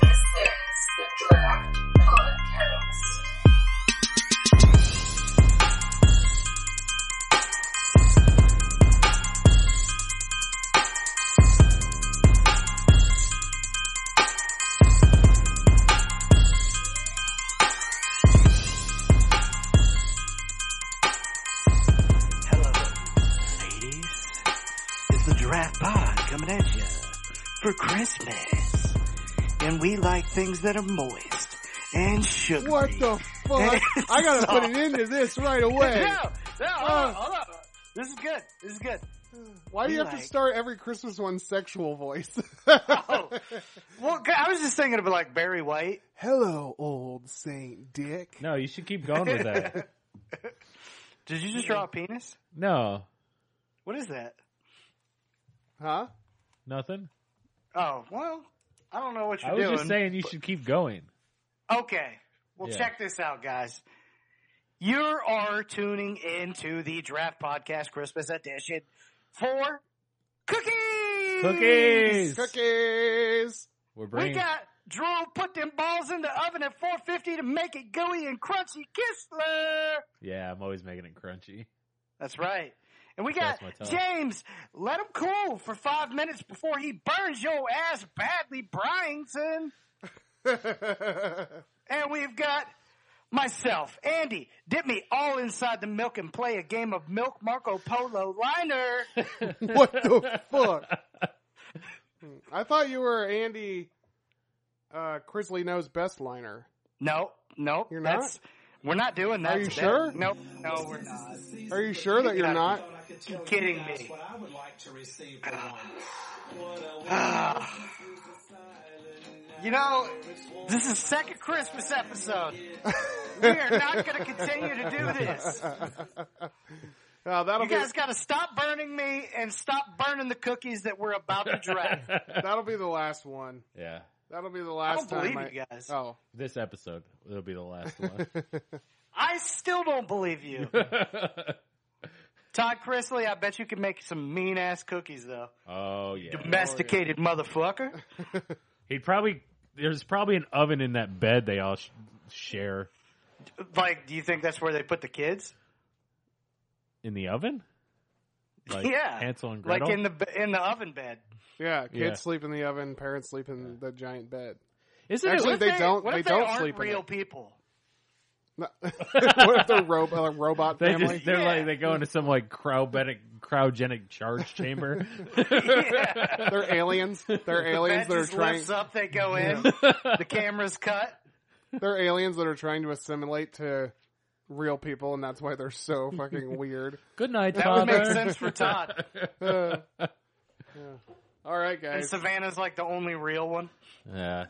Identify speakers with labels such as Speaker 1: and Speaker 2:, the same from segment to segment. Speaker 1: This is the Draft Podcast.
Speaker 2: Hello, ladies. It's the Giraffe Pod coming at you for Christmas. And we like things that are moist and sugary.
Speaker 3: What the fuck? I gotta put it
Speaker 2: Soft.
Speaker 3: into this right away.
Speaker 2: No, no, hold
Speaker 4: Uh.
Speaker 2: on, hold on. This is good. This is good.
Speaker 3: Why do you
Speaker 2: We
Speaker 3: have to
Speaker 2: like-
Speaker 3: start every Christmas one sexual voice?
Speaker 2: Oh, well, I was just thinking of like Barry White.
Speaker 3: Hello, old Saint Dick.
Speaker 4: No, you should keep going with that.
Speaker 2: Did you just draw a penis?
Speaker 4: No,
Speaker 2: What is that?
Speaker 3: Huh?
Speaker 4: nothing.
Speaker 2: Oh, well, I don't know what you're
Speaker 4: I was
Speaker 2: doing.
Speaker 4: just saying you should keep going.
Speaker 2: Okay. Well,
Speaker 4: Yeah.
Speaker 2: check this out, guys. You are tuning into the Draft Podcast Christmas edition for cookies.
Speaker 4: Cookies.
Speaker 3: Cookies!
Speaker 4: We're
Speaker 2: We
Speaker 4: bringing.
Speaker 2: got Drew put them balls in the oven at 450 to make it gooey and crunchy. Kistler.
Speaker 4: yeah, I'm always making it crunchy.
Speaker 2: That's right. And we got
Speaker 4: That's my time.
Speaker 2: James. Let him cool for five minutes before he burns your ass badly, Bryanson. And we've got myself, Andy, dip me all inside the milk and play a game of milk Marco Polo liner.
Speaker 3: what the fuck? I thought you were Andy uh Crisley knows best liner.
Speaker 2: no, no,
Speaker 3: You're
Speaker 2: that's we're not doing that.
Speaker 3: Are you
Speaker 2: today.
Speaker 3: sure?
Speaker 2: Nope, no, we're not.
Speaker 3: Are you sure that you're not?
Speaker 2: You kidding me?
Speaker 5: What I would like to receive for once. What a
Speaker 2: You know, this is second Christmas episode. we are not going to continue to do this.
Speaker 3: Uh, that'll
Speaker 2: You
Speaker 3: be
Speaker 2: guys got to stop burning me and stop burning the cookies that we're about to draft.
Speaker 3: that'll be the last one.
Speaker 4: Yeah,
Speaker 3: That'll be the last
Speaker 2: don't
Speaker 3: time.
Speaker 2: believe you guys.
Speaker 3: Oh,
Speaker 4: this episode will be the last one.
Speaker 2: I still don't believe you. Todd Chrisley, I bet you can make some mean ass cookies though.
Speaker 4: oh yeah,
Speaker 2: Domesticated motherfucker.
Speaker 4: he'd probably. There's probably an oven in that bed they all sh- share
Speaker 2: Like, do you think that's where they put the kids?
Speaker 4: in the oven. Like
Speaker 2: yeah,
Speaker 4: Hansel and
Speaker 2: like
Speaker 4: Gretel.
Speaker 2: in the in the oven bed.
Speaker 3: yeah. Kids
Speaker 4: Yeah.
Speaker 3: sleep in the oven. Parents sleep in the giant bed.
Speaker 4: Isn't
Speaker 3: Actually,
Speaker 4: it?
Speaker 3: they don't-
Speaker 2: What
Speaker 3: they
Speaker 2: if they
Speaker 3: don't
Speaker 2: aren't
Speaker 3: sleep in
Speaker 2: real
Speaker 3: it.
Speaker 2: people?
Speaker 3: No. what if they're ro- a robot
Speaker 4: They
Speaker 3: family?
Speaker 4: just, they're
Speaker 2: Yeah.
Speaker 4: like they go into some like cryogenic cryogenic charge chamber.
Speaker 2: Yeah.
Speaker 3: They're aliens. They're
Speaker 2: Bed
Speaker 3: aliens that are
Speaker 2: just
Speaker 3: trying.
Speaker 2: lifts up. They go in. the camera's cut.
Speaker 3: They're aliens that are trying to assimilate to real people, and that's why they're so fucking weird.
Speaker 4: Good night,
Speaker 2: That would
Speaker 4: father.
Speaker 2: make sense for Todd.
Speaker 3: Uh, yeah. All right,
Speaker 2: And
Speaker 3: guys.
Speaker 2: Savannah's like the only real one.
Speaker 4: Yeah.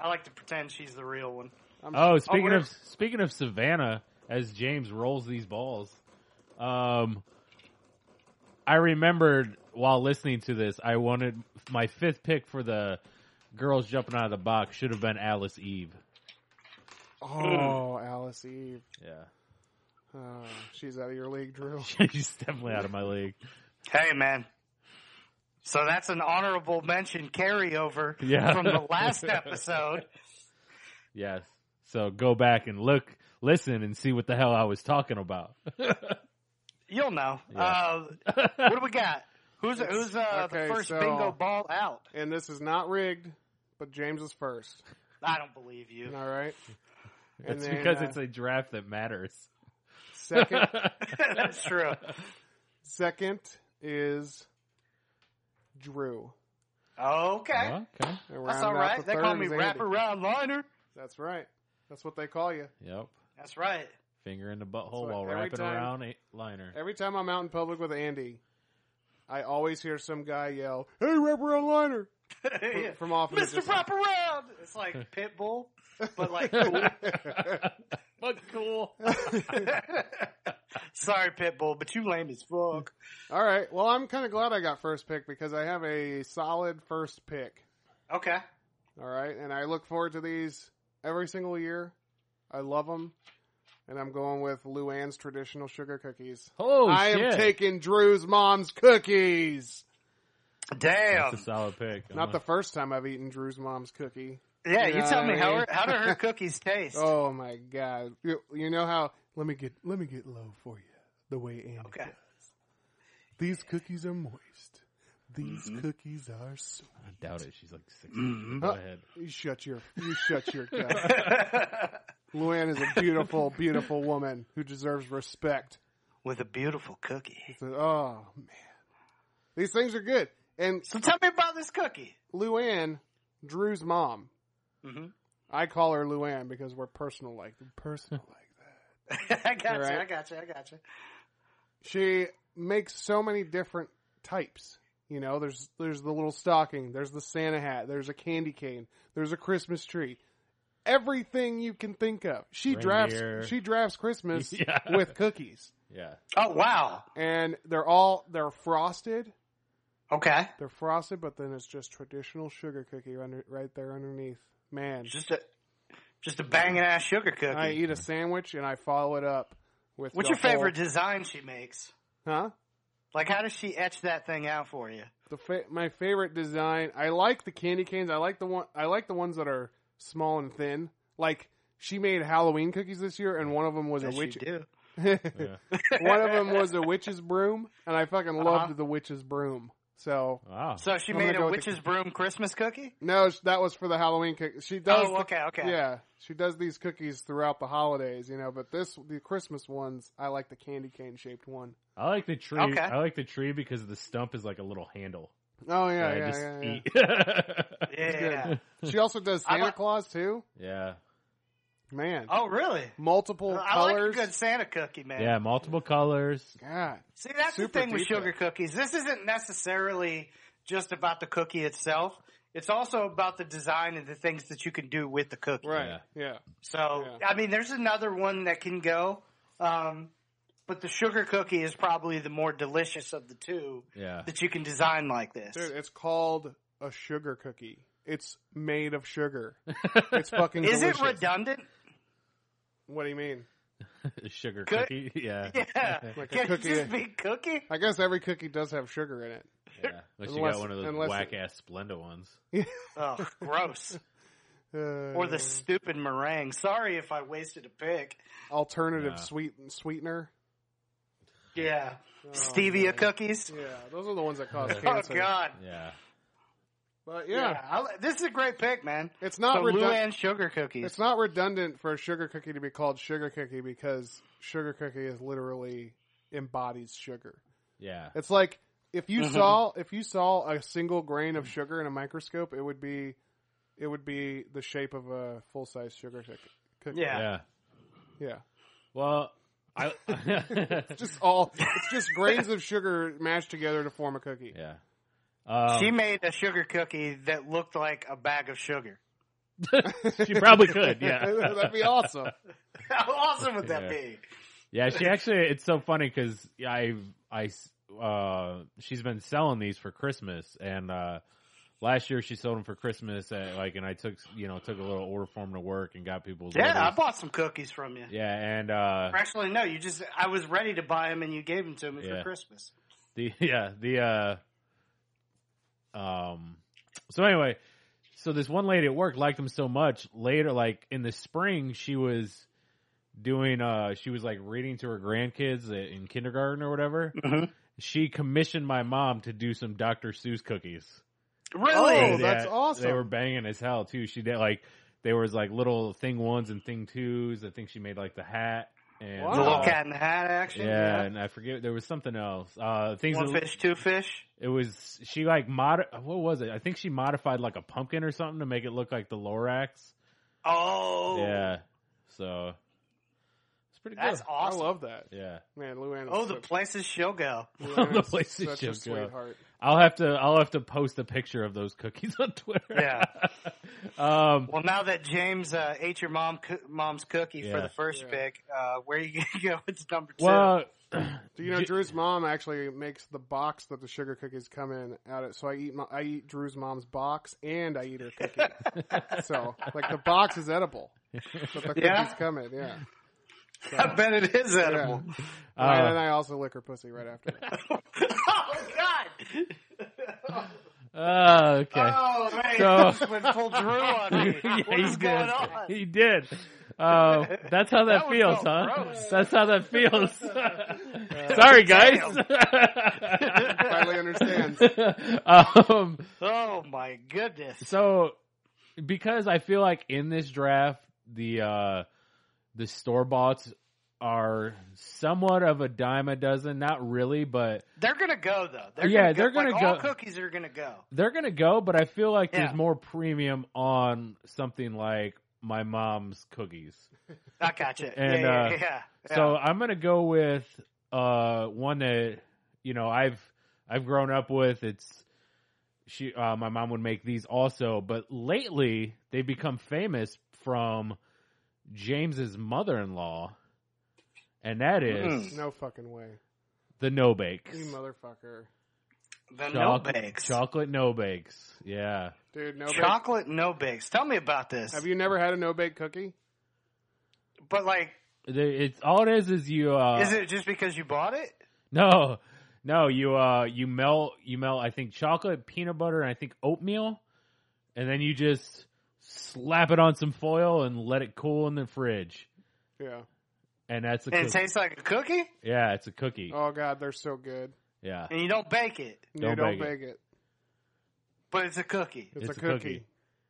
Speaker 2: I like to pretend she's the real one.
Speaker 4: Oh, speaking
Speaker 2: we're-
Speaker 4: of speaking of Savannah, as James rolls these balls, um, I remembered while listening to this, I wanted my fifth pick for the girls jumping out of the box should have been Alice Eve.
Speaker 3: Oh, Alice Eve.
Speaker 4: Yeah,
Speaker 3: Oh, she's out of your league, Drew.
Speaker 4: she's definitely out of my league.
Speaker 2: Hey, man. So that's an honorable mention carryover
Speaker 4: Yeah.
Speaker 2: from the last episode.
Speaker 4: Yes, so go back and look, listen, and see what the hell I was talking about.
Speaker 2: You'll know.
Speaker 4: Yeah.
Speaker 2: Uh, what do we got? Who's who's uh,
Speaker 3: okay,
Speaker 2: the first
Speaker 3: so-
Speaker 2: bingo ball out?
Speaker 3: And this is not rigged, but James is first.
Speaker 2: I don't believe you.
Speaker 3: All right. And
Speaker 4: It's
Speaker 3: then,
Speaker 4: because
Speaker 3: uh,
Speaker 4: it's a draft that matters.
Speaker 3: second.
Speaker 2: that's true.
Speaker 3: Second is Drew.
Speaker 2: Okay.
Speaker 4: Okay.
Speaker 3: And
Speaker 2: That's
Speaker 3: rounding
Speaker 2: all
Speaker 3: out
Speaker 2: right.
Speaker 3: the
Speaker 2: They
Speaker 3: third
Speaker 2: call me
Speaker 3: is Andy.
Speaker 2: wrap around liner.
Speaker 3: That's right. That's what they call you.
Speaker 4: Yep.
Speaker 2: That's right.
Speaker 4: Finger in the butthole
Speaker 3: So
Speaker 4: while
Speaker 3: every
Speaker 4: wrapping
Speaker 3: time-
Speaker 4: around a liner.
Speaker 3: Every time I'm out in public with Andy, I always hear some guy yell, "Hey, rapper on liner!"
Speaker 2: Yeah.
Speaker 3: from off in the
Speaker 2: Mr.
Speaker 3: distance.
Speaker 2: Wrap Around! It's like Pitbull, but like cool.
Speaker 4: But cool.
Speaker 2: Sorry, Pitbull, but you lame as fuck.
Speaker 3: All right. Well, I'm kind of glad I got first pick because I have a solid first pick.
Speaker 2: Okay.
Speaker 3: All right, and I look forward to these every single year. I love them, and I'm going with Luann's traditional sugar cookies.
Speaker 4: Oh,
Speaker 3: I
Speaker 4: shit.
Speaker 3: am taking Drew's mom's cookies.
Speaker 4: That's
Speaker 2: Damn.
Speaker 4: a solid pick. I'm
Speaker 3: Not
Speaker 4: a-
Speaker 3: the first time I've eaten Drew's mom's cookie.
Speaker 2: yeah,
Speaker 3: you
Speaker 2: you
Speaker 3: know
Speaker 2: tell
Speaker 3: what
Speaker 2: me
Speaker 3: I
Speaker 2: how
Speaker 3: mean?
Speaker 2: her, how do her cookies taste?
Speaker 3: Oh my god! You, you know how? Let me get let me get low for you. The way Andy
Speaker 2: Okay.
Speaker 3: does. These cookies are moist. These cookies are sweet.
Speaker 4: I doubt it. She's like six. Go ahead.
Speaker 3: You shut your you shut your gut. Luann is a beautiful, beautiful woman who deserves respect.
Speaker 2: With a beautiful cookie.
Speaker 3: So- oh man, these things are good. And
Speaker 2: So tell me about this cookie.
Speaker 3: Luann, Drew's mom.
Speaker 2: Mhm.
Speaker 3: I call her Luann because we're personal like personal like that.
Speaker 2: I got you.
Speaker 3: Alright.
Speaker 2: I got you. I got you.
Speaker 3: she makes so many different types. You know, there's there's the little stocking, there's the Santa hat, there's a candy cane, there's a Christmas tree. Everything you can think of. She
Speaker 4: Reindeer.
Speaker 3: drafts she drafts Christmas
Speaker 4: Yeah.
Speaker 3: with cookies.
Speaker 4: Yeah.
Speaker 2: Oh wow.
Speaker 3: And they're all they're frosted.
Speaker 2: Okay.
Speaker 3: They're frosted, but then it's just traditional sugar cookie under, right there underneath. Man,
Speaker 2: Just a just a banging ass sugar cookie.
Speaker 3: I eat a sandwich and I follow it up with
Speaker 2: What's
Speaker 3: the
Speaker 2: your favorite
Speaker 3: whole-
Speaker 2: design she makes?
Speaker 3: Huh?
Speaker 2: Like how does she etch that thing out for you?
Speaker 3: the fa- my favorite design. I like the candy canes. I like the one. I like the ones that are small and thin. Like she made Halloween cookies this year, and one of them was
Speaker 2: Yes,
Speaker 3: a
Speaker 2: you
Speaker 3: witch.
Speaker 2: do.
Speaker 4: Yeah.
Speaker 3: one of them was a witch's broom, and I fucking loved
Speaker 2: Uh-huh.
Speaker 3: the witch's broom. So
Speaker 4: Wow.
Speaker 2: So she
Speaker 3: I'm gonna
Speaker 2: made
Speaker 3: go
Speaker 2: a
Speaker 3: with the-
Speaker 2: witch's broom Christmas cookie?
Speaker 3: no, sh- that was for the Halloween cookies. She does.
Speaker 2: oh, okay, okay.
Speaker 3: Yeah, she does these cookies throughout the holidays, you know. But this, the Christmas ones, I like the candy cane shaped one.
Speaker 4: I like the tree.
Speaker 2: Okay.
Speaker 4: I like the tree because the stump is like a little handle.
Speaker 3: Oh yeah,
Speaker 4: that I
Speaker 3: yeah,
Speaker 4: just
Speaker 3: yeah, yeah.
Speaker 4: eat.
Speaker 2: Yeah.
Speaker 3: She also does
Speaker 2: I
Speaker 3: Santa
Speaker 2: like-
Speaker 3: Claus too.
Speaker 4: yeah.
Speaker 3: Man,
Speaker 2: Oh really?
Speaker 3: multiple
Speaker 2: I like a
Speaker 3: colors.
Speaker 2: good Santa cookie, man.
Speaker 4: Yeah. Multiple colors.
Speaker 3: God.
Speaker 2: See, that's
Speaker 3: Super
Speaker 2: the thing with
Speaker 3: detailed.
Speaker 2: sugar cookies. This isn't necessarily just about the cookie itself. It's also about the design and the things that you can do with the cookie.
Speaker 3: Right. Yeah.
Speaker 2: So,
Speaker 3: Yeah.
Speaker 2: I mean, there's another one that can go, um, but the sugar cookie is probably the more delicious of the two
Speaker 4: Yeah.
Speaker 2: that you can design like this.
Speaker 3: Dude, it's called a sugar cookie. It's made of sugar. It's fucking
Speaker 2: Is
Speaker 3: delicious.
Speaker 2: it redundant?
Speaker 3: What do you mean?
Speaker 4: Sugar
Speaker 2: Good.
Speaker 4: cookie. Yeah.
Speaker 2: Yeah.
Speaker 3: Like a
Speaker 2: can
Speaker 3: cookie-
Speaker 2: it just be cookie?
Speaker 3: I guess every cookie does have sugar in it.
Speaker 4: Yeah. Unless, you
Speaker 3: Unless-
Speaker 4: got one of those
Speaker 3: unless-
Speaker 4: whack ass Splenda ones.
Speaker 2: Oh, gross.
Speaker 3: Uh,
Speaker 2: Or the stupid meringue. Sorry if I wasted a pick.
Speaker 3: alternative
Speaker 4: Nah.
Speaker 3: sweet sweetener.
Speaker 2: Yeah.
Speaker 3: Oh,
Speaker 2: Stevia
Speaker 3: man.
Speaker 2: cookies.
Speaker 3: Yeah, those are the ones that cause
Speaker 2: Oh,
Speaker 3: cancer.
Speaker 2: God.
Speaker 4: Yeah.
Speaker 3: But
Speaker 2: Yeah,
Speaker 3: yeah,
Speaker 2: I li- this is a great pick, man.
Speaker 3: it's
Speaker 2: So
Speaker 3: not redundant.
Speaker 2: Luann sugar cookies.
Speaker 3: It's not redundant for a sugar cookie to be called sugar cookie because sugar cookie is literally embodies sugar.
Speaker 4: Yeah.
Speaker 3: It's like if you
Speaker 4: Mm-hmm.
Speaker 3: saw if you saw a single grain of sugar in a microscope, it would be it would be the shape of a full size sugar cook- cookie.
Speaker 2: yeah.
Speaker 4: Yeah.
Speaker 3: yeah.
Speaker 4: Well, I.
Speaker 3: Just all it's just grains of sugar mashed together to form a cookie.
Speaker 4: yeah. Um,
Speaker 2: she made a sugar cookie that looked like a bag of sugar.
Speaker 4: she probably could. Yeah.
Speaker 3: That'd be awesome.
Speaker 2: How awesome would that
Speaker 4: Yeah.
Speaker 2: be?
Speaker 4: Yeah, she actually. It's so funny because I, I, uh, she's been selling these for Christmas, and uh, last year she sold them for Christmas. At, like, and I took, you know, took a little order form to work and got people's.
Speaker 2: Yeah, I
Speaker 4: orders.
Speaker 2: bought some cookies from you.
Speaker 4: yeah, and uh,
Speaker 2: Or Actually, no, you just, I was ready to buy them and you gave them to me
Speaker 4: Yeah.
Speaker 2: for Christmas.
Speaker 4: the yeah the uh, um. So anyway, so this one lady at work liked them so much. Later, like in the spring, she was doing uh she was like reading to her grandkids in kindergarten or whatever
Speaker 2: Mhm.
Speaker 4: she commissioned my mom to do some dr seuss cookies
Speaker 3: Oh,
Speaker 2: Really?
Speaker 4: They-
Speaker 3: that's
Speaker 4: they-
Speaker 3: awesome.
Speaker 4: They were banging as hell too. She did like there was like little thing ones and thing twos. I think she made like the hat and
Speaker 3: Wow.
Speaker 2: The little
Speaker 4: uh,
Speaker 2: cat in the hat action.
Speaker 4: Yeah, and I forget there was something else. Uh, things
Speaker 2: One
Speaker 4: that,
Speaker 2: fish, two fish.
Speaker 4: it was she like mod. What was it? I think she modified like a pumpkin or something to make it look like the Lorax.
Speaker 2: Oh,
Speaker 4: Yeah, so it's pretty good.
Speaker 2: that's awesome.
Speaker 3: I love that.
Speaker 4: yeah,
Speaker 3: Man, Luann is
Speaker 2: oh, the
Speaker 3: such-
Speaker 2: places she'll go.
Speaker 3: Luann
Speaker 4: The
Speaker 3: is
Speaker 4: places
Speaker 3: such
Speaker 4: she'll
Speaker 3: a
Speaker 4: go.
Speaker 3: sweetheart.
Speaker 4: I'll have to I'll have to post a picture of those cookies on Twitter.
Speaker 2: Yeah.
Speaker 4: um,
Speaker 2: Well, now that James uh, ate your mom co- mom's cookie for
Speaker 4: Yeah.
Speaker 2: the first
Speaker 3: Yeah.
Speaker 2: pick, uh, where are you going to go with number two?
Speaker 4: Well,
Speaker 3: Do you know
Speaker 4: Ju-
Speaker 3: Drew's mom actually makes the box that the sugar cookies come in out of? So I eat my, I eat Drew's mom's box and I eat her cookie. so like the box is edible, but the cookies
Speaker 2: Yeah?
Speaker 3: come in. Yeah,
Speaker 2: I bet it is edible.
Speaker 3: Ryan
Speaker 4: Uh,
Speaker 3: and I also lick her pussy right after. that.
Speaker 2: oh God!
Speaker 4: oh, okay.
Speaker 2: Oh man!
Speaker 4: So-
Speaker 2: This went full Drew on me.
Speaker 4: yeah,
Speaker 2: What
Speaker 4: he's
Speaker 2: is
Speaker 4: good.
Speaker 2: going on?
Speaker 4: He did. Uh, that's how
Speaker 2: That
Speaker 4: that,
Speaker 2: was
Speaker 4: feels,
Speaker 2: so
Speaker 4: huh?
Speaker 2: gross.
Speaker 4: That's how that feels. Sorry, guys.
Speaker 3: Finally understands.
Speaker 4: um,
Speaker 2: Oh my goodness!
Speaker 4: so, because I feel like in this draft, the uh, the store boughts are somewhat of a dime a dozen. Not really, but
Speaker 2: They're gonna go though. They're
Speaker 4: Yeah,
Speaker 2: gonna
Speaker 4: they're
Speaker 2: go.
Speaker 4: gonna
Speaker 2: like, All
Speaker 4: go.
Speaker 2: cookies are gonna go.
Speaker 4: they're gonna go. But I feel like
Speaker 2: Yeah.
Speaker 4: there's more premium on something like my mom's cookies.
Speaker 2: I gotcha.
Speaker 4: And,
Speaker 2: yeah,
Speaker 4: uh,
Speaker 2: yeah, yeah, yeah.
Speaker 4: So I'm gonna go with uh one that you know I've I've grown up with. It's she uh, my mom would make these also, but lately they become famous from James's mother-in-law, and that is
Speaker 2: Mm.
Speaker 3: No fucking way,
Speaker 4: the no bakes,
Speaker 3: you motherfucker,
Speaker 2: the no
Speaker 4: Chocolate-
Speaker 2: bakes,
Speaker 4: chocolate no bakes. Yeah,
Speaker 3: dude. No bake.
Speaker 2: chocolate no bakes. Tell me about this.
Speaker 3: Have you never had a no bake cookie?
Speaker 2: But like,
Speaker 4: They- it's all it is is you. Uh,
Speaker 2: is it just because you bought it?
Speaker 4: No, no. You uh, you melt, you melt. I think chocolate, peanut butter, and I think oatmeal, and then you just slap it on some foil and let it cool in the fridge,
Speaker 3: Yeah.
Speaker 4: and that's a
Speaker 2: And it
Speaker 4: cookie.
Speaker 2: tastes like a cookie,
Speaker 4: yeah, it's a cookie.
Speaker 3: Oh god, they're so good.
Speaker 4: Yeah,
Speaker 2: and you don't bake it,
Speaker 3: You
Speaker 4: Don't
Speaker 3: don't bake,
Speaker 4: bake it.
Speaker 3: it.
Speaker 2: but it's a cookie.
Speaker 3: It's,
Speaker 4: It's
Speaker 3: a cookie.
Speaker 4: a cookie.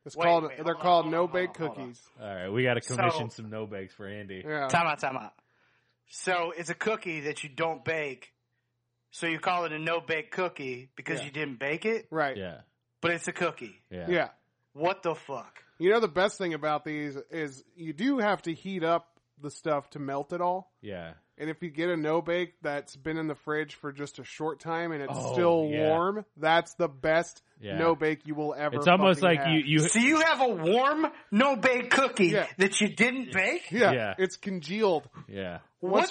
Speaker 3: It's
Speaker 2: Wait,
Speaker 3: called.
Speaker 2: wait, hold
Speaker 3: they're
Speaker 2: on,
Speaker 3: called
Speaker 2: hold on,
Speaker 3: no
Speaker 2: hold on,
Speaker 3: bake
Speaker 2: hold on.
Speaker 3: cookies.
Speaker 4: all right. We got to
Speaker 2: So-
Speaker 4: commission some no bakes for Andy.
Speaker 3: Yeah.
Speaker 2: Time out, time out. So it's a cookie that you don't bake. So you call it a no bake cookie because
Speaker 3: Yeah.
Speaker 2: you didn't bake it,
Speaker 3: Right.
Speaker 4: Yeah,
Speaker 2: but it's a cookie.
Speaker 4: yeah,
Speaker 3: yeah.
Speaker 2: What the fuck?
Speaker 3: You know the best thing about these is you do have to heat up the stuff to melt it all.
Speaker 4: yeah.
Speaker 3: And if you get a no bake that's been in the fridge for just a short time and it's
Speaker 4: Oh,
Speaker 3: still
Speaker 4: yeah.
Speaker 3: warm, that's the best
Speaker 4: Yeah.
Speaker 3: no bake you will ever.
Speaker 4: It's almost
Speaker 3: fucking
Speaker 4: like
Speaker 3: have.
Speaker 4: you, you.
Speaker 2: So you have a warm no bake cookie
Speaker 3: Yeah.
Speaker 2: that you didn't bake?
Speaker 3: Yeah,
Speaker 4: Yeah.
Speaker 3: it's congealed.
Speaker 4: Yeah,
Speaker 3: Once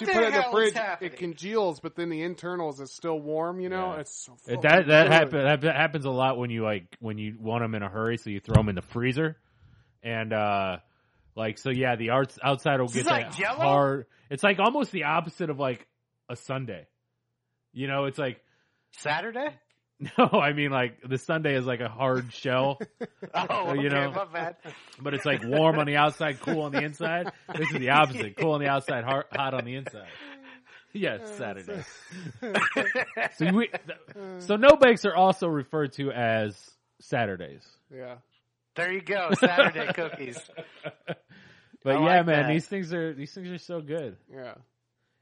Speaker 2: What
Speaker 3: you
Speaker 2: the
Speaker 3: put it in the
Speaker 2: hell is
Speaker 3: fridge,
Speaker 2: happening?
Speaker 3: it congeals, but then the internals is still warm. You know,
Speaker 4: Yeah.
Speaker 3: it's so
Speaker 2: Oh,
Speaker 4: that
Speaker 3: fucking
Speaker 4: that, that
Speaker 3: good.
Speaker 4: happens. That happens a lot when you like when you want them in a hurry, so you throw them in the freezer, and uh like so. Yeah, the arts outside will
Speaker 2: Is
Speaker 4: get
Speaker 2: this like
Speaker 4: that
Speaker 2: Jell-O?
Speaker 4: hard. It's like almost the opposite of like a Sunday. You know, it's like
Speaker 2: Saturday?
Speaker 4: no. I mean, like the Sunday is like a hard shell,
Speaker 2: Oh,
Speaker 4: You
Speaker 2: you know,
Speaker 4: know.
Speaker 2: my bad.
Speaker 4: but it's like warm on the outside, cool on the inside. This is the opposite: cool on the outside, hard, hot on the inside.
Speaker 2: Oh,
Speaker 4: Yes, Saturday. So we, so no bakes are also referred to as Saturdays.
Speaker 3: Yeah,
Speaker 2: There you go, Saturday cookies.
Speaker 4: But
Speaker 2: I
Speaker 4: yeah,
Speaker 2: like
Speaker 4: man,
Speaker 2: that.
Speaker 4: these things are these things are so good,
Speaker 3: yeah.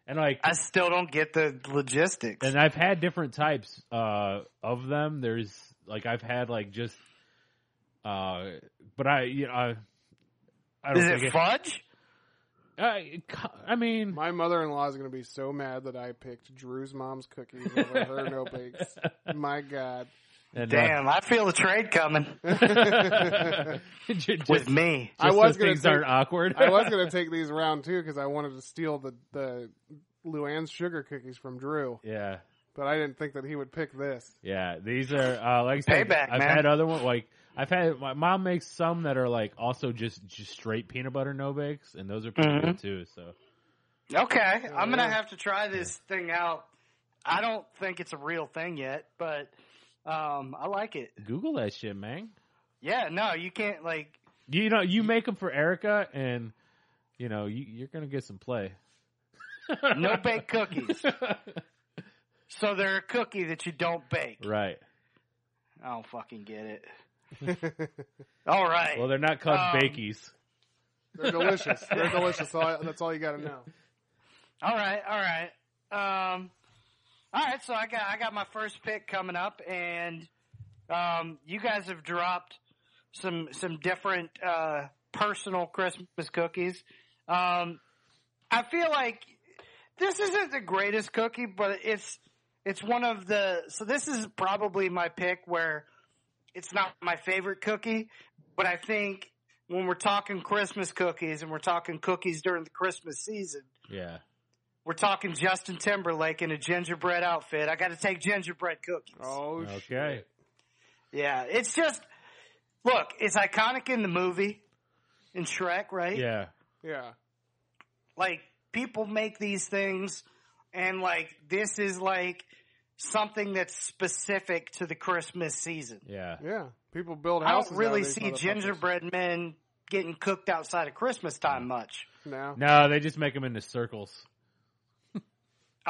Speaker 4: and like,
Speaker 2: I still don't get the logistics.
Speaker 4: and I've had different types uh, of them. There's like I've had like just, uh, but I you know I, I don't
Speaker 2: Is
Speaker 4: think
Speaker 2: it fudge?
Speaker 4: I, I mean,
Speaker 3: My mother in law is going to be so mad that I picked Drew's mom's cookies over her no bakes. My God.
Speaker 4: and,
Speaker 2: Damn, I feel the trade coming
Speaker 4: uh, ju- just,
Speaker 2: with me.
Speaker 3: I was
Speaker 4: so
Speaker 3: gonna
Speaker 4: things
Speaker 3: take-
Speaker 4: aren't awkward.
Speaker 3: I was going to take these round two because I wanted to steal the, the Luann's sugar cookies from Drew,
Speaker 4: yeah.
Speaker 3: but I didn't think that he would pick this.
Speaker 4: Yeah, these are uh, like I said,
Speaker 2: Payback,
Speaker 4: I've
Speaker 2: man.
Speaker 4: had other one like I've had my mom makes some that are like also just just straight peanut butter no bakes, and those are pretty
Speaker 2: Mhm.
Speaker 4: good too. So
Speaker 2: Okay, I'm gonna
Speaker 3: yeah.
Speaker 2: have to try this thing out. I don't think it's a real thing yet, but um, I like it.
Speaker 4: Google that shit, man.
Speaker 2: Yeah, no, you can't like.
Speaker 4: You know, you make them for Erica, and you know you, you're gonna get some play.
Speaker 2: No bake cookies. So they're a cookie that you don't bake.
Speaker 4: right.
Speaker 2: I don't fucking get it. All right.
Speaker 4: Well, they're not called
Speaker 2: Um,
Speaker 4: bakies.
Speaker 3: They're delicious. They're delicious. All, that's all you got to know.
Speaker 2: All right, all right. Um, all right, so I got I got my first pick coming up, and um, you guys have dropped some some different uh, personal Christmas cookies. Um, I feel like this isn't the greatest cookie, but it's it's one of the so this is probably my pick where it's not my favorite cookie, but I think when we're talking Christmas cookies and we're talking cookies during the Christmas season
Speaker 4: Yeah.
Speaker 2: We're talking Justin Timberlake in a gingerbread outfit. I got to take gingerbread cookies.
Speaker 3: Oh,
Speaker 4: Okay.
Speaker 2: Yeah, it's just look, it's iconic in the movie in Shrek, right?
Speaker 4: Yeah.
Speaker 3: shit. yeah.
Speaker 2: Like people make these things and like this is like something that's specific to the Christmas season.
Speaker 4: Yeah.
Speaker 3: Yeah, people build
Speaker 2: I
Speaker 3: houses.
Speaker 2: don't really
Speaker 3: out of these
Speaker 2: see
Speaker 3: motherfuckers.
Speaker 2: gingerbread men getting cooked outside of Christmas time much.
Speaker 3: No.
Speaker 4: No, they just make them into circles.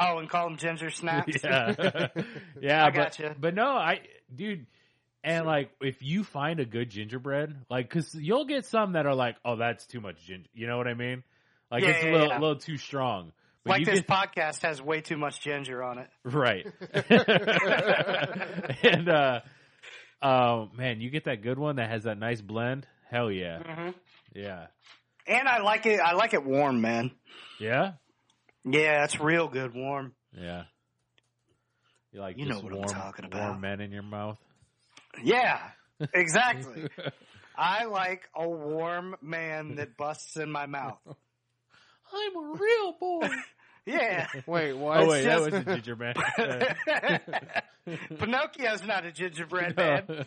Speaker 2: Oh, and call them ginger snaps.
Speaker 4: Yeah,
Speaker 2: I
Speaker 4: yeah. but,
Speaker 2: gotcha.
Speaker 4: But no, I, dude, and like if you find a good gingerbread, like because you'll get some that are like, oh, that's too much ginger. You know what I mean? Like
Speaker 2: Yeah,
Speaker 4: it's
Speaker 2: yeah,
Speaker 4: a little,
Speaker 2: yeah.
Speaker 4: little too strong. But
Speaker 2: Like
Speaker 4: you
Speaker 2: this
Speaker 4: get,
Speaker 2: podcast has way too much ginger on it.
Speaker 4: right? and uh, oh man, you get that good one that has that nice blend. Hell yeah, yeah,
Speaker 2: And I like it. I like it warm, man.
Speaker 4: yeah,
Speaker 2: Yeah, it's real good warm.
Speaker 4: yeah. You like
Speaker 2: You
Speaker 4: just
Speaker 2: know what I'm
Speaker 4: warm,
Speaker 2: talking about.
Speaker 4: warm men in your mouth.
Speaker 2: Yeah, exactly. I like a warm man that busts in my mouth.
Speaker 4: I'm a real boy.
Speaker 2: Yeah.
Speaker 3: Wait, what?
Speaker 4: oh wait, that
Speaker 3: It's
Speaker 4: was
Speaker 3: just-
Speaker 4: a gingerbread.
Speaker 2: Pinocchio's not a gingerbread man.
Speaker 4: yeah,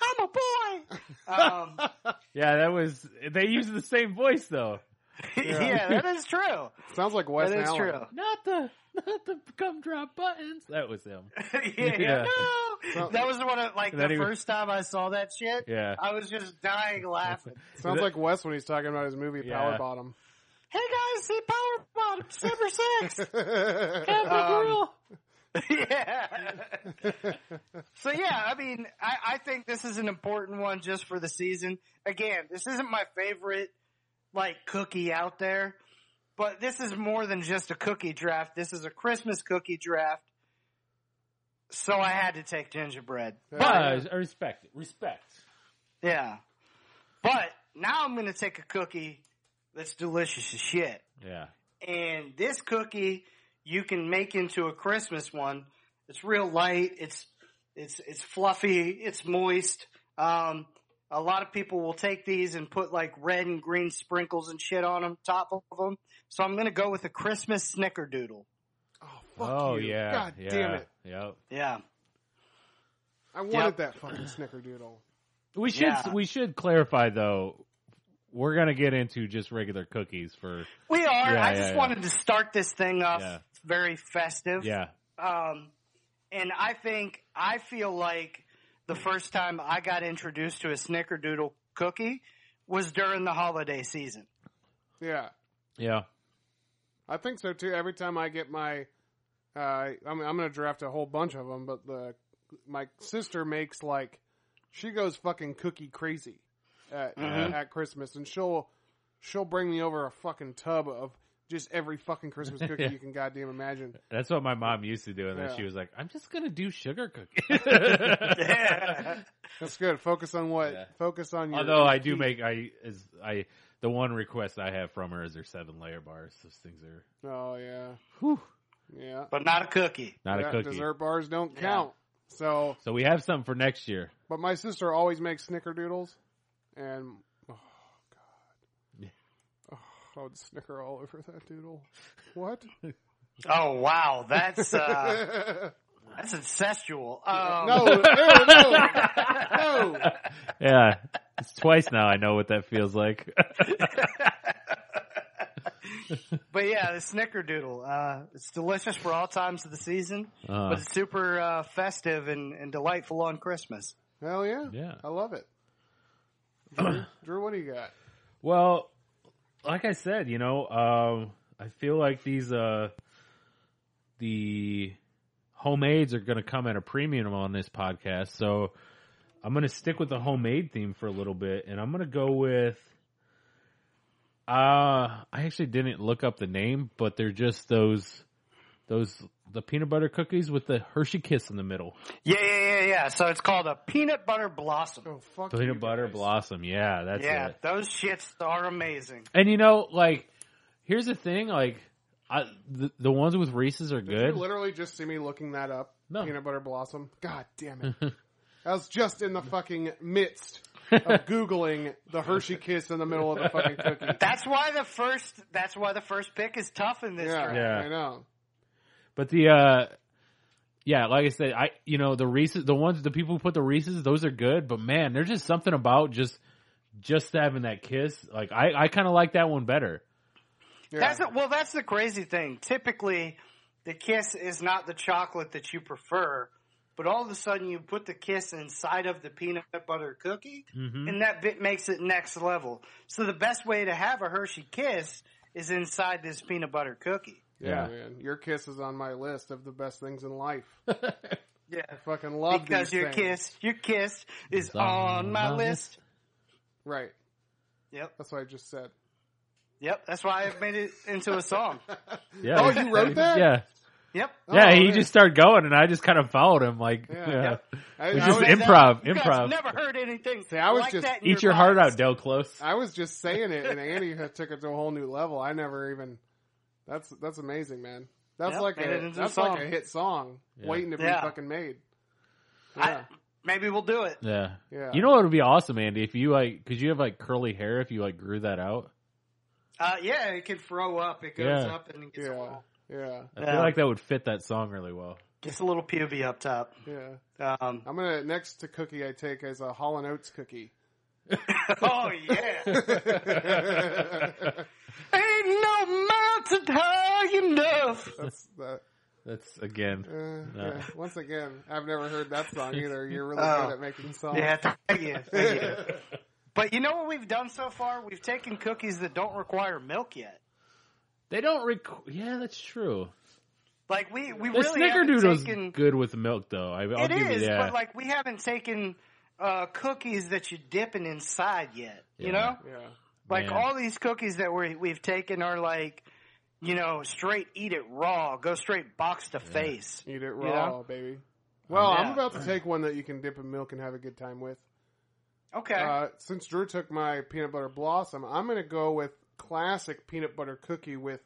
Speaker 2: I'm a boy. Um,
Speaker 4: that was. They used the same voice though.
Speaker 2: yeah, that is true.
Speaker 3: sounds like Wes
Speaker 2: That is
Speaker 3: Allen.
Speaker 2: true.
Speaker 4: Not the not the gumdrop buttons. That was him.
Speaker 2: yeah,
Speaker 4: Yeah.
Speaker 2: No. That was one of like
Speaker 4: That
Speaker 2: the
Speaker 4: he was-
Speaker 2: first time I saw that shit.
Speaker 4: Yeah.
Speaker 2: I was just dying laughing.
Speaker 3: Sounds like Wes when he's talking about his movie
Speaker 4: Yeah.
Speaker 3: Power Bottom.
Speaker 2: hey guys, see Power Bottom December six.
Speaker 4: Capital girl.
Speaker 2: yeah. so Um, yeah, I mean, I, I think this is an important one just for the season. Again, this isn't my favorite like cookie out there, but this is more than just a cookie draft. This is a Christmas cookie draft. So I had to take gingerbread.
Speaker 4: Buzz. I respect it. Respect.
Speaker 2: Yeah. But now I'm going to take a cookie that's delicious as shit.
Speaker 4: Yeah.
Speaker 2: And this cookie you can make into a Christmas one. It's real light. It's it's it's fluffy. It's moist. Um, a lot of people will take these and put like red and green sprinkles and shit on them, top of them. So I'm gonna go with a Christmas snickerdoodle.
Speaker 3: Oh, fuck
Speaker 4: oh
Speaker 3: you.
Speaker 4: yeah.
Speaker 3: God
Speaker 4: yeah,
Speaker 3: damn it.
Speaker 4: Yep.
Speaker 2: Yeah,
Speaker 3: I wanted
Speaker 2: Yep.
Speaker 3: that fucking snickerdoodle.
Speaker 4: We should
Speaker 2: Yeah.
Speaker 4: we should clarify though. We're gonna get into just regular cookies for
Speaker 2: we are.
Speaker 4: Yeah,
Speaker 2: I
Speaker 4: yeah,
Speaker 2: just
Speaker 4: yeah.
Speaker 2: wanted to start this thing off
Speaker 4: Yeah.
Speaker 2: very festive.
Speaker 4: yeah
Speaker 2: Um, and I think I feel like the first time I got introduced to a snickerdoodle cookie was during the holiday season.
Speaker 3: Yeah,
Speaker 4: yeah
Speaker 3: I think so too. Every time I get my, uh, I'm, I'm going to draft a whole bunch of them, but the my sister makes like she goes fucking cookie crazy at,
Speaker 4: Mhm.
Speaker 3: at Christmas, and she'll she'll bring me over a fucking tub of just every fucking Christmas cookie you can goddamn imagine.
Speaker 4: That's what my mom used to do, and then
Speaker 3: Yeah.
Speaker 4: she was like, "I'm just gonna do sugar cookies."
Speaker 3: That's good. Focus on what?
Speaker 4: Yeah.
Speaker 3: Focus on your.
Speaker 4: Although
Speaker 3: your
Speaker 4: I do
Speaker 3: teeth.
Speaker 4: make I is I the one request I have from her is her seven layer bars. Those things are
Speaker 3: Oh yeah,
Speaker 4: whew,
Speaker 3: yeah.
Speaker 2: but not a cookie.
Speaker 4: not
Speaker 3: Yeah,
Speaker 4: a cookie.
Speaker 3: Dessert bars don't count. So,
Speaker 4: So we have something for next year.
Speaker 3: but my sister always makes snickerdoodles, and oh
Speaker 4: Yeah.
Speaker 3: god, oh, I would snicker all over that doodle. What?
Speaker 2: Oh wow, that's uh,
Speaker 3: no,
Speaker 2: that's incestual. Um,
Speaker 3: ew, no, no.
Speaker 4: Yeah, it's twice now. I know what that feels like.
Speaker 2: But yeah, the snickerdoodle. Uh, it's delicious for all times of the season,
Speaker 4: Uh,
Speaker 2: but it's super uh, festive and, and delightful on Christmas.
Speaker 3: Hell yeah,
Speaker 4: Yeah.
Speaker 3: I love it. Drew, Drew, what do you got?
Speaker 4: well, like I said, you know, um, I feel like these uh, the homemades are going to come at a premium on this podcast. So I'm going to stick with the homemade theme for a little bit, and I'm going to go with. Uh, I actually didn't look up the name, but they're just those, those the peanut butter cookies with the Hershey Kiss in the middle.
Speaker 2: Yeah, yeah, yeah, yeah. So it's called a peanut butter blossom.
Speaker 3: Oh fuck, you
Speaker 4: Peanut butter
Speaker 3: guys.
Speaker 4: blossom, yeah, that's
Speaker 2: yeah,
Speaker 4: it.
Speaker 2: those shits are amazing.
Speaker 4: And you know, like, here's the thing, like, I, the, the ones with Reese's are
Speaker 3: Did
Speaker 4: good.
Speaker 3: you literally just see me looking that up?
Speaker 4: No.
Speaker 3: Peanut butter blossom. God damn it. I was just in the fucking midst of Googling the Hershey Kiss in the middle of the fucking cookie.
Speaker 2: That's why the first. That's why the first pick is tough in this
Speaker 3: Yeah,
Speaker 2: draft.
Speaker 4: Yeah.
Speaker 3: I know.
Speaker 4: But the uh yeah, like I said, I you know the Reese's, the ones the people who put the Reese's, those are good. But man, there's just something about just just having that kiss. Like I I kind of like that one better.
Speaker 3: Yeah.
Speaker 2: That's the, well, that's the crazy thing. Typically, the kiss is not the chocolate that you prefer, but all of a sudden you put the kiss inside of the peanut butter cookie, and that bit makes it next level. So the best way to have a Hershey kiss is inside this peanut butter cookie.
Speaker 3: yeah,
Speaker 4: Yeah.
Speaker 3: Oh, man. Your kiss is on my list of the best things in life.
Speaker 2: Yeah.
Speaker 3: fucking love
Speaker 2: Because
Speaker 3: these
Speaker 2: your
Speaker 3: things.
Speaker 2: kiss, your kiss is
Speaker 4: It's on
Speaker 2: on my
Speaker 4: my
Speaker 2: list.
Speaker 3: Right.
Speaker 2: Yep,
Speaker 3: That's what I just said.
Speaker 2: yep. That's why I've made it into a song.
Speaker 4: Yeah.
Speaker 3: Oh, you wrote that?
Speaker 4: Yeah.
Speaker 2: Yep.
Speaker 4: Yeah,
Speaker 3: Oh,
Speaker 4: he
Speaker 3: man.
Speaker 4: just started going, and I just kind of followed him. Like,
Speaker 3: Yeah.
Speaker 4: yeah.
Speaker 3: I,
Speaker 4: Which
Speaker 3: I
Speaker 4: is
Speaker 3: was,
Speaker 4: it- improv,
Speaker 2: You guys
Speaker 4: improv.
Speaker 2: never heard anything
Speaker 3: See, I was
Speaker 2: like
Speaker 3: just-
Speaker 2: that in
Speaker 4: eat your heart
Speaker 2: lives.
Speaker 4: out, Del Close.
Speaker 3: I was just saying it, and Andy had took it to a whole new level. I never even. That's that's amazing, man. That's
Speaker 2: Yep,
Speaker 3: like
Speaker 2: made it
Speaker 3: a
Speaker 2: into a
Speaker 3: that's
Speaker 2: song.
Speaker 3: like a hit song
Speaker 4: Yeah.
Speaker 3: waiting to be
Speaker 2: Yeah.
Speaker 3: fucking made.
Speaker 2: I-
Speaker 3: Yeah.
Speaker 2: Maybe we'll do it.
Speaker 4: Yeah.
Speaker 3: Yeah.
Speaker 4: You know what would be awesome, Andy? If you like, could you have like curly hair if you like grew that out?
Speaker 2: Uh, yeah, it can throw up. It goes
Speaker 4: Yeah.
Speaker 2: up and it gets, a
Speaker 3: yeah,
Speaker 2: little,
Speaker 3: yeah,
Speaker 4: I
Speaker 2: Yeah.
Speaker 4: feel like that would fit that song really well.
Speaker 2: gets a little puby up top.
Speaker 3: yeah.
Speaker 2: Um,
Speaker 3: I'm gonna next to cookie I take is a Hall and Oates cookie.
Speaker 2: oh yeah,
Speaker 3: that's
Speaker 2: ain't no mountain high enough.
Speaker 3: that.
Speaker 4: That's again.
Speaker 3: Uh, yeah. Once again, I've never heard that song either. You're really
Speaker 2: Oh.
Speaker 3: good at making songs.
Speaker 2: Yeah, thank you, thank you. But you know what we've done so far? We've taken cookies that don't require milk yet.
Speaker 4: They don't. Rec- yeah, that's true.
Speaker 2: Like we we
Speaker 4: The
Speaker 2: really
Speaker 4: Snickerdoodle's
Speaker 2: haven't taken.
Speaker 4: good with milk, though. I, I'll
Speaker 2: It
Speaker 4: give
Speaker 2: is,
Speaker 4: you that.
Speaker 2: but like we haven't taken uh, cookies that you're dipping inside yet. You
Speaker 4: Yeah.
Speaker 2: know.
Speaker 3: yeah.
Speaker 2: Like
Speaker 4: Man.
Speaker 2: all these cookies that we we've taken are like, you know, straight eat it raw, go straight box to face.
Speaker 3: Eat it raw,
Speaker 2: know?
Speaker 3: baby. Well, I'm
Speaker 2: Yeah.
Speaker 3: about to take one that you can dip in milk and have a good time with.
Speaker 2: Okay,
Speaker 3: Uh, since Drew took my peanut butter blossom, I'm going to go with classic peanut butter cookie with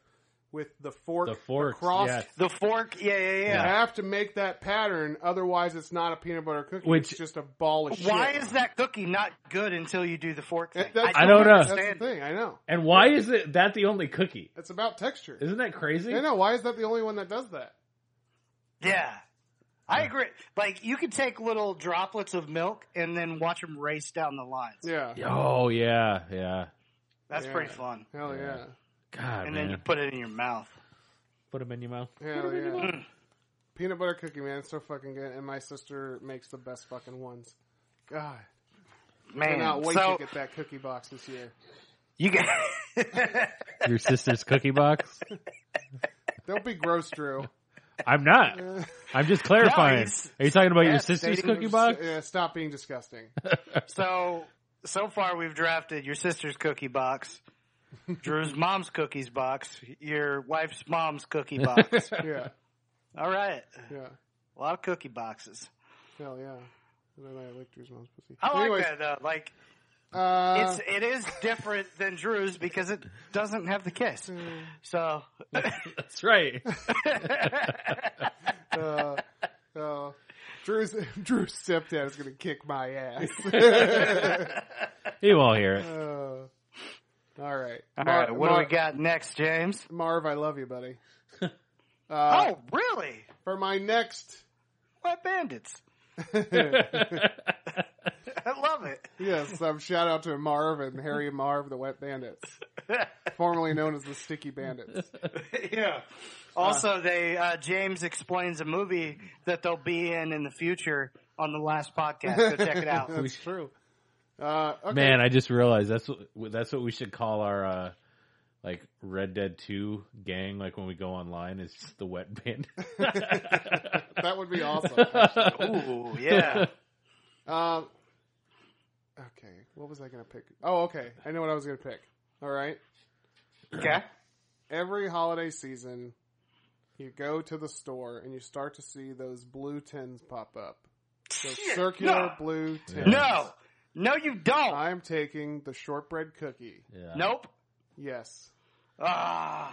Speaker 3: with the fork,
Speaker 4: the forks.
Speaker 3: across.
Speaker 4: yes.
Speaker 2: the fork, yeah, yeah,
Speaker 3: You
Speaker 2: yeah.
Speaker 3: have to make that pattern, otherwise it's not a peanut butter cookie.
Speaker 4: Which-
Speaker 3: it's just a ball of shit.
Speaker 2: Why is that cookie not good until you do the fork thing?
Speaker 3: That- that's
Speaker 4: I don't
Speaker 3: the-
Speaker 4: know.
Speaker 3: That's
Speaker 2: understand.
Speaker 3: the thing. I know.
Speaker 4: And why is it that the only cookie?
Speaker 3: It's about texture.
Speaker 4: Isn't that crazy?
Speaker 3: I know. Why is that the only one that does that?
Speaker 2: Yeah, I agree. Like you could take little droplets of milk and then watch them race down the lines.
Speaker 3: Yeah.
Speaker 4: Oh yeah, yeah.
Speaker 2: That's
Speaker 3: Yeah.
Speaker 2: pretty fun.
Speaker 3: Hell yeah.
Speaker 4: God,
Speaker 2: And
Speaker 4: man.
Speaker 2: then you put it in your mouth.
Speaker 4: put them in your mouth.
Speaker 3: Hell yeah. Peanut butter cookie, man. It's so fucking good. And my sister makes the best fucking ones. God.
Speaker 2: Man,
Speaker 3: cannot wait
Speaker 2: Mm. so
Speaker 3: to get that cookie box this year.
Speaker 2: you get
Speaker 4: Your sister's cookie box.
Speaker 3: Don't be gross, Drew.
Speaker 4: I'm not. I'm just
Speaker 2: No,
Speaker 4: clarifying.
Speaker 2: he's-
Speaker 4: Are you talking about your
Speaker 2: Yes,
Speaker 4: sister's
Speaker 2: dating
Speaker 4: cookie box?
Speaker 3: Yeah, stop being disgusting.
Speaker 2: So so far we've drafted your sister's cookie box, Drew's mom's cookies box, your wife's mom's cookie box.
Speaker 3: Yeah,
Speaker 2: All right,
Speaker 3: yeah,
Speaker 2: a lot of cookie boxes.
Speaker 3: hell yeah. And then I licked Drew's mom's pussy.
Speaker 2: I
Speaker 3: Anyways,
Speaker 2: like that. Uh, like
Speaker 3: Uh,
Speaker 2: it's it is different than Drew's because it doesn't have the kiss.
Speaker 3: Mm.
Speaker 2: So
Speaker 4: That's right.
Speaker 3: uh, uh, Drew's Drew's stepdad is gonna kick my ass.
Speaker 4: He won't hear it.
Speaker 3: uh, all right,
Speaker 2: all right, what do we got next, James?
Speaker 3: Marv, I love you, buddy. Uh,
Speaker 2: oh, really?
Speaker 3: For my next,
Speaker 2: What bandits? I love it.
Speaker 3: yes, um, shout out to Marv and Harry and Marv, the Wet Bandits, formerly known as the Sticky Bandits. Uh,
Speaker 2: yeah. Also, they uh, James explains a movie that they'll be in in the future on the last podcast. Go check it out.
Speaker 3: That's true. Uh, okay.
Speaker 4: Man, I just realized that's what that's what we should call our uh like Red Dead Two gang. Like when we go online, it's just the Wet Band.
Speaker 3: that would be awesome. actually.
Speaker 2: Ooh, Oh, yeah.
Speaker 3: Um, okay, what was I going to pick? Oh, okay, I know what I was going to pick. All right,
Speaker 2: Okay.
Speaker 3: every holiday season, you go to the store and you start to see those blue tins pop up. Those circular
Speaker 2: No.
Speaker 3: blue tins.
Speaker 2: No, no, you don't.
Speaker 3: I'm taking the shortbread cookie.
Speaker 4: yeah.
Speaker 2: nope.
Speaker 3: Yes,
Speaker 2: Ah,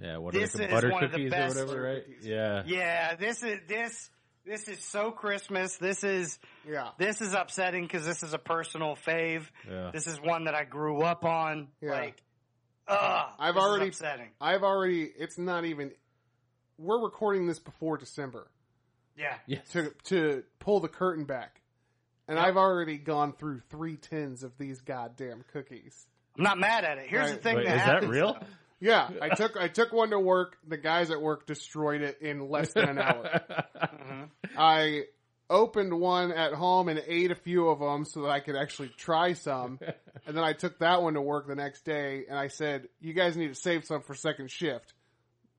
Speaker 4: Yeah, what
Speaker 2: This
Speaker 4: are they,
Speaker 2: is
Speaker 4: butter
Speaker 2: one of the
Speaker 4: cookies or
Speaker 2: best
Speaker 4: whatever, right?
Speaker 3: cookies.
Speaker 4: Yeah.
Speaker 2: yeah. This is this This is so Christmas. This is
Speaker 3: Yeah.
Speaker 2: this is upsetting because this is a personal fave.
Speaker 4: Yeah.
Speaker 2: This is one that I grew up on.
Speaker 3: Yeah.
Speaker 2: Like, ugh,
Speaker 3: I've
Speaker 2: this is
Speaker 3: already-
Speaker 2: upsetting.
Speaker 3: I've already. It's not even. We're recording this before December
Speaker 2: Yeah,
Speaker 4: Yes.
Speaker 3: to to pull the curtain back, and I've already gone through three tins of these goddamn cookies.
Speaker 2: I'm not mad at it. Here's the
Speaker 3: Right.
Speaker 2: thing
Speaker 4: Wait,
Speaker 2: that
Speaker 4: is that
Speaker 2: happens.
Speaker 4: real?
Speaker 2: though.
Speaker 3: Yeah, I took I took one to work. The guys at work destroyed it in less than an hour. I opened one at home and ate a few of them so that I could actually try some. And then I took that one to work the next day and I said, "You guys need to save some for second shift."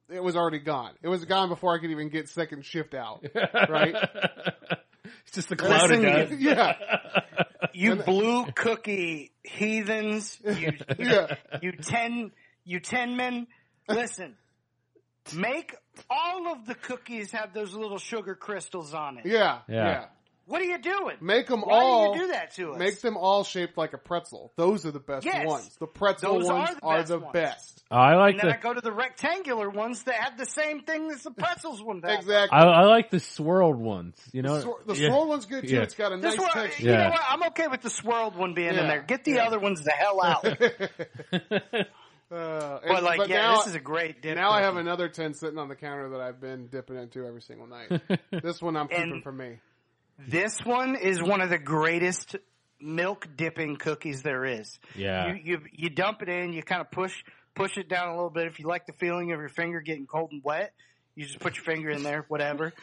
Speaker 3: It was already gone. It was gone before I could even get second shift out. Right?
Speaker 4: it's just a cloud of
Speaker 2: Listen,
Speaker 4: dust.
Speaker 3: yeah,
Speaker 2: You blue cookie heathens. You
Speaker 3: yeah.
Speaker 2: you ten you ten men. Listen, make all of the cookies have those little sugar crystals on it.
Speaker 3: Yeah, yeah,
Speaker 4: Yeah.
Speaker 2: What are you doing?
Speaker 3: Make them
Speaker 2: Why
Speaker 3: all
Speaker 2: do you do that to us?
Speaker 3: Make them all shaped like a pretzel. Those are the best
Speaker 2: Yes.
Speaker 3: ones. The pretzel
Speaker 2: Those are
Speaker 3: ones
Speaker 2: the
Speaker 3: are
Speaker 2: best
Speaker 3: the
Speaker 2: ones.
Speaker 3: best.
Speaker 4: Oh, I like
Speaker 2: and then
Speaker 4: the
Speaker 2: I go to the rectangular ones that have the same thing as the pretzels one. That
Speaker 3: Exactly.
Speaker 4: I, I like the swirled ones. You know,
Speaker 3: the swir- the
Speaker 4: Yeah.
Speaker 3: swirl one's good too.
Speaker 4: Yeah.
Speaker 3: It's got a
Speaker 2: This
Speaker 3: nice
Speaker 2: one,
Speaker 3: texture.
Speaker 2: you
Speaker 4: Yeah.
Speaker 2: know what? I'm okay with the swirled one being
Speaker 3: Yeah.
Speaker 2: in there. Get the
Speaker 3: Yeah.
Speaker 2: other ones the hell out.
Speaker 3: Uh, and-
Speaker 2: But like, yeah,
Speaker 3: now,
Speaker 2: this is a great dip.
Speaker 3: now I have another tin sitting on the counter that I've been dipping into every single night. this one I'm keeping
Speaker 2: And-
Speaker 3: for me.
Speaker 2: This one is one of the greatest milk dipping cookies there is.
Speaker 4: Yeah.
Speaker 2: You you, you dump it in, you kind of push push it down a little bit. If you like the feeling of your finger getting cold and wet, you just put your finger in there, whatever,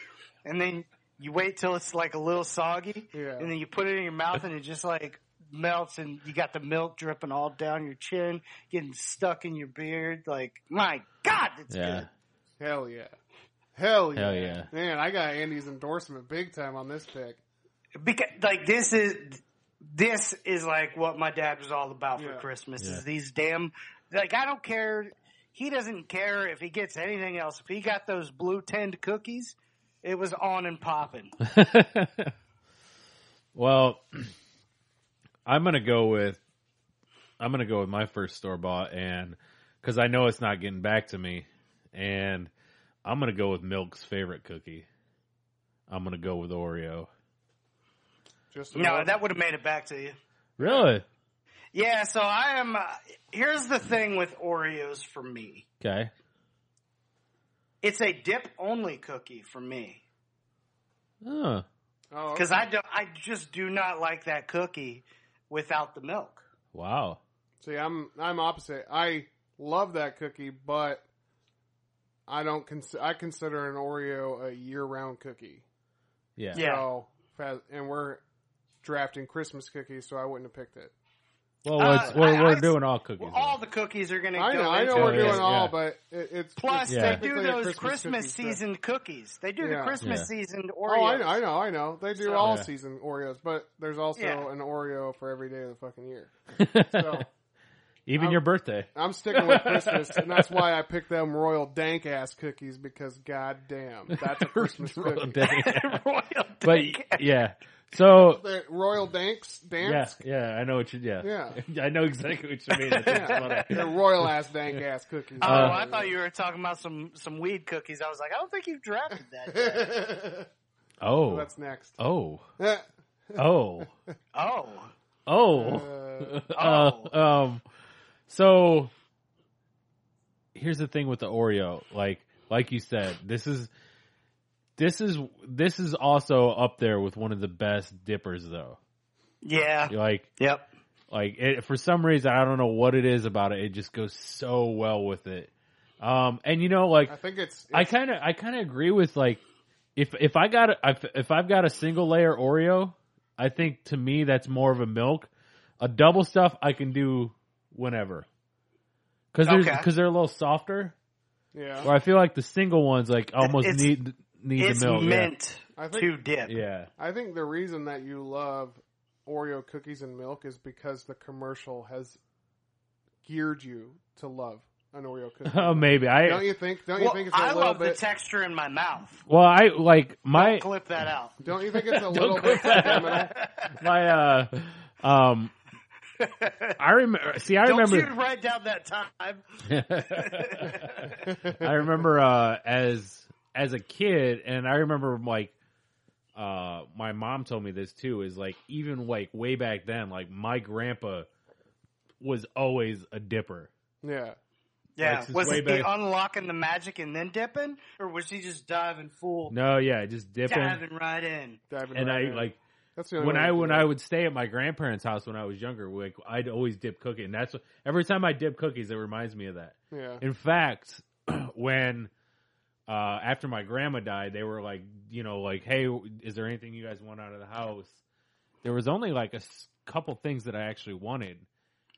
Speaker 2: and then you wait till it's like a little soggy,
Speaker 3: Yeah.
Speaker 2: and then you put it in your mouth, and it just like melts, and you got the milk dripping all down your chin, getting stuck in your beard. Like my God, it's
Speaker 4: yeah,
Speaker 2: good.
Speaker 3: Hell yeah. Hell yeah.
Speaker 4: Hell yeah.
Speaker 3: Man, I got Andy's endorsement big time on this pick.
Speaker 2: because like this is this is like what my dad was all about for
Speaker 3: Yeah.
Speaker 2: Christmas
Speaker 4: Yeah.
Speaker 2: is these damn like I don't care he doesn't care if he gets anything else if he got those blue tinned cookies it was on and popping
Speaker 4: well, I'm gonna go with I'm gonna go with my first store bought, and because I know it's not getting back to me, and I'm gonna go with Milk's favorite cookie. I'm gonna go with Oreo.
Speaker 3: Just
Speaker 2: no that would have made it back to you
Speaker 4: Really?
Speaker 2: yeah so I am uh, here's the thing with Oreos for me
Speaker 4: Okay.
Speaker 2: it's a dip only cookie for me
Speaker 4: Oh,
Speaker 3: oh,
Speaker 2: because I don't I just do not like that cookie without the milk
Speaker 4: wow.
Speaker 3: See, I'm I'm opposite. I love that cookie, but I don't. Cons- I consider an Oreo a year-round cookie.
Speaker 4: Yeah.
Speaker 2: Yeah.
Speaker 3: So, fa- and we're drafting Christmas cookies, so I wouldn't have picked it.
Speaker 4: Well,
Speaker 2: Uh,
Speaker 4: it's, we're,
Speaker 2: I-
Speaker 4: we're
Speaker 2: I-
Speaker 4: doing all cookies.
Speaker 2: Well, all the cookies are going to go.
Speaker 3: I know, I know
Speaker 4: Yeah,
Speaker 3: we're
Speaker 4: yeah,
Speaker 3: doing
Speaker 4: yeah.
Speaker 3: all, but it, it's
Speaker 2: Plus,
Speaker 3: it's
Speaker 2: they
Speaker 4: Yeah.
Speaker 2: do
Speaker 3: technically a
Speaker 2: those Christmas,
Speaker 3: cookie, so-
Speaker 2: seasoned cookies. They do
Speaker 3: Yeah.
Speaker 2: the Christmas
Speaker 4: Yeah.
Speaker 2: seasoned Oreos.
Speaker 3: Oh, I know, I know, I know. They do
Speaker 2: So-
Speaker 3: all
Speaker 4: Yeah.
Speaker 3: season Oreos, but there's also
Speaker 2: Yeah.
Speaker 3: an Oreo for every day of the fucking year.
Speaker 4: the,
Speaker 3: So
Speaker 4: even
Speaker 3: I'm-
Speaker 4: your birthday.
Speaker 3: I'm sticking with Christmas, and that's why I picked them royal dank ass cookies because goddamn, that's a Christmas cookie.
Speaker 2: Royal
Speaker 4: but
Speaker 2: Dank.
Speaker 4: yeah. So
Speaker 3: The royal danks,
Speaker 4: yeah,
Speaker 3: dance,
Speaker 4: yeah, I know what you. Yeah,
Speaker 3: Yeah.
Speaker 4: I know exactly what you mean. That's what's
Speaker 3: yeah,
Speaker 4: funny.
Speaker 3: they're royal ass dank ass cookies.
Speaker 2: Oh,
Speaker 4: Uh,
Speaker 2: I thought you were talking about some some weed cookies. I was like, I don't think you've drafted that.
Speaker 4: Oh,
Speaker 3: That's next.
Speaker 4: oh,
Speaker 3: Eh,
Speaker 4: oh,
Speaker 2: oh,
Speaker 4: oh.
Speaker 3: uh,
Speaker 4: Uh, um, so here's the thing with the Oreo. Like, like you said, this is this is this is also up there with one of the best dippers, though.
Speaker 2: yeah,
Speaker 4: Like,
Speaker 2: yep.
Speaker 4: Like it, for some reason, I don't know what it is about it. It just goes so well with it. Um, and you know, like
Speaker 3: I think it's,
Speaker 4: I kind of, I kind of agree with like if if I got a, if, if I've got a single layer Oreo, I think to me that's more of a milk. A double stuff I can do whenever because they're
Speaker 2: Okay.
Speaker 4: because they're a little softer.
Speaker 3: yeah.
Speaker 4: Or I feel like the single ones like almost
Speaker 2: It's-
Speaker 4: need need
Speaker 2: It's
Speaker 4: the milk.
Speaker 2: meant
Speaker 3: I think-
Speaker 2: to dip.
Speaker 4: Yeah. yeah,
Speaker 3: I think the reason that you love Oreo cookies and milk is because the commercial has geared you to love an Oreo cookie.
Speaker 4: oh maybe I.
Speaker 3: Don't you think? Don't you
Speaker 2: Well,
Speaker 3: think it's a
Speaker 2: I
Speaker 3: little
Speaker 2: love
Speaker 3: bit?
Speaker 2: the texture in my mouth.
Speaker 4: well, I like my
Speaker 2: Clip that
Speaker 4: Mm.
Speaker 2: out.
Speaker 3: don't you think it's a little bit
Speaker 4: click that.
Speaker 3: subliminal?
Speaker 4: my uh um I remember see I
Speaker 2: Don't
Speaker 4: remember
Speaker 2: you write down that time?
Speaker 4: I remember uh as as a kid and I remember like uh, my mom told me this too is like even like way back then, like my grandpa was always a dipper.
Speaker 3: Yeah.
Speaker 4: Like,
Speaker 2: Yeah,
Speaker 4: since
Speaker 2: was
Speaker 4: way
Speaker 2: he
Speaker 4: back-
Speaker 2: unlocking the magic and then dipping, or was he just diving full,
Speaker 4: No, yeah, just dipping.
Speaker 2: diving right in?
Speaker 3: Diving
Speaker 4: And
Speaker 3: right
Speaker 4: I
Speaker 3: in.
Speaker 4: like
Speaker 3: That's the only
Speaker 4: when
Speaker 3: way
Speaker 4: I
Speaker 3: do
Speaker 4: when
Speaker 3: it.
Speaker 4: I would stay at my grandparents' house when I was younger, like I'd always dip cookies, and that's what, every time I dip cookies, it reminds me of that.
Speaker 3: Yeah.
Speaker 4: In fact, when uh, after my grandma died, they were like, you know, like, hey, is there anything you guys want out of the house? There was only like a s- couple things that I actually wanted,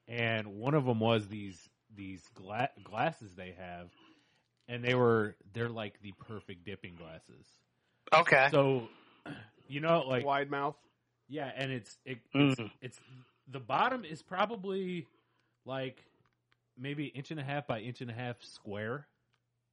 Speaker 4: and one of them was these these gla- glasses they have, and they were they're like the perfect dipping glasses.
Speaker 2: Okay,
Speaker 4: So, you know, like
Speaker 3: Wide mouth.
Speaker 4: yeah, and it's it,
Speaker 2: Mm.
Speaker 4: it's it's the bottom is probably like maybe inch and a half by inch and a half square,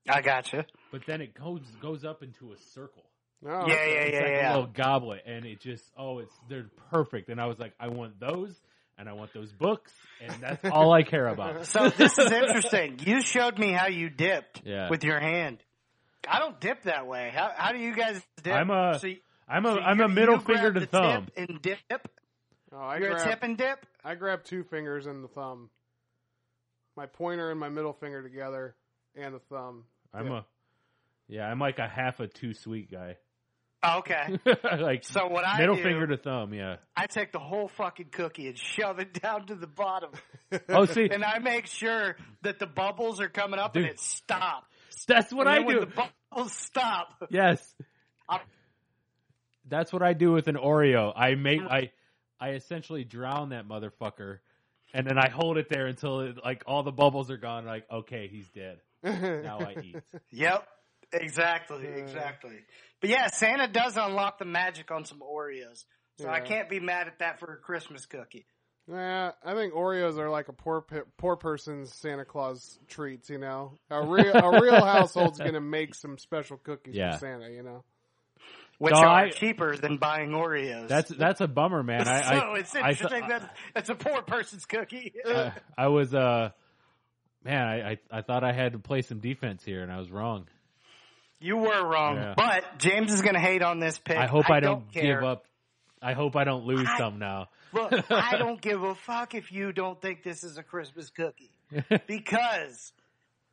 Speaker 2: I gotcha.
Speaker 4: but then it goes goes up into a circle.
Speaker 3: Oh,
Speaker 2: yeah,
Speaker 3: okay.
Speaker 2: yeah,
Speaker 4: It's
Speaker 2: yeah,
Speaker 4: like a
Speaker 2: yeah.
Speaker 4: little goblet, and it just oh, it's they're perfect. And I was like, I want those, and I want those books, and that's all I care about.
Speaker 2: So this is interesting. You showed me how you dipped
Speaker 4: Yeah.
Speaker 2: with your hand. I don't dip that way. How how do you guys dip?
Speaker 4: I'm a-
Speaker 2: So y-
Speaker 4: I'm a
Speaker 2: so
Speaker 4: am
Speaker 2: you-
Speaker 4: a middle
Speaker 2: you grab
Speaker 4: finger to
Speaker 2: the
Speaker 4: thumb.
Speaker 2: tip and dip.
Speaker 3: Oh, I
Speaker 2: You're a
Speaker 3: grab,
Speaker 2: tip and dip.
Speaker 3: I grab two fingers and the thumb. My pointer and my middle finger together and the thumb.
Speaker 4: I'm a yeah, I'm like a half a too sweet guy.
Speaker 2: Okay.
Speaker 4: like
Speaker 2: So what I
Speaker 4: middle
Speaker 2: do,
Speaker 4: finger to thumb, yeah.
Speaker 2: I take the whole fucking cookie and shove it down to the bottom,
Speaker 4: Oh, see,
Speaker 2: and I make sure that the bubbles are coming up
Speaker 4: Dude.
Speaker 2: and it stop.
Speaker 4: that's what
Speaker 2: And
Speaker 4: I
Speaker 2: then
Speaker 4: do.
Speaker 2: When the bubbles stop.
Speaker 4: Yes.
Speaker 2: I-
Speaker 4: That's what I do with an Oreo. I make I I essentially drown that motherfucker and then I hold it there until it, like all the bubbles are gone like okay, he's dead. Now I eat.
Speaker 2: Yep. Exactly. Exactly. But yeah, Santa does unlock the magic on some Oreos. So I
Speaker 3: Yeah.
Speaker 2: can't be mad at that for a Christmas cookie.
Speaker 3: Nah, I think Oreos are like a poor pe- poor person's Santa Claus treats. You know, a real a real household's gonna make some special cookies
Speaker 4: Yeah.
Speaker 3: for Santa. You know,
Speaker 2: Which
Speaker 4: No,
Speaker 2: are
Speaker 4: I-
Speaker 2: cheaper than buying Oreos.
Speaker 4: That's that's a bummer, man. I I
Speaker 2: so it's
Speaker 4: I-
Speaker 2: interesting that it's a poor person's cookie.
Speaker 4: I, I was uh man, I, I I thought I had to play some defense here and I was wrong.
Speaker 2: you were wrong,
Speaker 4: Yeah.
Speaker 2: but James is going to hate on this pick.
Speaker 4: I hope I, don't,
Speaker 2: care.
Speaker 4: give up. I hope I don't lose some now.
Speaker 2: Look, I don't give a fuck if you don't think this is a Christmas cookie because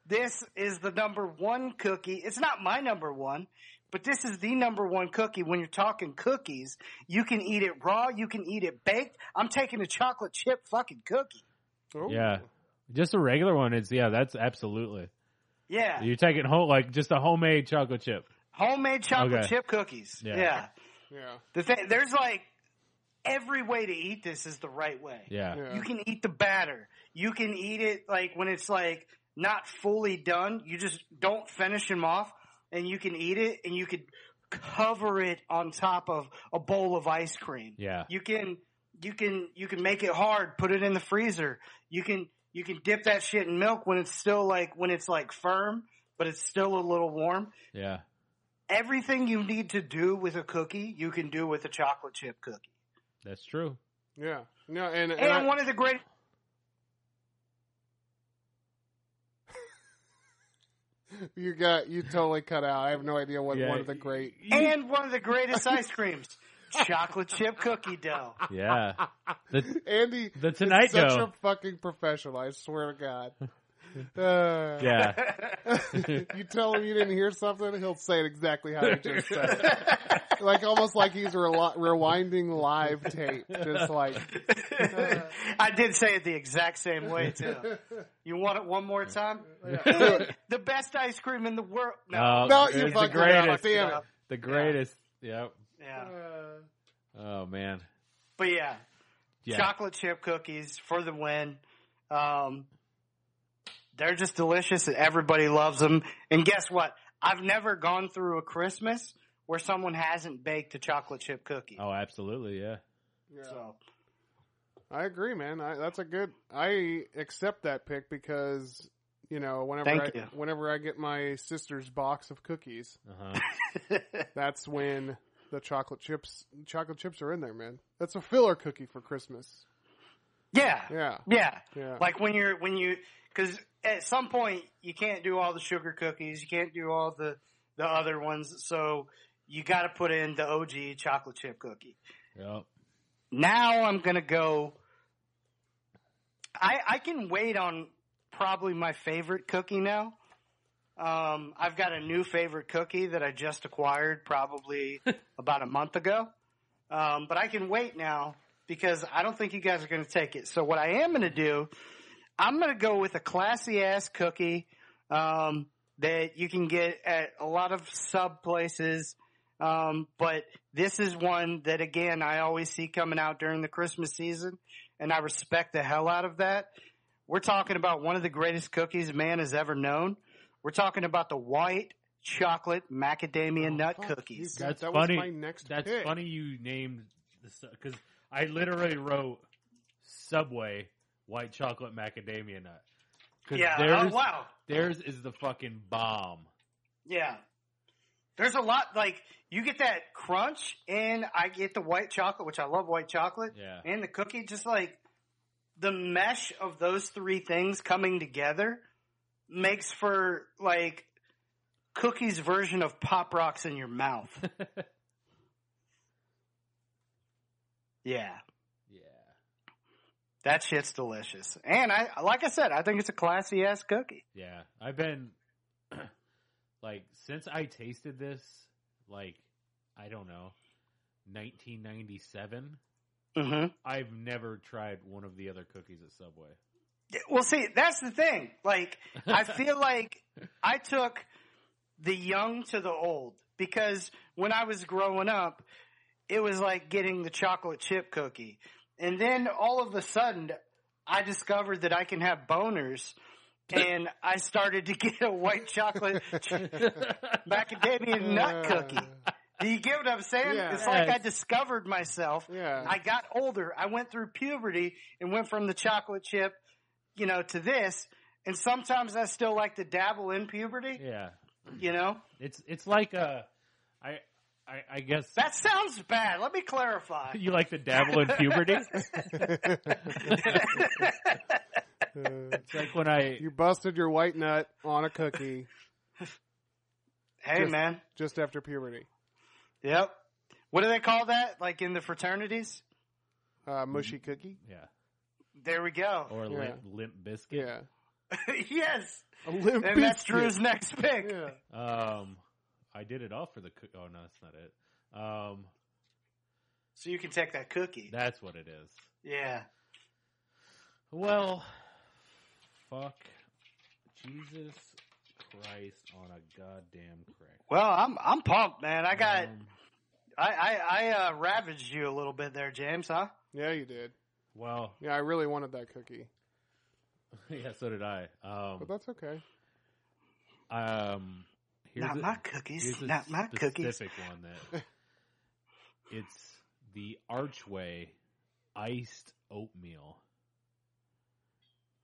Speaker 2: this is the number one cookie. It's not my number one, but this is the number one cookie. When you're talking cookies, you can eat it raw, you can eat it baked. I'm taking a chocolate chip fucking cookie.
Speaker 3: Ooh.
Speaker 4: Yeah. Just a regular one is yeah, that's absolutely.
Speaker 2: Yeah,
Speaker 4: You're taking home like just a homemade chocolate chip.
Speaker 2: homemade chocolate
Speaker 4: Okay.
Speaker 2: chip cookies.
Speaker 4: Yeah.
Speaker 2: Yeah,
Speaker 3: yeah,
Speaker 2: the thing there's like every way to eat this is the right way.
Speaker 4: Yeah.
Speaker 3: yeah.
Speaker 2: You can eat the batter. You can eat it like when it's like not fully done. You just don't finish them off, and you can eat it, and you could cover it on top of a bowl of ice cream.
Speaker 4: Yeah.
Speaker 2: You can you can you can make it hard. Put it in the freezer. You can you can dip that shit in milk when it's still like when it's like firm, but it's still a little warm.
Speaker 4: Yeah.
Speaker 2: Everything you need to do with a cookie, you can do with a chocolate chip cookie.
Speaker 4: That's true.
Speaker 3: yeah. No, and, and
Speaker 2: And
Speaker 3: I-
Speaker 2: one of the great
Speaker 3: you got you totally cut out. I have no idea what
Speaker 4: Yeah.
Speaker 3: one of the great.
Speaker 2: and one of the greatest ice creams, chocolate chip cookie dough.
Speaker 4: Yeah. The,
Speaker 3: Andy,
Speaker 4: the tonight
Speaker 3: is such
Speaker 4: dough.
Speaker 3: a fucking professional. I swear to God. Uh,
Speaker 4: yeah.
Speaker 3: you tell him you didn't hear something, he'll say it exactly how you just uh, said it. Like almost like he's rel- rewinding live tape, just like
Speaker 2: I did say it the exact same way too. You want it one more time?
Speaker 3: no,
Speaker 2: The best ice cream in the world. No.
Speaker 4: No, it
Speaker 3: you
Speaker 4: was
Speaker 3: fucking
Speaker 4: the greatest.
Speaker 3: Up. Damn it.
Speaker 4: The greatest. Yep.
Speaker 2: yeah.
Speaker 4: Oh man.
Speaker 2: But yeah,
Speaker 4: Yeah.
Speaker 2: chocolate chip cookies for the win. Um, they're just delicious and everybody loves them. And guess what? I've never gone through a Christmas where someone hasn't baked a chocolate chip cookie.
Speaker 4: Oh, absolutely. Yeah.
Speaker 2: So
Speaker 3: I agree, man. I, that's a good. I accept that pick because you know whenever
Speaker 2: Thank
Speaker 3: I,
Speaker 2: you.
Speaker 3: whenever I get my sister's box of cookies,
Speaker 4: Uh-huh.
Speaker 3: that's when the chocolate chips chocolate chips are in there, man. That's a filler cookie for Christmas.
Speaker 2: yeah,
Speaker 3: Yeah,
Speaker 2: Yeah.
Speaker 3: Yeah.
Speaker 2: Like when you're when you because at some point you can't do all the sugar cookies, you can't do all the the other ones, so you got to put in the OG chocolate chip cookie.
Speaker 4: Yep.
Speaker 2: Now I'm gonna go. I I can wait on probably my favorite cookie now. Um, I've got a new favorite cookie that I just acquired probably about a month ago, um, but I can wait now because I don't think you guys are gonna take it. So what I am gonna do, I'm gonna go with a classy ass cookie um, that you can get at a lot of sub places. Um, but this is one that again I always see coming out during the Christmas season, and I respect the hell out of that. We're talking about one of the greatest cookies man has ever known. We're talking about the white chocolate macadamia nut
Speaker 3: Oh, Fuck, you
Speaker 2: cookies.
Speaker 3: got-
Speaker 4: That's
Speaker 3: that
Speaker 4: funny.
Speaker 3: was my next
Speaker 4: That's
Speaker 3: pick.
Speaker 4: funny you named the because I literally wrote Subway white chocolate macadamia nut. 'Cause
Speaker 2: Yeah.
Speaker 4: theirs,
Speaker 2: Oh wow.
Speaker 4: theirs is the fucking bomb.
Speaker 2: Yeah. There's a lot like you get that crunch and I get the white chocolate, which I love white chocolate.
Speaker 4: Yeah.
Speaker 2: And the cookie, just like the mesh of those three things coming together makes for like cookies version of pop rocks in your mouth. yeah.
Speaker 4: Yeah.
Speaker 2: That shit's delicious. And I like I said, I think it's a classy ass cookie.
Speaker 4: Yeah. I've been like since I tasted this, like I don't know, 1997.
Speaker 2: Mm-hmm.
Speaker 4: I've never tried one of the other cookies at Subway.
Speaker 2: Well, see, that's the thing. Like, I feel like I took the young to the old because when I was growing up, it was like getting the chocolate chip cookie. And then all of a sudden, I discovered that I can have boners and I started to get a white chocolate macadamia nut
Speaker 3: Uh,
Speaker 2: cookie. Do you get what I'm saying?
Speaker 3: Yeah.
Speaker 2: It's like I
Speaker 4: Yes.
Speaker 2: discovered myself.
Speaker 3: Yeah.
Speaker 2: I got older. I went through puberty and went from the chocolate chip, you know, to this. And sometimes I still like to dabble in puberty,
Speaker 4: Yeah.
Speaker 2: you know?
Speaker 4: It's it's like uh I I, I guess
Speaker 2: That sounds bad. Let me clarify.
Speaker 4: you like to dabble in puberty.
Speaker 3: Uh,
Speaker 4: It's like when I
Speaker 3: you busted your white nut on a cookie
Speaker 2: Hey,
Speaker 3: Just-
Speaker 2: man.
Speaker 3: just after puberty.
Speaker 2: Yep. What do they call that? Like in the fraternities?
Speaker 3: Uh, mushy
Speaker 2: Mm-hmm.
Speaker 3: cookie.
Speaker 4: yeah
Speaker 2: There we go.
Speaker 4: or
Speaker 3: Yeah.
Speaker 4: limp limp biscuit.
Speaker 3: Yeah.
Speaker 4: Oh.
Speaker 2: yes.
Speaker 3: Olympic.
Speaker 2: And that's Drew's next pick.
Speaker 3: Yeah.
Speaker 4: Um, I did it all for the coo- oh no that's not it. Um,
Speaker 2: So you can take that cookie.
Speaker 4: that's what it is.
Speaker 2: yeah.
Speaker 4: Well, fuck Jesus Christ on a goddamn crack.
Speaker 2: Well, I'm I'm pumped, man. I got
Speaker 4: Um,
Speaker 2: I I, I uh, ravaged you a little bit there, James, huh?
Speaker 3: Yeah, you did.
Speaker 4: well,
Speaker 3: Yeah, I really wanted that cookie,
Speaker 4: yeah, so did I. Um,
Speaker 3: but that's okay.
Speaker 4: um, here's
Speaker 2: not
Speaker 4: a-
Speaker 2: my cookies.
Speaker 4: here's a
Speaker 2: Not my cookies.
Speaker 4: specific one that it's the Archway iced oatmeal.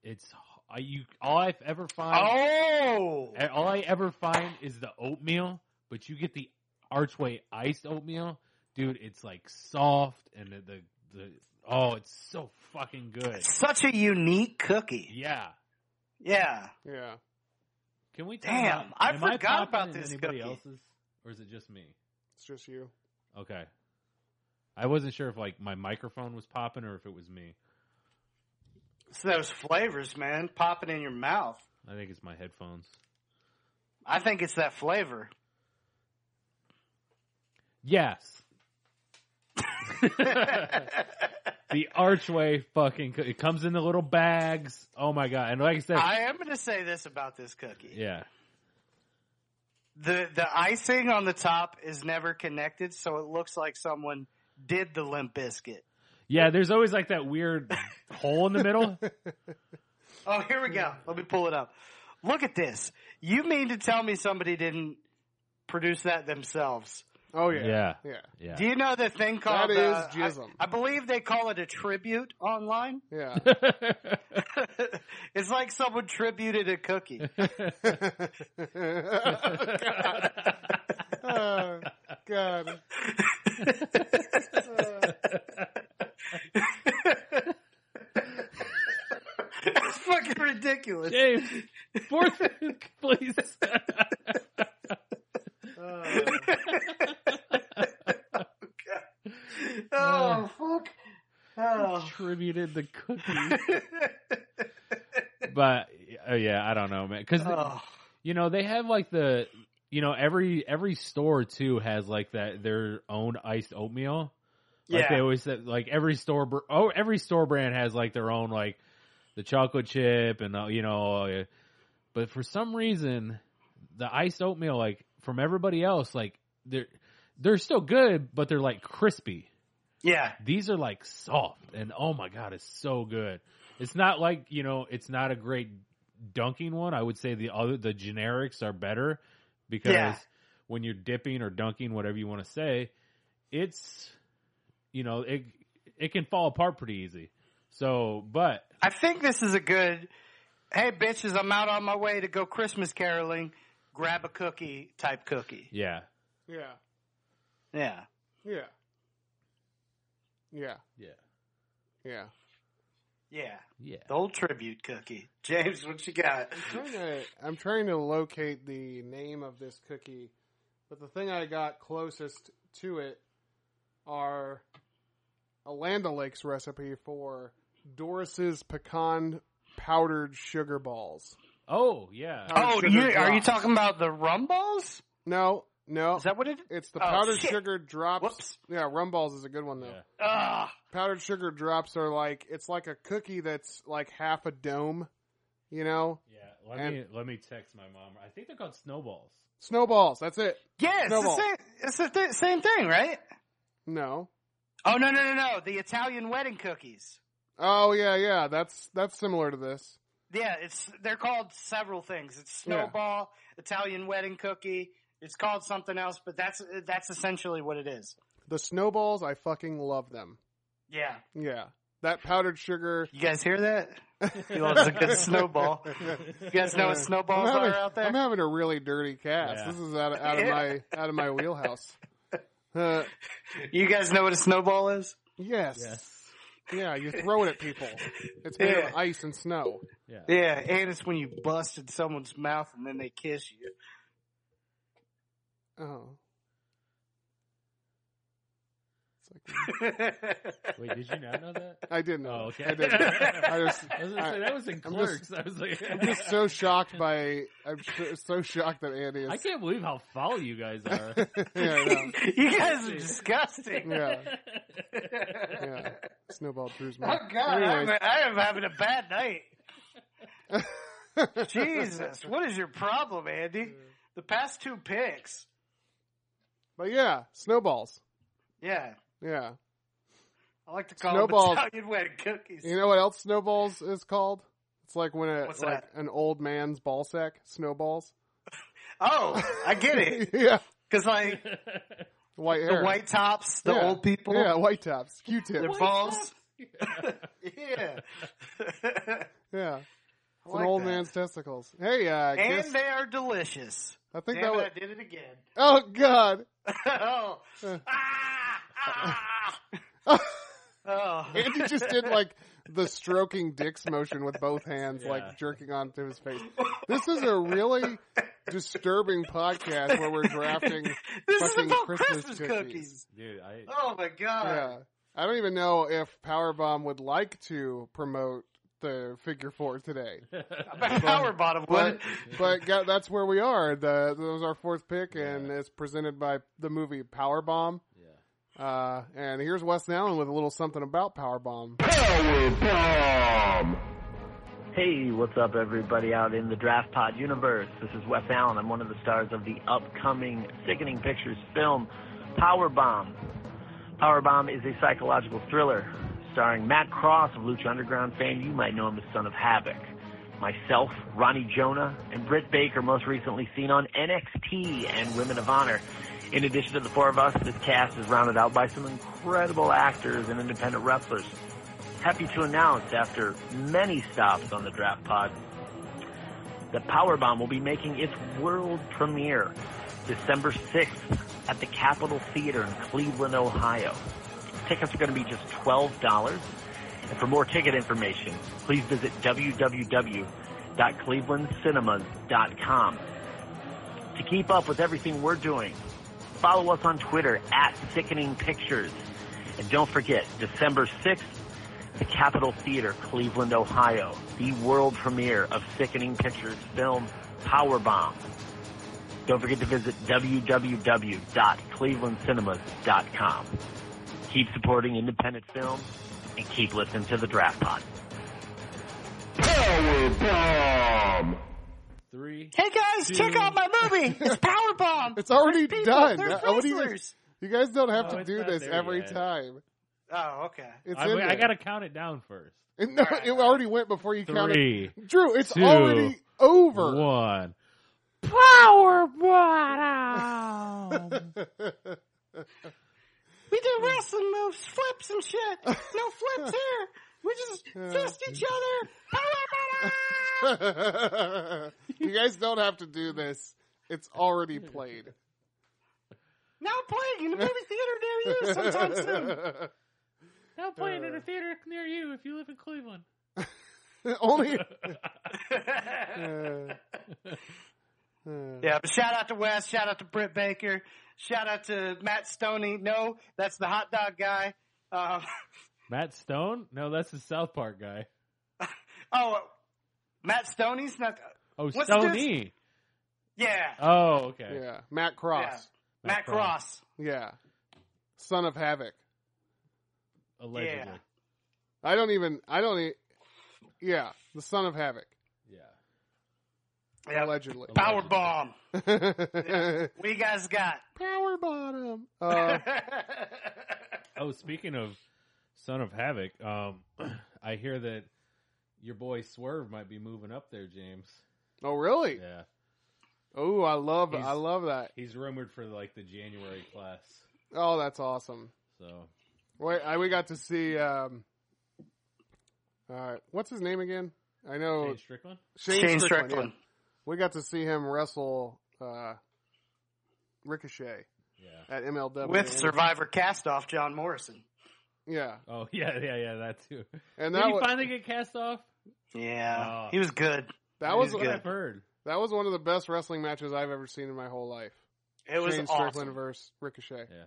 Speaker 4: It's I you all I've ever find.
Speaker 2: Oh,
Speaker 4: And all I ever find is the oatmeal, but you get the Archway iced oatmeal, dude. It's like soft and the the, the oh, it's so fucking good.
Speaker 2: such a unique cookie.
Speaker 4: Yeah.
Speaker 2: Yeah.
Speaker 3: Yeah.
Speaker 4: Can we? Talk
Speaker 2: Damn,
Speaker 4: about,
Speaker 2: I
Speaker 4: am
Speaker 2: forgot
Speaker 4: popping
Speaker 2: about
Speaker 4: in
Speaker 2: this
Speaker 4: Anybody
Speaker 2: cookie.
Speaker 4: else's, or is it just me?
Speaker 3: It's just you.
Speaker 4: Okay. I wasn't sure if like my microphone was popping or if it was me.
Speaker 2: It's those flavors, man, popping in your mouth.
Speaker 4: I think it's my headphones.
Speaker 2: I think it's that flavor.
Speaker 4: Yes. the archway fucking co- it comes in the little bags. Oh my god. And like I said,
Speaker 2: I am going to say this about this cookie.
Speaker 4: yeah.
Speaker 2: The the icing on the top is never connected, so it looks like someone did the limp biscuit.
Speaker 4: Yeah, there's always like that weird hole in the middle.
Speaker 2: Oh, here we go. Let me pull it up. Look at this. You mean to tell me somebody didn't produce that themselves?
Speaker 3: Oh yeah.
Speaker 4: Yeah.
Speaker 3: Yeah.
Speaker 4: Yeah.
Speaker 2: Do you know the thing called
Speaker 3: That is
Speaker 2: uh, I-
Speaker 3: jism.
Speaker 2: I, believe they call it a tribute online.
Speaker 3: Yeah.
Speaker 2: it's like someone tributed a cookie.
Speaker 3: Oh, God.
Speaker 2: That's fucking ridiculous.
Speaker 4: James, fourth, please.
Speaker 2: Oh,
Speaker 3: Uh,
Speaker 2: Oh.
Speaker 4: Attributed the cookie. but oh yeah, I don't know, man. Because
Speaker 2: oh.
Speaker 4: you know they have like the you know every every store too has like that their own iced oatmeal. Like they
Speaker 2: Yeah.
Speaker 4: always said, like every store, br- oh, every store brand has like their own, like the chocolate chip and, uh, you know, uh, but for some reason, the iced oatmeal, like from everybody else, like they're, they're still good, but they're like crispy.
Speaker 2: Yeah.
Speaker 4: These are like soft and oh my God, it's so good. It's not like, you know, it's not a great dunking one. I would say the other, the generics are better because
Speaker 2: Yeah.
Speaker 4: when you're dipping or dunking, whatever you want to say, it's, you know, it, it can fall apart pretty easy. So, but
Speaker 2: I think this is a good, hey bitches, I'm out on my way to go Christmas caroling, grab a cookie type cookie.
Speaker 4: yeah,
Speaker 3: Yeah.
Speaker 2: Yeah.
Speaker 3: Yeah. Yeah.
Speaker 4: yeah,
Speaker 3: Yeah.
Speaker 2: Yeah.
Speaker 4: yeah.
Speaker 2: The old tribute cookie. James, what you got?
Speaker 3: trying to, I'm trying to locate the name of this cookie, but the thing I got closest to it are a Land O'Lakes recipe for Doris's pecan powdered sugar balls.
Speaker 4: Oh, yeah.
Speaker 2: Oh,
Speaker 3: Powdered
Speaker 2: you,
Speaker 3: sugar
Speaker 2: are you
Speaker 3: drops.
Speaker 2: talking about the rum balls?
Speaker 3: No, no.
Speaker 2: Is that what it is?
Speaker 3: it's the
Speaker 2: Oh,
Speaker 3: powdered
Speaker 2: shit.
Speaker 3: sugar drops.
Speaker 2: Whoops.
Speaker 3: Yeah, rum balls is a good one though.
Speaker 4: Yeah.
Speaker 2: Ugh.
Speaker 3: Powdered sugar drops are like it's like a cookie that's like half a dome, you know.
Speaker 4: Yeah, let
Speaker 3: And-
Speaker 4: me let me text my mom. I think they're called snowballs.
Speaker 3: Snowballs. That's it.
Speaker 2: Yeah, it's the,
Speaker 3: Snowball.
Speaker 2: same, it's the th- same thing, right?
Speaker 3: No.
Speaker 2: Oh, no, no, no, no. The Italian wedding cookies.
Speaker 3: Oh yeah, yeah. That's that's similar to this.
Speaker 2: Yeah, it's they're called several things. It's
Speaker 3: Yeah.
Speaker 2: snowball, Italian wedding cookie. It's called something else, but that's that's essentially what it is.
Speaker 3: The snowballs, I fucking love them.
Speaker 2: Yeah.
Speaker 3: Yeah. That powdered sugar.
Speaker 2: You guys hear that? He loves a good snowball. You guys know what
Speaker 3: I'm
Speaker 2: snowballs
Speaker 3: having,
Speaker 2: are out there?
Speaker 3: I'm having a really dirty cast.
Speaker 4: Yeah.
Speaker 3: This is out of, out of
Speaker 2: Yeah.
Speaker 3: my out of my wheelhouse. Uh,
Speaker 2: you guys know what a snowball is?
Speaker 3: yes.
Speaker 4: Yes.
Speaker 3: Yeah, you throw it at people. It's made
Speaker 2: Yeah.
Speaker 3: of ice and snow.
Speaker 4: Yeah.
Speaker 2: Yeah, and it's when you busted someone's mouth and then they kiss you.
Speaker 3: Oh. It's like,
Speaker 4: Wait, did you not know that?
Speaker 3: I didn't
Speaker 4: Oh,
Speaker 3: know.
Speaker 4: okay.
Speaker 3: I didn't. I just,
Speaker 4: I was gonna say
Speaker 3: I-
Speaker 4: that was in
Speaker 3: I'm just-
Speaker 4: Clerks. I was like,
Speaker 3: I'm just so shocked by. I'm so, so shocked that Andy is.
Speaker 4: I can't believe how foul you guys are.
Speaker 3: yeah, I know.
Speaker 2: you guys are disgusting.
Speaker 3: Yeah. Yeah. Snowball Drew's
Speaker 2: Oh
Speaker 3: mouth.
Speaker 2: God, I'm,
Speaker 3: Anyways.
Speaker 2: I am having a bad night. Jesus, what is your problem, Andy? The past two picks.
Speaker 3: But yeah, snowballs.
Speaker 2: Yeah,
Speaker 3: Yeah.
Speaker 2: I like to call
Speaker 3: Snowballs.
Speaker 2: them Italian wedding cookies.
Speaker 3: You know what else snowballs is called? It's like when a
Speaker 2: What's
Speaker 3: like
Speaker 2: that?
Speaker 3: an old man's ball sack snowballs.
Speaker 2: oh, I get it.
Speaker 3: yeah.
Speaker 2: Because like
Speaker 3: White
Speaker 2: the
Speaker 3: hair.
Speaker 2: white tops, the
Speaker 3: Yeah.
Speaker 2: old people,
Speaker 3: Yeah, white tops. Q
Speaker 2: their
Speaker 3: tips.
Speaker 2: balls. yeah,
Speaker 3: Yeah. It's
Speaker 2: like
Speaker 3: an old
Speaker 2: that.
Speaker 3: man's testicles. Hey, uh, I guess,
Speaker 2: and they are delicious.
Speaker 3: I
Speaker 2: Damn
Speaker 3: think that
Speaker 2: it,
Speaker 3: was
Speaker 2: I did it again.
Speaker 3: Oh god.
Speaker 2: oh.
Speaker 3: Uh.
Speaker 2: Ah, ah. oh.
Speaker 3: Andy just did like the stroking dicks motion with both hands,
Speaker 4: Yeah.
Speaker 3: like jerking onto his face. This is a really disturbing podcast where we're drafting
Speaker 2: this is
Speaker 3: fucking
Speaker 2: about
Speaker 3: Christmas
Speaker 2: Christmas, cookies.
Speaker 3: cookies.
Speaker 4: Dude, I
Speaker 2: Oh my
Speaker 3: Yeah.
Speaker 2: god.
Speaker 3: I don't even know if Powerbomb would like to promote the figure four today.
Speaker 2: My power bottom
Speaker 3: But
Speaker 2: one.
Speaker 3: but go- that's where we are. The that was our fourth pick and it's presented by the movie Powerbomb.
Speaker 4: yeah.
Speaker 3: Uh and here's Wes Allen with a little something about Powerbomb.
Speaker 6: Hey, what's up, everybody out in the Draft Pod universe? This is Wes Allen. I'm one of the stars of the upcoming Sickening Pictures film, Powerbomb. Powerbomb is a psychological thriller starring Matt Cross of Lucha Underground fame. You might know him as Son of Havoc. Myself, Ronnie Jonah, and Britt Baker, most recently seen on NXT and Women of Honor. In addition to the four of us, this cast is rounded out by some incredible actors and independent wrestlers happy to announce after many stops on the draft pod that Powerbomb will be making its world premiere December 6th at the Capitol Theater in Cleveland, Ohio. Tickets are going to be just $12. And for more ticket information, please visit www.clevelandcinemas.com. To keep up with everything we're doing, follow us on Twitter at Sickening Pictures And don't forget, December 6th, the Capitol Theater, Cleveland, Ohio, the world premiere of Sickening Pictures film Powerbomb. Don't forget to visit www.clevelandcinemas.com. Keep supporting independent film and keep listening to the Draft Pod.
Speaker 4: Three.
Speaker 2: Hey guys, check out my movie. It's Powerbomb.
Speaker 3: It's already
Speaker 2: People,
Speaker 3: done.
Speaker 2: They're
Speaker 3: Uh, what do you,
Speaker 2: wrestlers.
Speaker 3: you guys don't have
Speaker 4: No,
Speaker 3: to
Speaker 4: it's
Speaker 3: do
Speaker 4: not
Speaker 3: this
Speaker 4: there
Speaker 3: every
Speaker 4: yet.
Speaker 3: time.
Speaker 2: Oh, okay.
Speaker 3: It's
Speaker 4: I,
Speaker 3: in
Speaker 4: I
Speaker 3: there.
Speaker 4: gotta count it down first.
Speaker 3: It, no, it already went before you counted.
Speaker 4: Three,
Speaker 3: Drew, it's
Speaker 4: two,
Speaker 3: already over.
Speaker 4: one.
Speaker 2: Power bottom. we do wrestling moves, flips and shit. No flips here. We just fist each other. Power
Speaker 3: you guys don't have to do this. It's already played.
Speaker 2: Now playing in the movie theater near you sometime soon.
Speaker 4: Now
Speaker 3: Uh.
Speaker 4: playing in a theater near you if you live in Cleveland.
Speaker 3: Only. Uh,
Speaker 2: Yeah, but shout out to Wes, shout out to Britt Baker, shout out to Matt Stoney. No, that's the hot dog guy. Um,
Speaker 4: Matt Stone? No, that's the South Park guy.
Speaker 2: oh, Matt Stoney's not.
Speaker 4: Oh,
Speaker 2: What's
Speaker 4: Stoney.
Speaker 2: Yeah,
Speaker 4: Oh, okay.
Speaker 3: yeah. Matt Cross.
Speaker 2: Matt,
Speaker 4: Matt
Speaker 2: Cross.
Speaker 3: Yeah. Son of Havoc.
Speaker 4: Allegedly.
Speaker 2: Yeah.
Speaker 3: I don't even. I don't. E- yeah. The son of Havoc.
Speaker 4: Yeah.
Speaker 2: Yep.
Speaker 3: Allegedly.
Speaker 2: Power bomb.
Speaker 3: Power
Speaker 2: What you guys got?
Speaker 3: bottom. Uh,
Speaker 4: Oh, speaking of Son of Havoc, um, I hear that your boy Swerve might be moving up there, James.
Speaker 3: oh, really?
Speaker 4: Yeah.
Speaker 3: Oh, I love.
Speaker 4: He's-
Speaker 3: I love that.
Speaker 4: He's rumored for like the January class.
Speaker 3: Oh, that's awesome.
Speaker 4: So
Speaker 3: Wait, I, we got to see. Um, uh, what's his name again? I know
Speaker 4: Shane Strickland?
Speaker 3: Shane, Strickland. yeah.
Speaker 2: Strickland.
Speaker 3: We got to see him wrestle uh, Ricochet
Speaker 4: Yeah.
Speaker 3: at MLW
Speaker 2: With Survivor castoff John Morrison.
Speaker 3: Yeah,
Speaker 4: Oh yeah, yeah, yeah, that too.
Speaker 3: and
Speaker 4: Did
Speaker 3: that
Speaker 4: he
Speaker 3: was,
Speaker 4: finally get cast off?
Speaker 2: Yeah,
Speaker 4: Oh.
Speaker 2: he was good.
Speaker 3: that was
Speaker 2: He's
Speaker 4: what
Speaker 2: good.
Speaker 4: I've heard.
Speaker 3: that was one of the best wrestling matches I've ever seen in my whole life.
Speaker 2: It was
Speaker 3: Shane Strickland
Speaker 2: awesome.
Speaker 3: versus Ricochet.
Speaker 4: Yeah.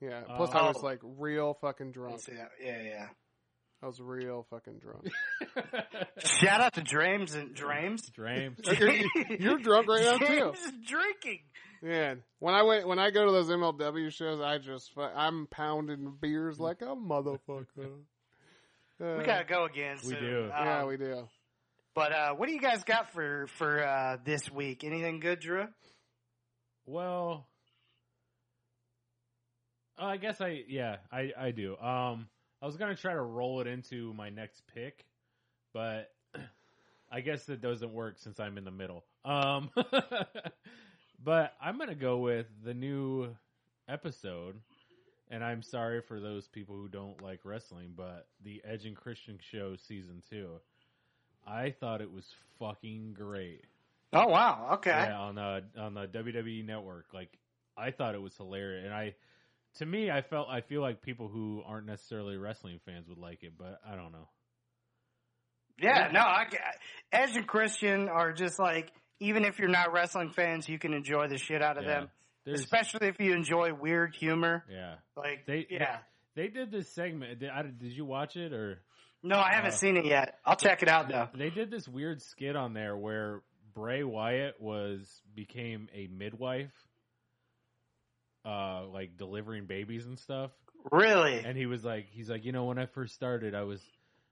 Speaker 3: Yeah. Plus,
Speaker 4: Oh.
Speaker 3: I was like real fucking drunk.
Speaker 2: Let's see that. Yeah, yeah.
Speaker 3: I was real fucking drunk.
Speaker 2: Shout out to Drames and Drames.
Speaker 4: James.
Speaker 3: You're- you're drunk right now, too.
Speaker 2: James is drinking.
Speaker 3: Man, when I went when I go to those MLW shows, I just fu- I'm pounding beers like a motherfucker. Uh,
Speaker 2: We gotta go again.
Speaker 4: We
Speaker 2: soon.
Speaker 4: do.
Speaker 2: Um,
Speaker 3: yeah, we do.
Speaker 2: But uh, what do you guys got for for uh, this week? Anything good, Drew?
Speaker 4: Well, uh, I guess I yeah I I do. Um, I was gonna try to roll it into my next pick, but I guess that doesn't work since I'm in the middle. Um, but I'm gonna go with the new episode. And I'm sorry for those people who don't like wrestling, but the Edge and Christian show season two, I thought it was fucking great.
Speaker 2: Oh wow. Okay.
Speaker 4: Yeah, on the on the WWE network. Like I thought it was hilarious, and I to me I felt I feel like people who aren't necessarily wrestling fans would like it, but I don't know.
Speaker 2: Yeah, no, I get Edge and Christian are just like even if you're not wrestling fans, you can enjoy the shit out of
Speaker 4: Yeah.
Speaker 2: them.
Speaker 4: There's
Speaker 2: Especially if you enjoy weird humor.
Speaker 4: yeah.
Speaker 2: Like
Speaker 4: They-
Speaker 2: yeah.
Speaker 4: They did this segment. Did, I, did you watch it or
Speaker 2: No, I haven't
Speaker 4: Uh,
Speaker 2: seen it yet. I'll check it out though.
Speaker 4: they did this weird skit on there where Bray Wyatt was became a midwife, uh, like delivering babies and stuff.
Speaker 2: Really?
Speaker 4: and he was like he's like you know when i first started i was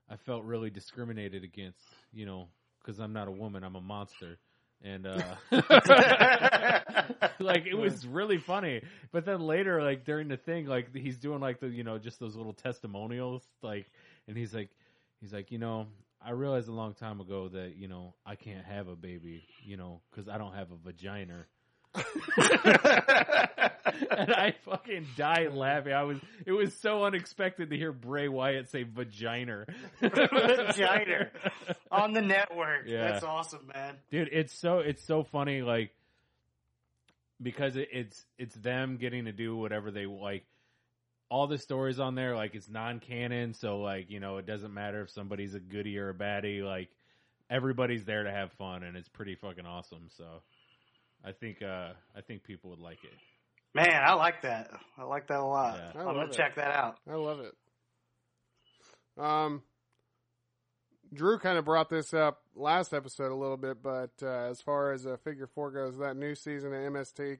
Speaker 4: i felt really discriminated against you know because i'm not a woman i'm a monster and uh like it was really funny but then later like during the thing like he's doing like the you know just those little testimonials like and he's like he's like you know i realized a long time ago that you know i can't have a baby you know because i don't have a vagina and I fucking died laughing. I was it was so unexpected to hear Bray Wyatt say vagina.
Speaker 2: Vagina. on the network.
Speaker 4: Yeah.
Speaker 2: That's awesome, man.
Speaker 4: Dude, it's so it's so funny like because it, it's it's them getting to do whatever they like all the stories on there like it's non-canon so like you know it doesn't matter if somebody's a goodie or a baddie like everybody's there to have fun and it's pretty fucking awesome so i think uh i think people would like it
Speaker 2: Man, I like that. I like that a lot.
Speaker 4: Yeah.
Speaker 3: I
Speaker 2: I'm gonna
Speaker 3: love it.
Speaker 2: check that out.
Speaker 3: I love it. Um, Drew kind of brought this up last episode a little bit, but uh, as far as uh, Figure Four goes, that new season of MST,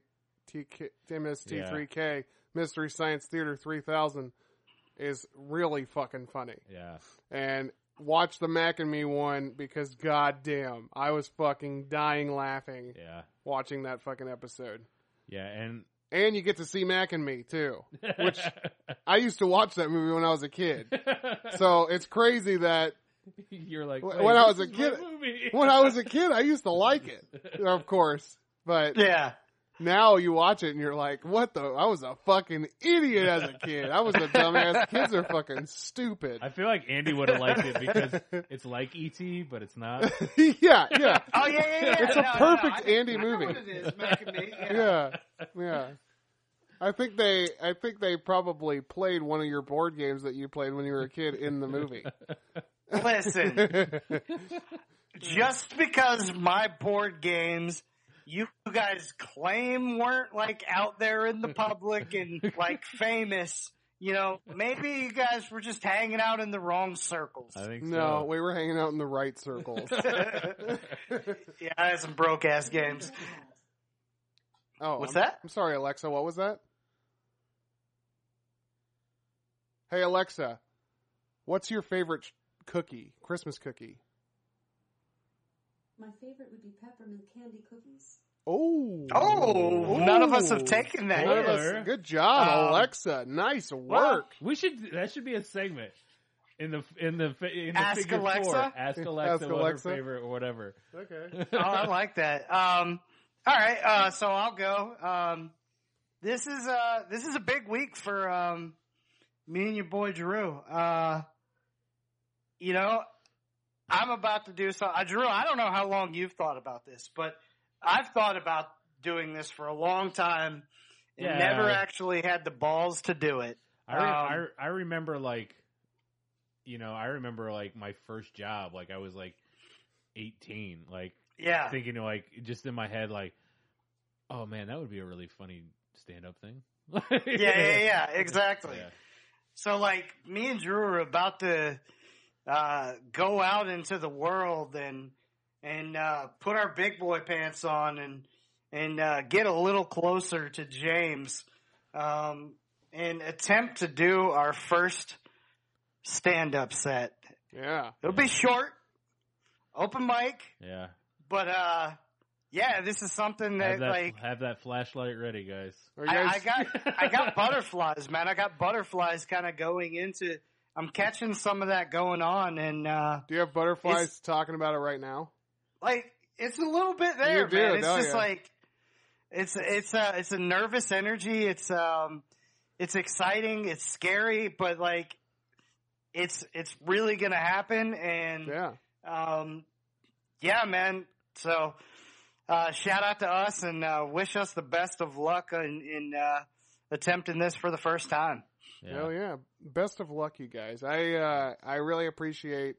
Speaker 3: TK, MST3K Mystery Science Theater 3000 is really fucking funny.
Speaker 4: Yeah.
Speaker 3: And watch the Mac and Me one because goddamn, I was fucking dying laughing
Speaker 4: Yeah.
Speaker 3: watching that fucking episode.
Speaker 4: Yeah. And
Speaker 3: And you get to see Mac and Me too. Which I used to watch that movie when I was a kid. So it's crazy that
Speaker 4: you're like
Speaker 3: When
Speaker 4: "Wait,
Speaker 3: I
Speaker 4: this
Speaker 3: was a
Speaker 4: is my
Speaker 3: kid-
Speaker 4: movie."
Speaker 3: when I was a kid, I used to like it, of course. But
Speaker 2: Yeah.
Speaker 3: now you watch it and you're like, what the? I was a fucking idiot as a kid. I was a dumbass. Kids are fucking stupid.
Speaker 4: I feel like Andy would have liked it because it's like ET, but it's not.
Speaker 3: yeah, yeah.
Speaker 2: Oh yeah, yeah, yeah.
Speaker 3: It's
Speaker 2: No,
Speaker 3: a
Speaker 2: no, no,
Speaker 3: perfect
Speaker 2: I-
Speaker 3: Andy movie.
Speaker 2: I know what it is, Mac and me. Yeah.
Speaker 3: yeah, yeah. I think they, I think they probably played one of your board games that you played when you were a kid in the movie.
Speaker 2: Listen, just because my board games you guys claim weren't like out there in the public and like famous, you know, maybe you guys were just hanging out in the wrong circles.
Speaker 4: I think
Speaker 3: no, we were hanging out in the right circles.
Speaker 2: Yeah, I had some broke ass games.
Speaker 3: Oh,
Speaker 2: What's
Speaker 3: I'm,
Speaker 2: that?
Speaker 3: I'm sorry, Alexa. What was that? Hey, Alexa, what's your favorite ch- cookie? Christmas cookie?
Speaker 1: My favorite would be peppermint candy cookies.
Speaker 3: Oh,
Speaker 2: Oh, none of us have taken that.
Speaker 3: None of us-
Speaker 4: Taylor.
Speaker 3: Good job,
Speaker 2: Um,
Speaker 3: Alexa. Nice
Speaker 4: so.
Speaker 3: work.
Speaker 4: We should. That should be a segment in the in the in the
Speaker 2: Ask
Speaker 4: figure Four.
Speaker 2: Alexa?
Speaker 4: Ask
Speaker 3: Ask
Speaker 4: Alexa what
Speaker 3: Alexa.
Speaker 4: her favorite or whatever.
Speaker 3: Okay.
Speaker 2: oh, I like that. Um, all right, uh, so I'll go. Um, this is uh this is a big week for um, me and your boy Drew. Uh, you know, I'm about to do so. Uh, Drew, I don't know how long you've thought about this, but I've thought about doing this for a long time and
Speaker 4: Yeah.
Speaker 2: never actually had the balls to do it.
Speaker 4: I, re-
Speaker 2: Um,
Speaker 4: I I remember like, you know, I remember like my first job. Like I was like eighteen. Like
Speaker 2: Yeah,
Speaker 4: thinking like just in my head like, oh man, that would be a really funny stand up thing. yeah,
Speaker 2: yeah, yeah, yeah, exactly.
Speaker 4: Yeah.
Speaker 2: So like me and Drew are about to uh, go out into the world and and uh, put our big boy pants on and and uh, get a little closer to James um, and attempt to do our first stand up set.
Speaker 3: Yeah.
Speaker 2: It'll be short, open mic,
Speaker 4: Yeah.
Speaker 2: but uh, yeah, this is something that
Speaker 4: Have that,
Speaker 2: like
Speaker 4: have that flashlight ready, guys.
Speaker 3: Are you
Speaker 2: I,
Speaker 3: guys,
Speaker 2: I got I got butterflies, man. I got butterflies kind of going into. I'm catching some of that going on, and uh,
Speaker 3: do you have butterflies
Speaker 2: It's-
Speaker 3: talking about it right now?
Speaker 2: like it's a little bit there,
Speaker 3: You oh, do,
Speaker 2: man. It's
Speaker 3: don't
Speaker 2: just
Speaker 3: ya?
Speaker 2: like it's it's a it's a nervous energy. It's um it's exciting. It's scary, but like it's it's really gonna happen. And
Speaker 3: Yeah.
Speaker 2: um, yeah, man. So, uh, shout out to us and uh, wish us the best of luck in, in uh, attempting this for the first time.
Speaker 3: Hell yeah! Best of luck, you guys. I uh, I really appreciate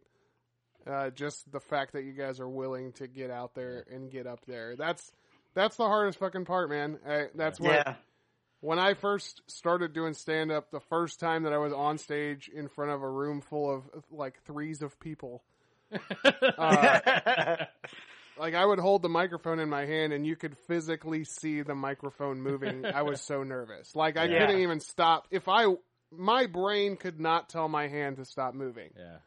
Speaker 3: uh, just the fact that you guys are willing to get out there and get up there. That's that's the hardest fucking part, man. I, that's what
Speaker 2: Yeah,
Speaker 3: when I first started doing stand up. The first time that I was on stage in front of a room full of like threes of people, uh, like I would hold the microphone in my hand and you could physically see the microphone moving. I was so nervous. Like I
Speaker 4: Yeah.
Speaker 3: couldn't even stop. If I my brain could not tell my hand to stop moving.
Speaker 4: Yeah.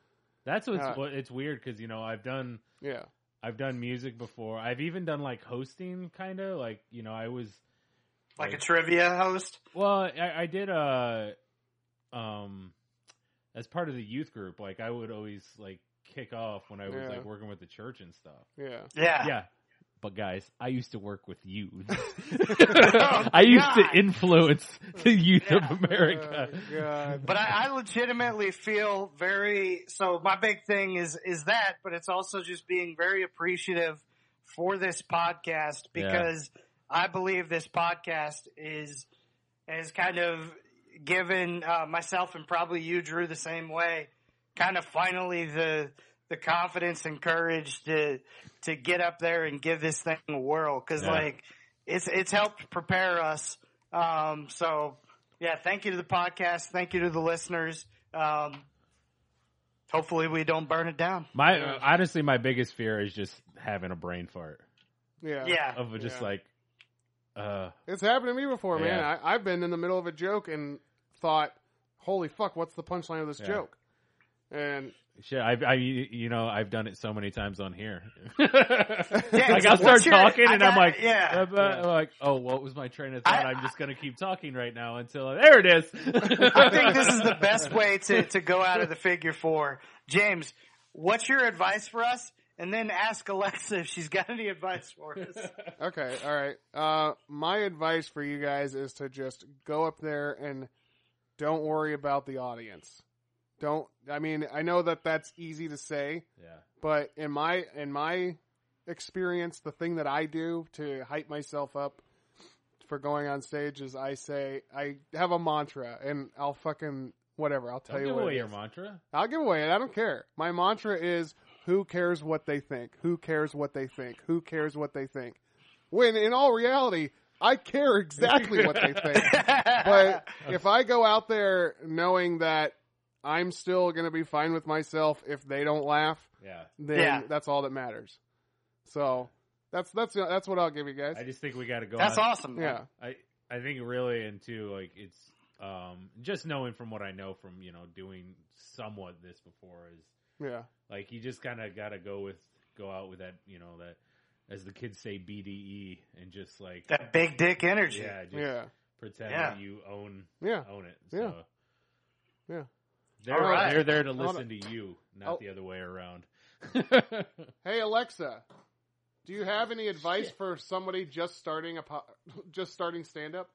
Speaker 4: That's what's
Speaker 3: Uh,
Speaker 4: what it's weird because you know I've done
Speaker 3: Yeah.
Speaker 4: I've done music before. I've even done like hosting, kind of like you know I was
Speaker 2: like a trivia host.
Speaker 4: well I, I did uh um as part of the youth group. Like I would always like kick off when I was
Speaker 3: Yeah.
Speaker 4: like working with the church and stuff.
Speaker 3: Yeah.
Speaker 2: Yeah,
Speaker 4: Yeah. But guys, I used to work with youth.
Speaker 2: Oh,
Speaker 4: I used
Speaker 2: God.
Speaker 4: to influence the youth
Speaker 2: Yeah.
Speaker 4: of America.
Speaker 3: Oh, God.
Speaker 2: But I, I legitimately feel very so. My big thing is is that, but it's also just being very appreciative for this podcast because I believe this podcast is is kind of given uh, myself and probably you, Drew, the same way. Kind of finally the the confidence and courage to to get up there and give this thing a whirl because
Speaker 4: Yeah.
Speaker 2: like it's it's helped prepare us Um, so yeah, thank you to the podcast. Thank you to the listeners. Um, hopefully we don't burn it down.
Speaker 4: My honestly, my biggest fear is just having a brain fart
Speaker 3: Yeah.
Speaker 2: Yeah.
Speaker 4: of just
Speaker 3: Yeah.
Speaker 4: like, uh,
Speaker 3: It's happened to me before, man.
Speaker 4: Yeah.
Speaker 3: I, I've been in the middle of a joke and thought, holy fuck, what's the punchline of this
Speaker 4: Yeah.
Speaker 3: joke? And
Speaker 4: shit. I, I, you know, I've done it so many times on here. like
Speaker 2: it's-
Speaker 4: I'll start
Speaker 2: what's your-
Speaker 4: talking
Speaker 2: I
Speaker 4: and I'm
Speaker 2: got-
Speaker 4: like,
Speaker 2: yeah.
Speaker 4: uh, uh, like, oh, what was my train of thought?
Speaker 2: I-
Speaker 4: I'm just gonna keep talking right now until there it is.
Speaker 2: I think this is the best way to, to go out of the figure four. James, what's your advice for us? And then ask Alexa if she's got any advice for us.
Speaker 3: okay, all right. Uh, my advice for you guys is to just go up there and don't worry about the audience. Don't. I mean, I know that that's easy to say,
Speaker 4: yeah.
Speaker 3: but in my in my experience, the thing that I do to hype myself up for going on stage is I say I have a mantra, and I'll fucking whatever. I'll tell
Speaker 4: Don't
Speaker 3: you
Speaker 4: give
Speaker 3: what it
Speaker 4: away your
Speaker 3: is.
Speaker 4: mantra.
Speaker 3: I'll give away it. I don't care. My mantra is who cares what they think? Who cares what they think? Who cares what they think? When in all reality, I care exactly what they think. But if I go out there knowing that I'm still going to be fine with myself if they don't laugh,
Speaker 4: Yeah.
Speaker 3: then
Speaker 2: Yeah.
Speaker 3: that's all that matters. So that's that's that's what I'll give you guys.
Speaker 4: I just think we got to go.
Speaker 2: That's
Speaker 4: on.
Speaker 2: awesome. man.
Speaker 3: yeah.
Speaker 4: I I think really and too like it's um just knowing from what I know from you know doing somewhat this before is
Speaker 3: Yeah.
Speaker 4: like you just kind of got to go with go out with that you know that as the kids say BDE and just like
Speaker 2: That big dick energy.
Speaker 4: yeah just
Speaker 3: Yeah.
Speaker 4: pretend
Speaker 2: Yeah.
Speaker 4: that you own
Speaker 3: Yeah.
Speaker 4: own it so.
Speaker 3: Yeah. Yeah.
Speaker 4: They're,
Speaker 2: All right.
Speaker 4: they're there to
Speaker 3: Hold
Speaker 4: listen to you, not
Speaker 3: Oh.
Speaker 4: the other way around.
Speaker 3: Hey Alexa, do you have any advice for somebody just starting a po- just starting stand up?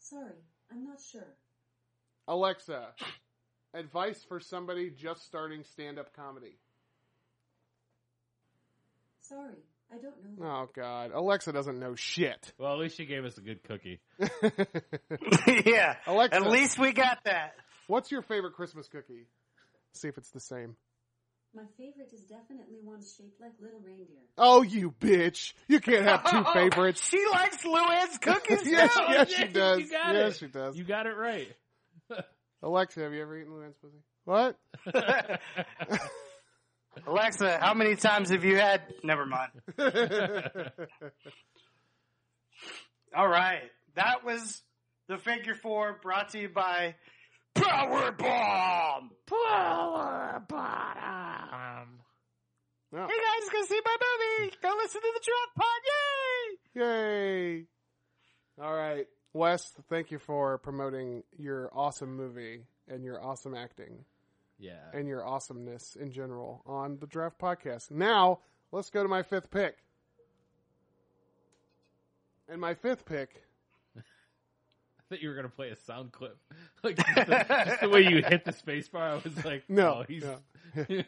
Speaker 1: Sorry, I'm not sure.
Speaker 3: Alexa, advice for somebody just starting stand up comedy.
Speaker 1: Sorry, I don't know.
Speaker 3: Oh god, Alexa doesn't know shit.
Speaker 4: well, at least she gave us a good cookie.
Speaker 2: yeah.
Speaker 3: Alexa.
Speaker 2: At least we got that.
Speaker 3: What's your favorite Christmas cookie? See if it's the same.
Speaker 1: My favorite is definitely one shaped like little reindeer.
Speaker 3: Oh, you bitch. You can't have
Speaker 4: Oh,
Speaker 3: two favorites.
Speaker 2: Oh, She likes Luann's cookies.
Speaker 3: yes,
Speaker 2: now.
Speaker 3: yes,
Speaker 4: yeah,
Speaker 3: she
Speaker 4: you
Speaker 3: does.
Speaker 4: got
Speaker 3: Yes,
Speaker 4: it.
Speaker 3: she does.
Speaker 4: You got it right.
Speaker 3: Alexa, have you ever eaten Luann's pussy? What?
Speaker 2: Alexa, how many times have you had? Never mind. All right. That was the figure four brought to you by Power Bomb.
Speaker 4: Power bottom.
Speaker 3: No.
Speaker 2: Hey guys, go see my movie. Go listen to the drop pod. Yay!
Speaker 3: Yay! All right, Wes, thank you for promoting your awesome movie and your awesome acting
Speaker 4: Yeah.
Speaker 3: and your awesomeness in general on the Draft Podcast. Now, let's go to my fifth pick. And my fifth pick,
Speaker 4: that you were gonna play a sound clip. Like just the, just the way you hit the space bar, I was like,
Speaker 3: No,
Speaker 4: oh, he's.
Speaker 3: no.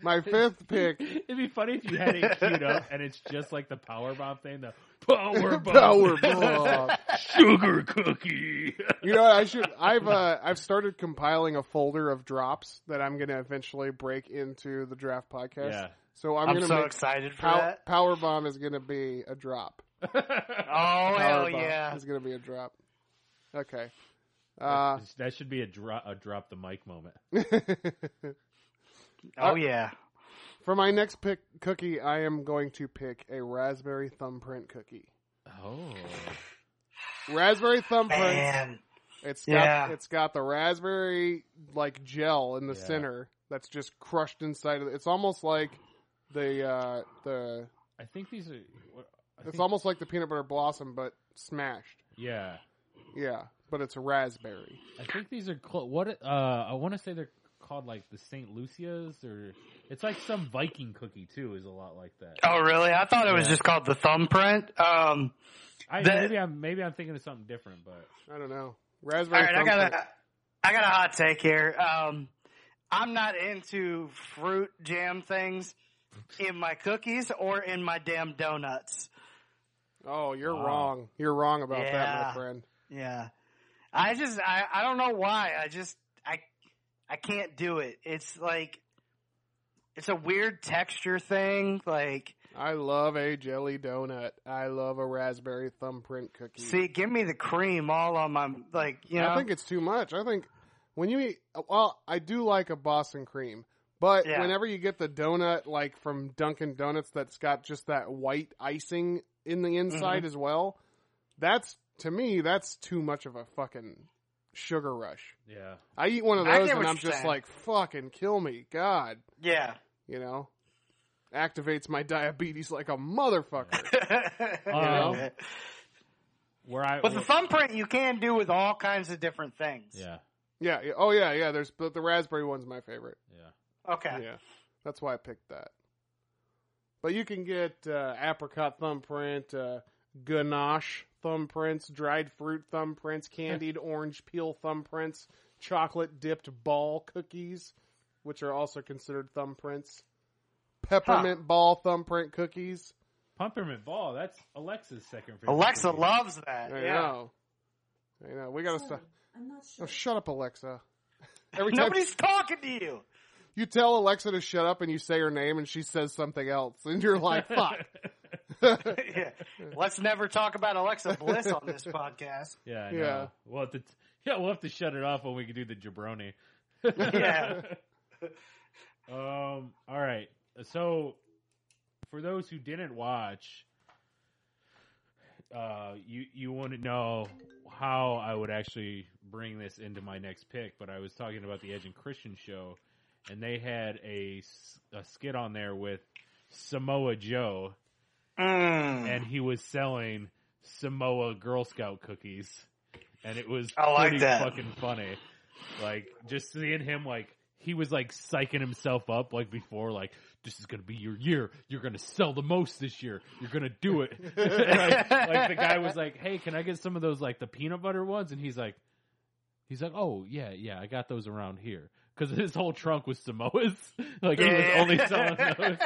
Speaker 3: my fifth pick,
Speaker 4: It'd be funny if you had it queued up and it's just like the power bomb thing, the power bomb,
Speaker 3: Power Bomb.
Speaker 4: sugar cookie.
Speaker 3: You know, what, I should. I've uh, I've started compiling a folder of drops that I'm going to eventually break into the Draft Podcast.
Speaker 4: Yeah.
Speaker 3: So I'm,
Speaker 2: I'm,
Speaker 3: going to
Speaker 2: so
Speaker 3: make
Speaker 2: excited for
Speaker 3: Pow-
Speaker 2: that.
Speaker 3: Power bomb is going to be a drop.
Speaker 2: Oh hell
Speaker 3: Power bomb
Speaker 2: yeah!
Speaker 3: is going to be a drop. Okay. Uh,
Speaker 4: that should be a drop, a drop the mic moment.
Speaker 2: Oh yeah!
Speaker 3: for my next pick cookie, I am going to pick a raspberry thumbprint cookie.
Speaker 4: Oh,
Speaker 3: Raspberry
Speaker 2: Oh,
Speaker 3: thumbprint.
Speaker 2: Man,
Speaker 3: It's got
Speaker 2: Yeah.
Speaker 3: it's got the raspberry like gel in the
Speaker 4: Yeah.
Speaker 3: center that's just crushed inside of it. It's almost like the uh, the
Speaker 4: I think these are. what- I
Speaker 3: it's
Speaker 4: think-
Speaker 3: almost like the peanut butter blossom but smashed.
Speaker 4: yeah.
Speaker 3: Yeah, but it's a raspberry.
Speaker 4: I think these are clo- what uh I want to say they're called like the St. Lucia's or it's like some Viking cookie too is a lot like that.
Speaker 2: oh really? I thought it was
Speaker 4: Yeah.
Speaker 2: just called the thumbprint. Um,
Speaker 4: I,
Speaker 2: That-
Speaker 4: maybe I'm maybe I'm thinking of something different, but
Speaker 3: I don't know.
Speaker 2: all
Speaker 3: Raspberry
Speaker 2: right, I
Speaker 3: thumbprint.
Speaker 2: got a, I got a hot take here. Um, I'm not into fruit jam things in my cookies or in my damn donuts.
Speaker 3: Oh, you're
Speaker 4: Wow.
Speaker 3: wrong. You're wrong about that, my
Speaker 2: Yeah.
Speaker 3: friend.
Speaker 2: Yeah, I just I I don't know why. I just I I can't do it. It's like It's a weird texture thing. Like,
Speaker 3: I love a jelly donut. I love a raspberry thumbprint cookie.
Speaker 2: see, give me the cream all on my like. You know,
Speaker 3: Hmm. I think it's too much. I think when you eat, well, I do like a Boston cream, but
Speaker 2: Yeah.
Speaker 3: whenever you get the donut, like from Dunkin' Donuts, that's got just that white icing in the
Speaker 2: Mm-hmm.
Speaker 3: inside as well. That's to me, that's too much of a fucking sugar rush.
Speaker 4: Yeah.
Speaker 3: I eat one of
Speaker 2: I
Speaker 3: those
Speaker 2: get
Speaker 3: and
Speaker 2: what
Speaker 3: I'm
Speaker 2: you're
Speaker 3: just
Speaker 2: saying.
Speaker 3: like, fucking kill me, God,
Speaker 2: yeah.
Speaker 3: you know, activates my diabetes like a motherfucker.
Speaker 4: Um, Where I
Speaker 2: But the
Speaker 4: where-
Speaker 2: thumbprint you can do with all kinds of different things.
Speaker 4: yeah
Speaker 3: yeah, yeah, oh yeah, yeah. There's but the raspberry one's my favorite.
Speaker 4: yeah.
Speaker 2: Okay.
Speaker 3: yeah, that's why I picked that. But you can get uh, apricot thumbprint, uh, ganache thumbprints, dried fruit thumbprints, candied orange peel thumbprints, chocolate dipped ball cookies, which are also considered thumbprints, peppermint ball thumbprint cookies.
Speaker 4: Pumpermint ball. That's Alexa's second favorite.
Speaker 2: Alexa
Speaker 4: cookie.
Speaker 2: loves that.
Speaker 3: I
Speaker 2: yeah.
Speaker 3: know. I know. We gotta stop.
Speaker 1: I'm not sure.
Speaker 3: Oh, shut up, Alexa. Every time
Speaker 2: Nobody's talking to you.
Speaker 3: you tell Alexa to shut up and you say her name and she says something else and you're like, fuck.
Speaker 2: yeah. Let's never talk about Alexa Bliss on this podcast.
Speaker 4: Yeah, I
Speaker 3: Yeah.
Speaker 4: know. We'll have to t- yeah, we'll have to shut it off when we can do the jabroni.
Speaker 2: Yeah.
Speaker 4: Um. All right. So, for those who didn't watch, uh, you you want to know how I would actually bring this into my next pick, but I was talking about the Edge and Christian show, and they had a s- a skit on there with Samoa Joe,
Speaker 2: Mm.
Speaker 4: and he was selling Samoa Girl Scout cookies, and it was
Speaker 2: I like
Speaker 4: pretty
Speaker 2: that.
Speaker 4: fucking funny. Like just seeing him, like he was like psyching himself up, like before, like this is gonna be your year. You're gonna sell the most this year. You're gonna do it. like, like, the guy was like, "Hey, can I get some of those like the peanut butter ones?" And he's like, "He's like, oh yeah, yeah, I got those around here." Because his whole trunk was Samoas, like he was
Speaker 2: Yeah.
Speaker 4: only selling those,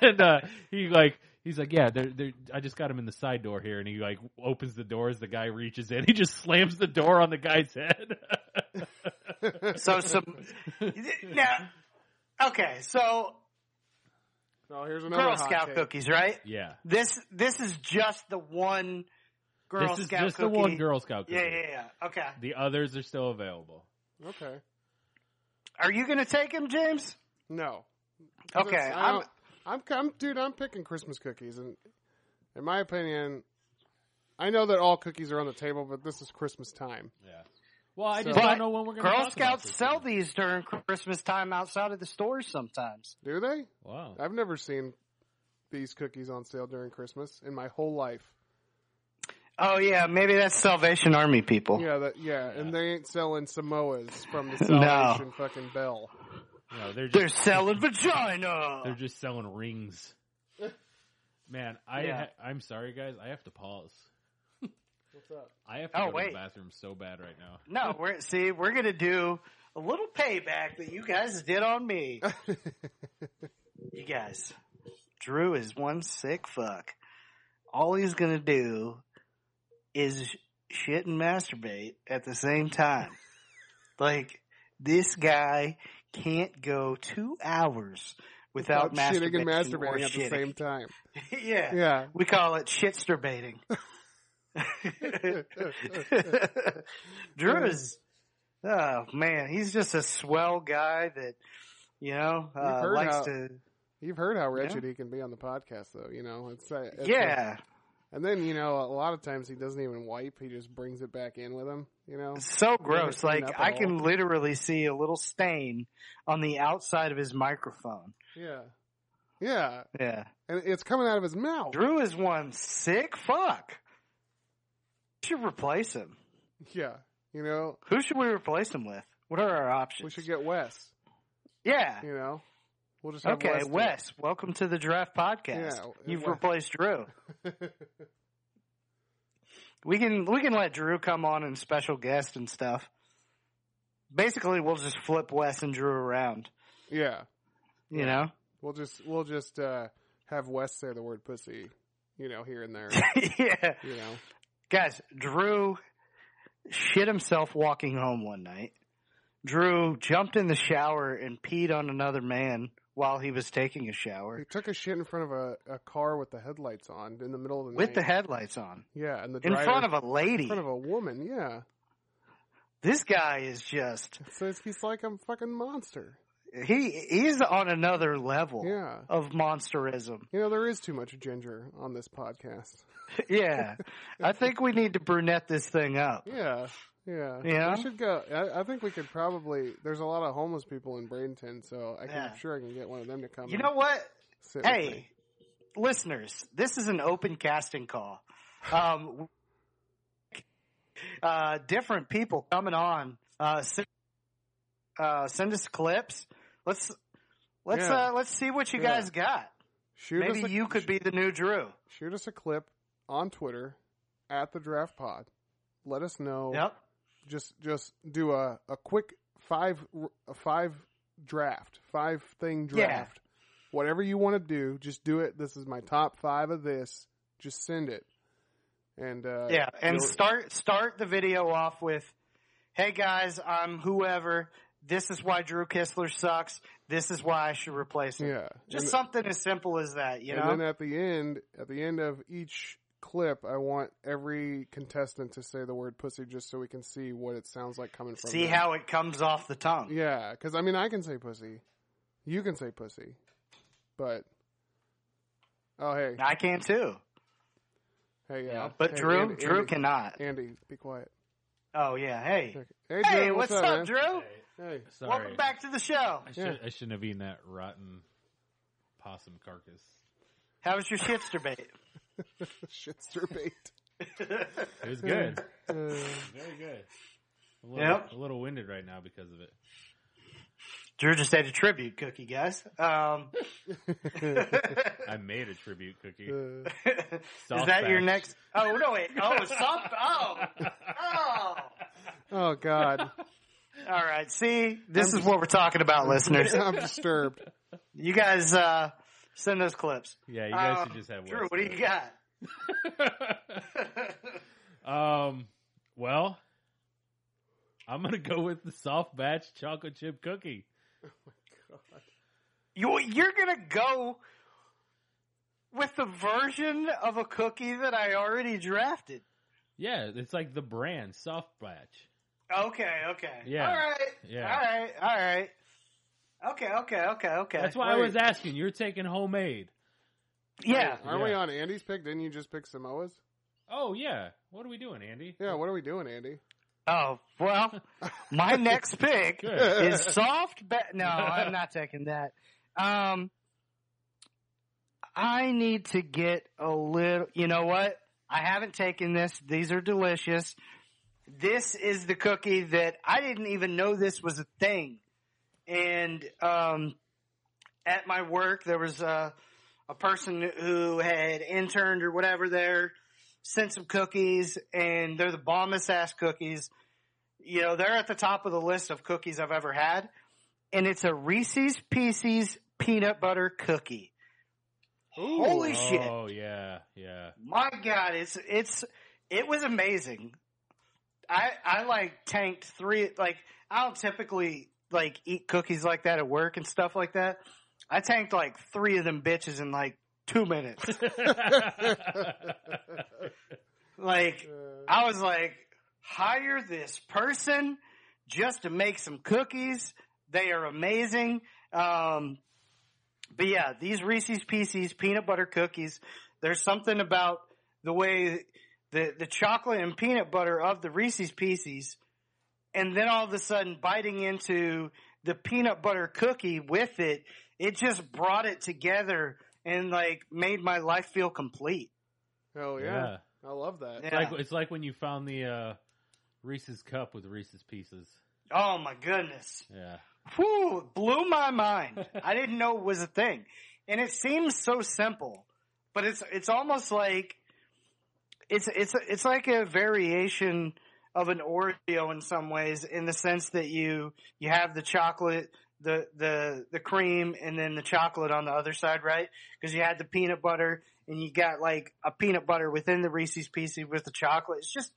Speaker 4: and uh, he like he's like, yeah, they're, they're, I just got him in the side door here, and he like opens the door as the guy reaches in, he just slams the door on the guy's head.
Speaker 2: So some now, okay. So
Speaker 3: So Oh, here's another
Speaker 2: Girl
Speaker 3: hot
Speaker 2: Scout
Speaker 3: take.
Speaker 2: cookies, right?
Speaker 4: yeah,
Speaker 2: This this is just the one Girl
Speaker 4: this is
Speaker 2: Scout
Speaker 4: just
Speaker 2: cookie.
Speaker 4: the one Girl Scout cookie.
Speaker 2: Yeah, yeah, yeah. Okay.
Speaker 4: The others are still available.
Speaker 3: Okay.
Speaker 2: Are you gonna take him, James?
Speaker 3: No.
Speaker 2: Okay,
Speaker 3: That's- I
Speaker 2: I'm-
Speaker 3: don't- I'm, I'm, dude. I'm picking Christmas cookies, and in my opinion, I know that all cookies are on the table, but this is Christmas time.
Speaker 4: Yeah. Well, I just
Speaker 2: But
Speaker 4: don't know when we're going to
Speaker 2: Girl Scouts sell these during Christmas time outside of the stores sometimes.
Speaker 3: Do they?
Speaker 4: Wow.
Speaker 3: I've never seen these cookies on sale during Christmas in my whole life.
Speaker 2: Oh yeah, maybe that's Salvation Army people.
Speaker 3: Yeah, that, yeah, and they ain't selling Samoas from the
Speaker 2: No.
Speaker 3: Salvation fucking Bell.
Speaker 4: No, they're just
Speaker 2: They're selling vagina.
Speaker 4: They're just selling rings. Man, I
Speaker 2: Yeah.
Speaker 4: ha- I'm sorry, guys. I have to pause.
Speaker 3: What's up?
Speaker 4: I have to
Speaker 2: Oh,
Speaker 4: go to
Speaker 2: wait.
Speaker 4: the bathroom so bad right now.
Speaker 2: No, we're see, we're gonna do a little payback that you guys did on me. you guys, Drew is one sick fuck. All he's gonna do is shit and masturbate at the same time. like this guy can't go two hours without,
Speaker 3: About shitting
Speaker 2: masturbation
Speaker 3: and
Speaker 2: or
Speaker 3: masturbating at the
Speaker 2: shitting.
Speaker 3: same time.
Speaker 2: yeah.
Speaker 3: Yeah.
Speaker 2: We call it shitsterbating. Drew is, oh man, he's just a swell guy that, you know, uh,
Speaker 3: heard
Speaker 2: likes
Speaker 3: how-
Speaker 2: to,
Speaker 3: You've heard how wretched he can be on the podcast, though. You know, it's, uh, it's
Speaker 2: yeah.
Speaker 3: And then you know, a lot of times he doesn't even wipe; he just brings it back in with him. You know,
Speaker 2: It's so gross.
Speaker 3: seen
Speaker 2: Like
Speaker 3: that
Speaker 2: I
Speaker 3: before.
Speaker 2: can literally see a little stain on the outside of his microphone.
Speaker 3: yeah, yeah,
Speaker 2: Yeah.
Speaker 3: and it's coming out of his mouth.
Speaker 2: Drew is one sick fuck. Who should replace him?
Speaker 3: Yeah, you know,
Speaker 2: Who should we replace him with? What are our options?
Speaker 3: we should get Wes.
Speaker 2: yeah.
Speaker 3: You know, we'll just have
Speaker 2: Okay,
Speaker 3: Wes.
Speaker 2: Wes,
Speaker 3: do
Speaker 2: welcome to the Draft Podcast.
Speaker 3: Yeah,
Speaker 2: You've
Speaker 3: Wes-
Speaker 2: replaced Drew.
Speaker 3: it.
Speaker 2: We can we can let Drew come on and special guest and stuff. Basically, we'll just flip Wes and Drew around.
Speaker 3: yeah,
Speaker 2: You know,
Speaker 3: we'll just we'll just uh, have Wes say the word pussy. You know, here and there.
Speaker 2: yeah,
Speaker 3: you know,
Speaker 2: guys. Drew shit himself walking home one night. Drew jumped in the shower and peed on another man while he was taking a shower
Speaker 3: He took a shit in front of a, a car with the headlights on in the middle of the
Speaker 2: with
Speaker 3: night.
Speaker 2: the headlights on
Speaker 3: yeah, and the
Speaker 2: in
Speaker 3: driver,
Speaker 2: front of a
Speaker 3: in
Speaker 2: lady.
Speaker 3: front of a woman. Yeah,
Speaker 2: this guy is just
Speaker 3: so it's, he's like a fucking monster.
Speaker 2: he he's on another level
Speaker 3: Yeah,
Speaker 2: of monsterism.
Speaker 3: you know there is too much ginger on this podcast.
Speaker 2: yeah, I think we need to brunette this thing up.
Speaker 3: Yeah, yeah,
Speaker 2: Yeah?
Speaker 3: We should go. I, I think we could probably. There's a lot of homeless people in Bradenton, so I can,
Speaker 2: Yeah.
Speaker 3: I'm sure I can get one of them to come.
Speaker 2: You
Speaker 3: and
Speaker 2: know what?
Speaker 3: sit with
Speaker 2: Hey,
Speaker 3: me.
Speaker 2: listeners, this is an open casting call. Um, uh, different people coming on. Uh, send, uh, send us clips. Let's let's
Speaker 3: Yeah.
Speaker 2: uh, let's see what you
Speaker 3: Yeah.
Speaker 2: guys got.
Speaker 3: shoot
Speaker 2: Maybe
Speaker 3: us a,
Speaker 2: you could be the new Drew.
Speaker 3: shoot us a clip on Twitter at the Draft Pod. Let us know.
Speaker 2: Yep.
Speaker 3: just just do a, a quick five a five draft five thing
Speaker 2: Yeah.
Speaker 3: draft whatever you want to do just do it this is my top five of this just send it and uh
Speaker 2: Yeah, and
Speaker 3: you'll-
Speaker 2: start start the video off with, "Hey guys, I'm whoever. This is why Drew Kistler sucks. This is why I should replace him."
Speaker 3: yeah
Speaker 2: Just
Speaker 3: and,
Speaker 2: something as simple as that, you
Speaker 3: and
Speaker 2: know?
Speaker 3: then at the end at the end of each clip i want every contestant to say the word pussy just so we can see what it sounds like coming from
Speaker 2: See
Speaker 3: them.
Speaker 2: how it comes off the tongue.
Speaker 3: yeah because i mean i can say pussy you can say pussy but oh hey
Speaker 2: I can too,
Speaker 3: Hey, yeah.
Speaker 2: but
Speaker 3: Hey,
Speaker 2: Drew,
Speaker 3: Andy,
Speaker 2: Drew
Speaker 3: Andy,
Speaker 2: cannot.
Speaker 3: Andy, be quiet.
Speaker 2: Oh yeah, hey,
Speaker 3: Okay.
Speaker 2: hey,
Speaker 3: Drew,
Speaker 2: what's, up,
Speaker 3: man?
Speaker 2: Drew?
Speaker 3: Hey,
Speaker 4: Sorry.
Speaker 2: Welcome back to the show.
Speaker 4: I, should,
Speaker 3: Yeah.
Speaker 4: I shouldn't have eaten that rotten possum carcass.
Speaker 2: How was your shitster bait?
Speaker 3: shit's your bait.
Speaker 4: It was good.
Speaker 3: Uh,
Speaker 4: Very good. A little,
Speaker 2: Yep.
Speaker 4: a little winded right now because of it.
Speaker 2: Drew just ate a tribute cookie, guys. Um,
Speaker 4: I made a tribute cookie.
Speaker 3: uh,
Speaker 4: Soft
Speaker 2: is that your
Speaker 4: back.
Speaker 2: next? Oh no, wait. Oh, it's soft. Oh, oh.
Speaker 3: oh God,
Speaker 2: All right. See, this
Speaker 4: Um,
Speaker 2: is what we're talking about, listeners.
Speaker 3: I'm disturbed.
Speaker 2: You guys uh, send those clips.
Speaker 4: Yeah, you guys should
Speaker 2: Um,
Speaker 4: just have
Speaker 2: Drew,
Speaker 4: Wes
Speaker 2: what do
Speaker 4: do
Speaker 2: you got?
Speaker 4: it. um, well, I'm gonna go with the soft batch chocolate chip cookie.
Speaker 2: You you're gonna go with the version of a cookie that I already drafted.
Speaker 4: Yeah, it's like the brand soft batch.
Speaker 2: Okay. Okay.
Speaker 4: Yeah,
Speaker 2: All right.
Speaker 4: yeah.
Speaker 2: All right. All right. Okay. Okay. Okay. Okay.
Speaker 4: That's why I
Speaker 3: Wait.
Speaker 4: was asking. You're taking homemade.
Speaker 2: Yeah.
Speaker 3: Aren't we
Speaker 4: Yeah.
Speaker 3: on Andy's pick? Didn't you just pick Samoa's?
Speaker 4: Oh yeah. What are we doing, Andy?
Speaker 3: Yeah. What are we doing, Andy?
Speaker 2: Oh well, my next pick
Speaker 4: Good.
Speaker 2: is soft. Ba- no, I'm not taking that. Um, I need to get a little. You know what? I haven't taken this. These are delicious. This is the cookie that I didn't even know this was a thing. And um, at my work, there was a a person who had interned or whatever there sent some cookies, and they're the bombest ass cookies. You know, they're at the top of the list of cookies I've ever had, and it's a Reese's Pieces peanut butter cookie. Holy shit!
Speaker 4: Oh yeah, yeah.
Speaker 2: My God, it's it's it was amazing. I I like tanked three. Like I don't typically like eat cookies like that at work and stuff like that. I tanked like three of them bitches in like two minutes. like
Speaker 3: Uh,
Speaker 2: I was like, hire this person just to make some cookies. They are amazing. Um, but yeah, these Reese's Pieces peanut butter cookies, there's something about the way the, the chocolate and peanut butter of the Reese's Pieces. And then all of a sudden biting into the peanut butter cookie with it, it just brought it together and like made my life feel complete.
Speaker 3: hell yeah. I love that.
Speaker 2: Yeah.
Speaker 4: It's like it's like when you found the uh, Reese's cup with Reese's pieces.
Speaker 2: Oh my goodness.
Speaker 4: Yeah.
Speaker 2: Whew, it blew my mind. I didn't know it was a thing. And it seems so simple, but it's it's almost like it's it's it's like a variation of an Oreo in some ways in the sense that you you have the chocolate the the the cream and then the chocolate on the other side, right? Cuz you had the peanut butter and you got like a peanut butter within the Reese's Pieces with the chocolate. It's just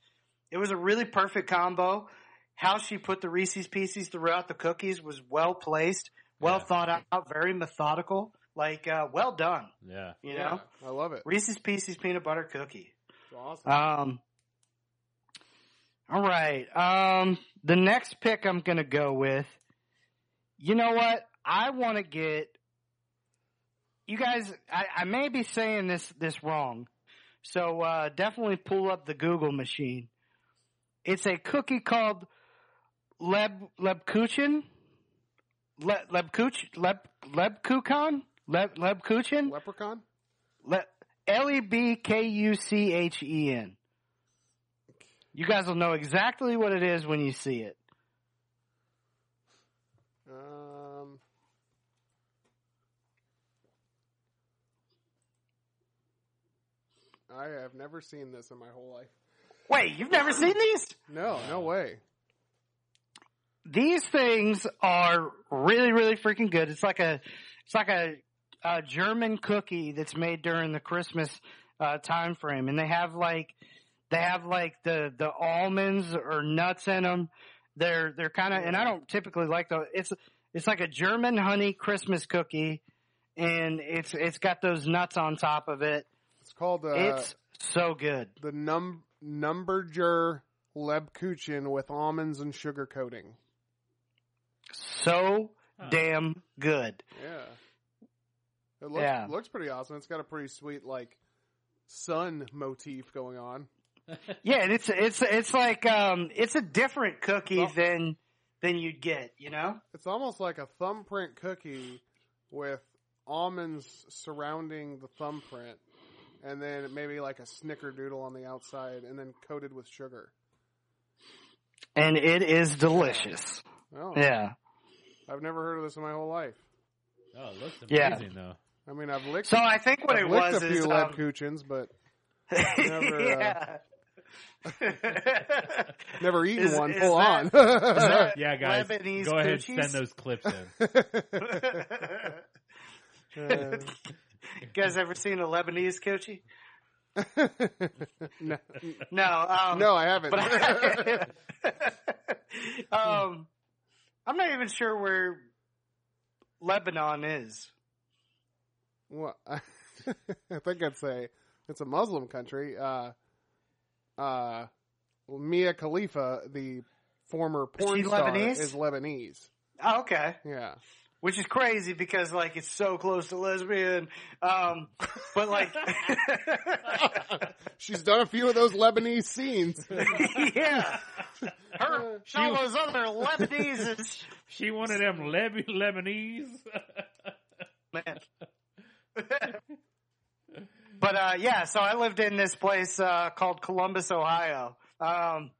Speaker 2: it was a really perfect combo how she put the Reese's Pieces throughout the cookies was well placed well
Speaker 4: Yeah.
Speaker 2: thought out, very methodical. Like, uh, well done.
Speaker 4: Yeah.
Speaker 2: You
Speaker 3: Yeah,
Speaker 2: know,
Speaker 3: I love it.
Speaker 2: Reese's Pieces peanut butter cookie.
Speaker 3: It's awesome.
Speaker 2: Um, all right. Um, the next pick I'm going to go with, you know what? I want to get, you guys, I, I may be saying this, this wrong. So, uh, definitely pull up the Google machine. It's a cookie called Leb, Lebkuchen? Le, Lebkuch, Leb, Lebkuchen? Leb, Lebkuchen?
Speaker 3: Leprechaun.
Speaker 2: Le- L E B K U C H E N. You guys will know exactly what it is when you see it.
Speaker 3: Um, I have never seen this in my whole life.
Speaker 2: Wait, you've never seen these?
Speaker 3: No, no way.
Speaker 2: These things are really, really freaking good. It's like a, it's like a, a German cookie that's made during the Christmas uh, time frame, and they have like, they have like the the almonds or nuts in them. They're they're kind of, and I don't typically like those. It's it's like a German honey Christmas cookie, and it's it's got those nuts on top of it.
Speaker 3: It's called uh,
Speaker 2: It's so good.
Speaker 3: the num numberger Lebkuchen with almonds and sugar coating.
Speaker 2: So damn good.
Speaker 3: Yeah, it looks
Speaker 2: Yeah.
Speaker 3: looks pretty awesome. It's got a pretty sweet like sun motif going on.
Speaker 2: Yeah, and it's it's it's like um it's a different cookie
Speaker 3: Well-
Speaker 2: than than you'd get, you know?
Speaker 3: It's almost like a thumbprint cookie with almonds surrounding the thumbprint, and then maybe like a snickerdoodle on the outside, and then coated with sugar.
Speaker 2: And it is delicious.
Speaker 3: Oh,
Speaker 2: Yeah.
Speaker 3: I've never heard of this in my whole life.
Speaker 4: Oh, it looks
Speaker 2: Yeah.
Speaker 4: amazing though.
Speaker 3: I mean, I've licked,
Speaker 2: So I think what
Speaker 3: I've
Speaker 2: it
Speaker 3: licked
Speaker 2: was
Speaker 3: a
Speaker 2: is
Speaker 3: few
Speaker 2: um,
Speaker 3: Lebkuchens, but never, uh,
Speaker 2: yeah.
Speaker 3: never eaten
Speaker 2: Is-
Speaker 3: one
Speaker 2: is
Speaker 3: full
Speaker 2: that-
Speaker 3: on.
Speaker 2: Is that
Speaker 4: Yeah, guys,
Speaker 2: Lebanese
Speaker 4: go ahead
Speaker 2: coochies?
Speaker 4: and send those clips in.
Speaker 2: you guys ever seen a Lebanese coochie?
Speaker 3: no,
Speaker 2: No, um,
Speaker 3: no, I haven't.
Speaker 2: but I, um, I'm not even sure where Lebanon is.
Speaker 3: Well, I think I'd say it's a Muslim country. Uh, uh, Mia Khalifa, the former porn
Speaker 2: she
Speaker 3: star,
Speaker 2: Lebanese?
Speaker 3: is Lebanese.
Speaker 2: Oh, okay,
Speaker 3: Yeah,
Speaker 2: which is crazy because like it's so close to lesbian, um, but like,
Speaker 3: she's done a few of those Lebanese scenes.
Speaker 2: yeah,
Speaker 3: Uh,
Speaker 2: her and all those other Lebanese is
Speaker 4: She wanted them Leb- Lebanese.
Speaker 2: man. but uh, yeah, so I lived in this place uh, called Columbus, Ohio, um,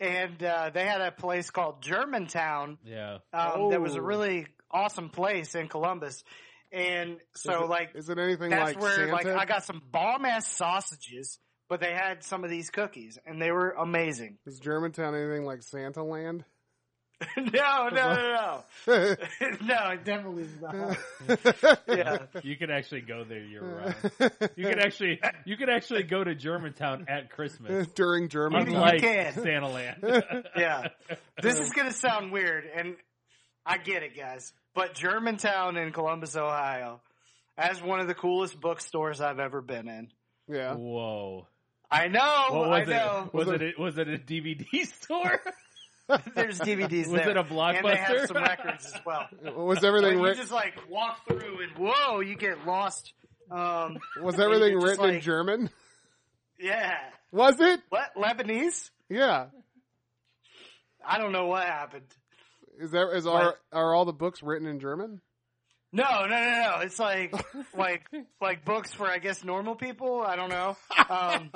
Speaker 2: and uh, they had a place called Germantown
Speaker 4: yeah.
Speaker 2: um, that was
Speaker 3: Oh.
Speaker 2: a really awesome place in Columbus. And so,
Speaker 3: Is it-
Speaker 2: like,
Speaker 3: is it anything
Speaker 2: that's
Speaker 3: like
Speaker 2: where
Speaker 3: Santa?
Speaker 2: like I got some bomb ass sausages, but they had some of these cookies, and they were amazing.
Speaker 3: is Germantown anything like Santa Land?
Speaker 2: no, no, no, no, no, it definitely is not. Yeah.
Speaker 4: You could actually go there year round. You could actually you could actually go to Germantown at Christmas.
Speaker 3: During German,
Speaker 2: Unlike-
Speaker 4: Unlike
Speaker 2: can.
Speaker 4: Santa Land.
Speaker 2: yeah. This is gonna sound weird, and I get it, guys. But Germantown in Columbus, Ohio, has one of the coolest bookstores I've ever been in.
Speaker 3: yeah,
Speaker 4: Whoa.
Speaker 2: I know,
Speaker 4: What
Speaker 2: Oh, I
Speaker 4: was
Speaker 2: know.
Speaker 4: it? Was it a, was it a DVD store?
Speaker 2: There's DVDs
Speaker 4: Was
Speaker 2: there.
Speaker 4: it a
Speaker 2: And they have
Speaker 4: Blockbuster?
Speaker 2: some records as well.
Speaker 3: was
Speaker 2: So
Speaker 3: everything
Speaker 2: you
Speaker 3: written?
Speaker 2: just like walk through and whoa, you get lost. Um,
Speaker 3: Was everything
Speaker 2: just,
Speaker 3: written in
Speaker 2: like-
Speaker 3: German?
Speaker 2: yeah.
Speaker 3: Was it?
Speaker 2: What Lebanese?
Speaker 3: Yeah.
Speaker 2: I don't know what happened.
Speaker 3: Is that is are are all the books written in German?
Speaker 2: No, no, no, no. It's like like like books for I guess normal people. I don't know. Um,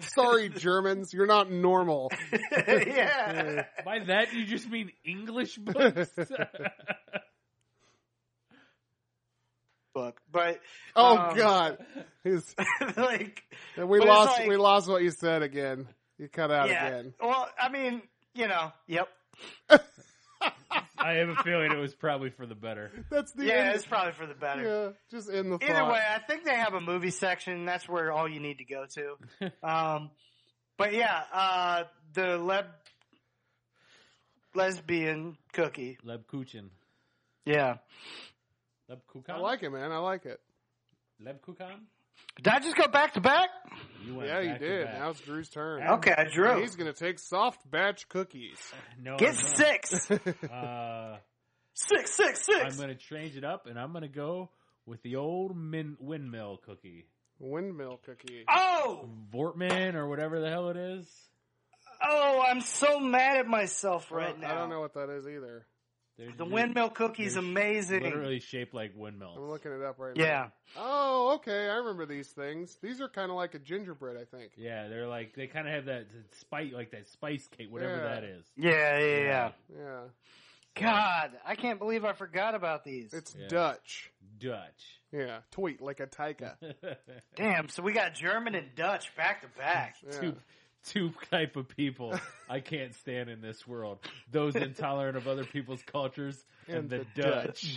Speaker 3: Sorry, Germans, you're not normal.
Speaker 2: yeah.
Speaker 4: By that you just mean English books?
Speaker 2: Book, but
Speaker 3: Oh
Speaker 2: Um,
Speaker 3: God, He's-
Speaker 2: like
Speaker 3: we
Speaker 2: but it's
Speaker 3: lost
Speaker 2: like-
Speaker 3: we lost what you said again. You cut out
Speaker 2: yeah.
Speaker 3: again.
Speaker 2: Well, I mean, you know, yep.
Speaker 4: I have a feeling it was probably for the better.
Speaker 3: That's the
Speaker 2: Yeah,
Speaker 3: end.
Speaker 2: it's probably for the better.
Speaker 3: yeah, just in the
Speaker 2: Either
Speaker 3: thought.
Speaker 2: way, I think they have a movie section. That's where all you need to go to. Um, but yeah, uh, the leb lesbian cookie.
Speaker 4: Lebkuchen.
Speaker 2: Yeah.
Speaker 4: Leb Kukan?
Speaker 3: I like it, man. I like it.
Speaker 4: Leb Kukan?
Speaker 2: Did I just go back to back?
Speaker 4: You went
Speaker 3: Yeah, you
Speaker 4: back to
Speaker 3: did.
Speaker 4: back.
Speaker 3: Now it's Drew's turn.
Speaker 2: Okay, I drew.
Speaker 3: He's gonna take soft batch cookies.
Speaker 4: No,
Speaker 3: Oh,
Speaker 2: Get
Speaker 4: I'm not.
Speaker 2: six.
Speaker 4: Uh,
Speaker 2: Six, six,
Speaker 4: I'm
Speaker 2: six.
Speaker 4: going to change it up, and I'm going to go with the old min- windmill cookie.
Speaker 3: Windmill cookie.
Speaker 2: Oh,
Speaker 4: Vortman or whatever the hell it is.
Speaker 2: oh, I'm so mad at myself
Speaker 3: I
Speaker 2: right
Speaker 3: don't-
Speaker 2: now.
Speaker 3: I don't know what that is either.
Speaker 4: They're
Speaker 2: The
Speaker 4: just
Speaker 2: windmill cookie's
Speaker 4: They're
Speaker 2: amazing.
Speaker 4: Literally shaped like
Speaker 3: I'm
Speaker 4: windmills.
Speaker 3: looking it up right now.
Speaker 2: Yeah.
Speaker 3: Oh, okay. I remember these things. These are kind of like a gingerbread, I think.
Speaker 4: Yeah, they're like they kind of have that spice, like that spice cake, whatever
Speaker 3: Yeah.
Speaker 4: that is.
Speaker 2: yeah, yeah, yeah.
Speaker 3: Yeah.
Speaker 2: God, I can't believe I forgot about these.
Speaker 3: It's
Speaker 4: Yeah.
Speaker 3: Dutch.
Speaker 4: Dutch.
Speaker 3: Yeah. Tweet like a taika.
Speaker 2: Damn, so we got German and Dutch back to back.
Speaker 3: Yeah.
Speaker 4: two two type of people I can't stand in this world: those intolerant of other people's cultures and,
Speaker 3: And
Speaker 4: the,
Speaker 3: the
Speaker 4: Dutch.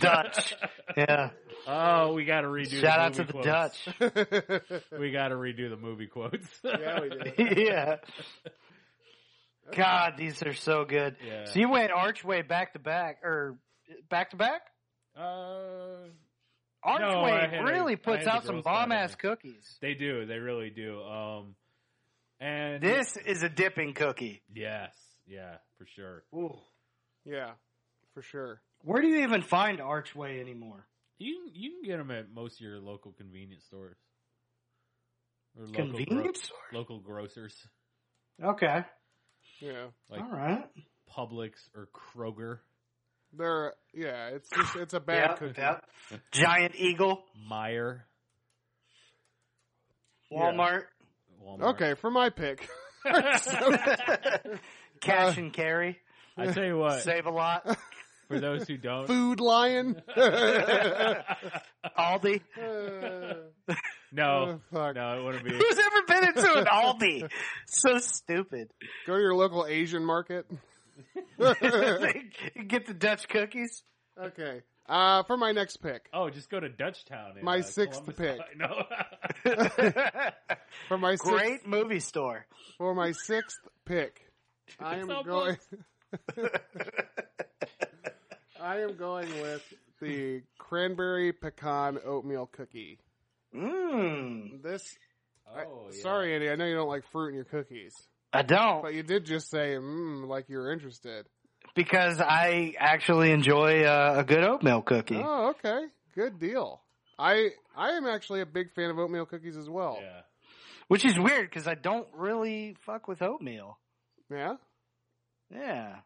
Speaker 2: Dutch. Yeah.
Speaker 4: Oh, we got to redo.
Speaker 2: Shout
Speaker 4: the
Speaker 2: out to
Speaker 4: movie
Speaker 2: the
Speaker 4: quotes.
Speaker 2: Dutch.
Speaker 4: We got to redo the movie quotes.
Speaker 3: yeah, we did.
Speaker 2: yeah. God, these are so good.
Speaker 4: Yeah.
Speaker 2: So you went archway back to back, or back to back?
Speaker 4: Uh, I
Speaker 2: Archway
Speaker 4: had a-
Speaker 2: really
Speaker 4: I
Speaker 2: puts
Speaker 4: had the
Speaker 2: out some
Speaker 4: Girl Scout in
Speaker 2: bomb ass
Speaker 4: there.
Speaker 2: cookies.
Speaker 4: they do. They really do. Um, and
Speaker 2: This is a dipping cookie.
Speaker 4: yes, yeah, for sure.
Speaker 3: Yeah. For sure.
Speaker 2: Where do you even find Archway anymore?
Speaker 4: You can, you can get them at most of your local convenience stores. Or
Speaker 2: Convenience
Speaker 4: Local,
Speaker 2: store?
Speaker 4: gro- local grocers
Speaker 2: Okay.
Speaker 3: Yeah.
Speaker 4: like
Speaker 2: All right.
Speaker 4: Publix or Kroger,
Speaker 3: They're yeah, it's just, it's a bad
Speaker 2: Yep,
Speaker 3: cookie.
Speaker 2: yep. Giant Eagle,
Speaker 4: Meyer,
Speaker 2: Walmart,
Speaker 4: Walmart.
Speaker 3: Okay, for my pick.
Speaker 2: Cash and Carry,
Speaker 4: I tell you what,
Speaker 2: Save a Lot,
Speaker 4: for those who don't,
Speaker 3: Food Lion.
Speaker 2: Aldi.
Speaker 3: Uh,
Speaker 4: no,
Speaker 3: oh, fuck.
Speaker 4: no, it wouldn't be.
Speaker 2: Who's ever been into an Aldi? So stupid.
Speaker 3: Go to your local Asian market.
Speaker 2: Get the Dutch cookies.
Speaker 3: Okay. Uh, for my next pick.
Speaker 4: Oh, just go to Dutchtown. in,
Speaker 3: My
Speaker 4: uh,
Speaker 3: sixth
Speaker 4: Columbus.
Speaker 3: pick.
Speaker 4: No,
Speaker 3: For my sixth,
Speaker 2: Great movie store.
Speaker 3: for my sixth pick, I am going. I am going with the cranberry pecan oatmeal cookie.
Speaker 2: Mmm.
Speaker 3: This. I-
Speaker 4: Oh, yeah.
Speaker 3: Sorry, Andy. I know you don't like fruit in your cookies,
Speaker 2: I don't
Speaker 3: but you did just say mm, like you were interested.
Speaker 2: because I actually enjoy uh, a good oatmeal cookie.
Speaker 3: Oh, okay. Good deal. I I am actually a big fan of oatmeal cookies as well.
Speaker 4: Yeah.
Speaker 2: Which is weird because I don't really fuck with oatmeal.
Speaker 3: Yeah?
Speaker 2: Yeah.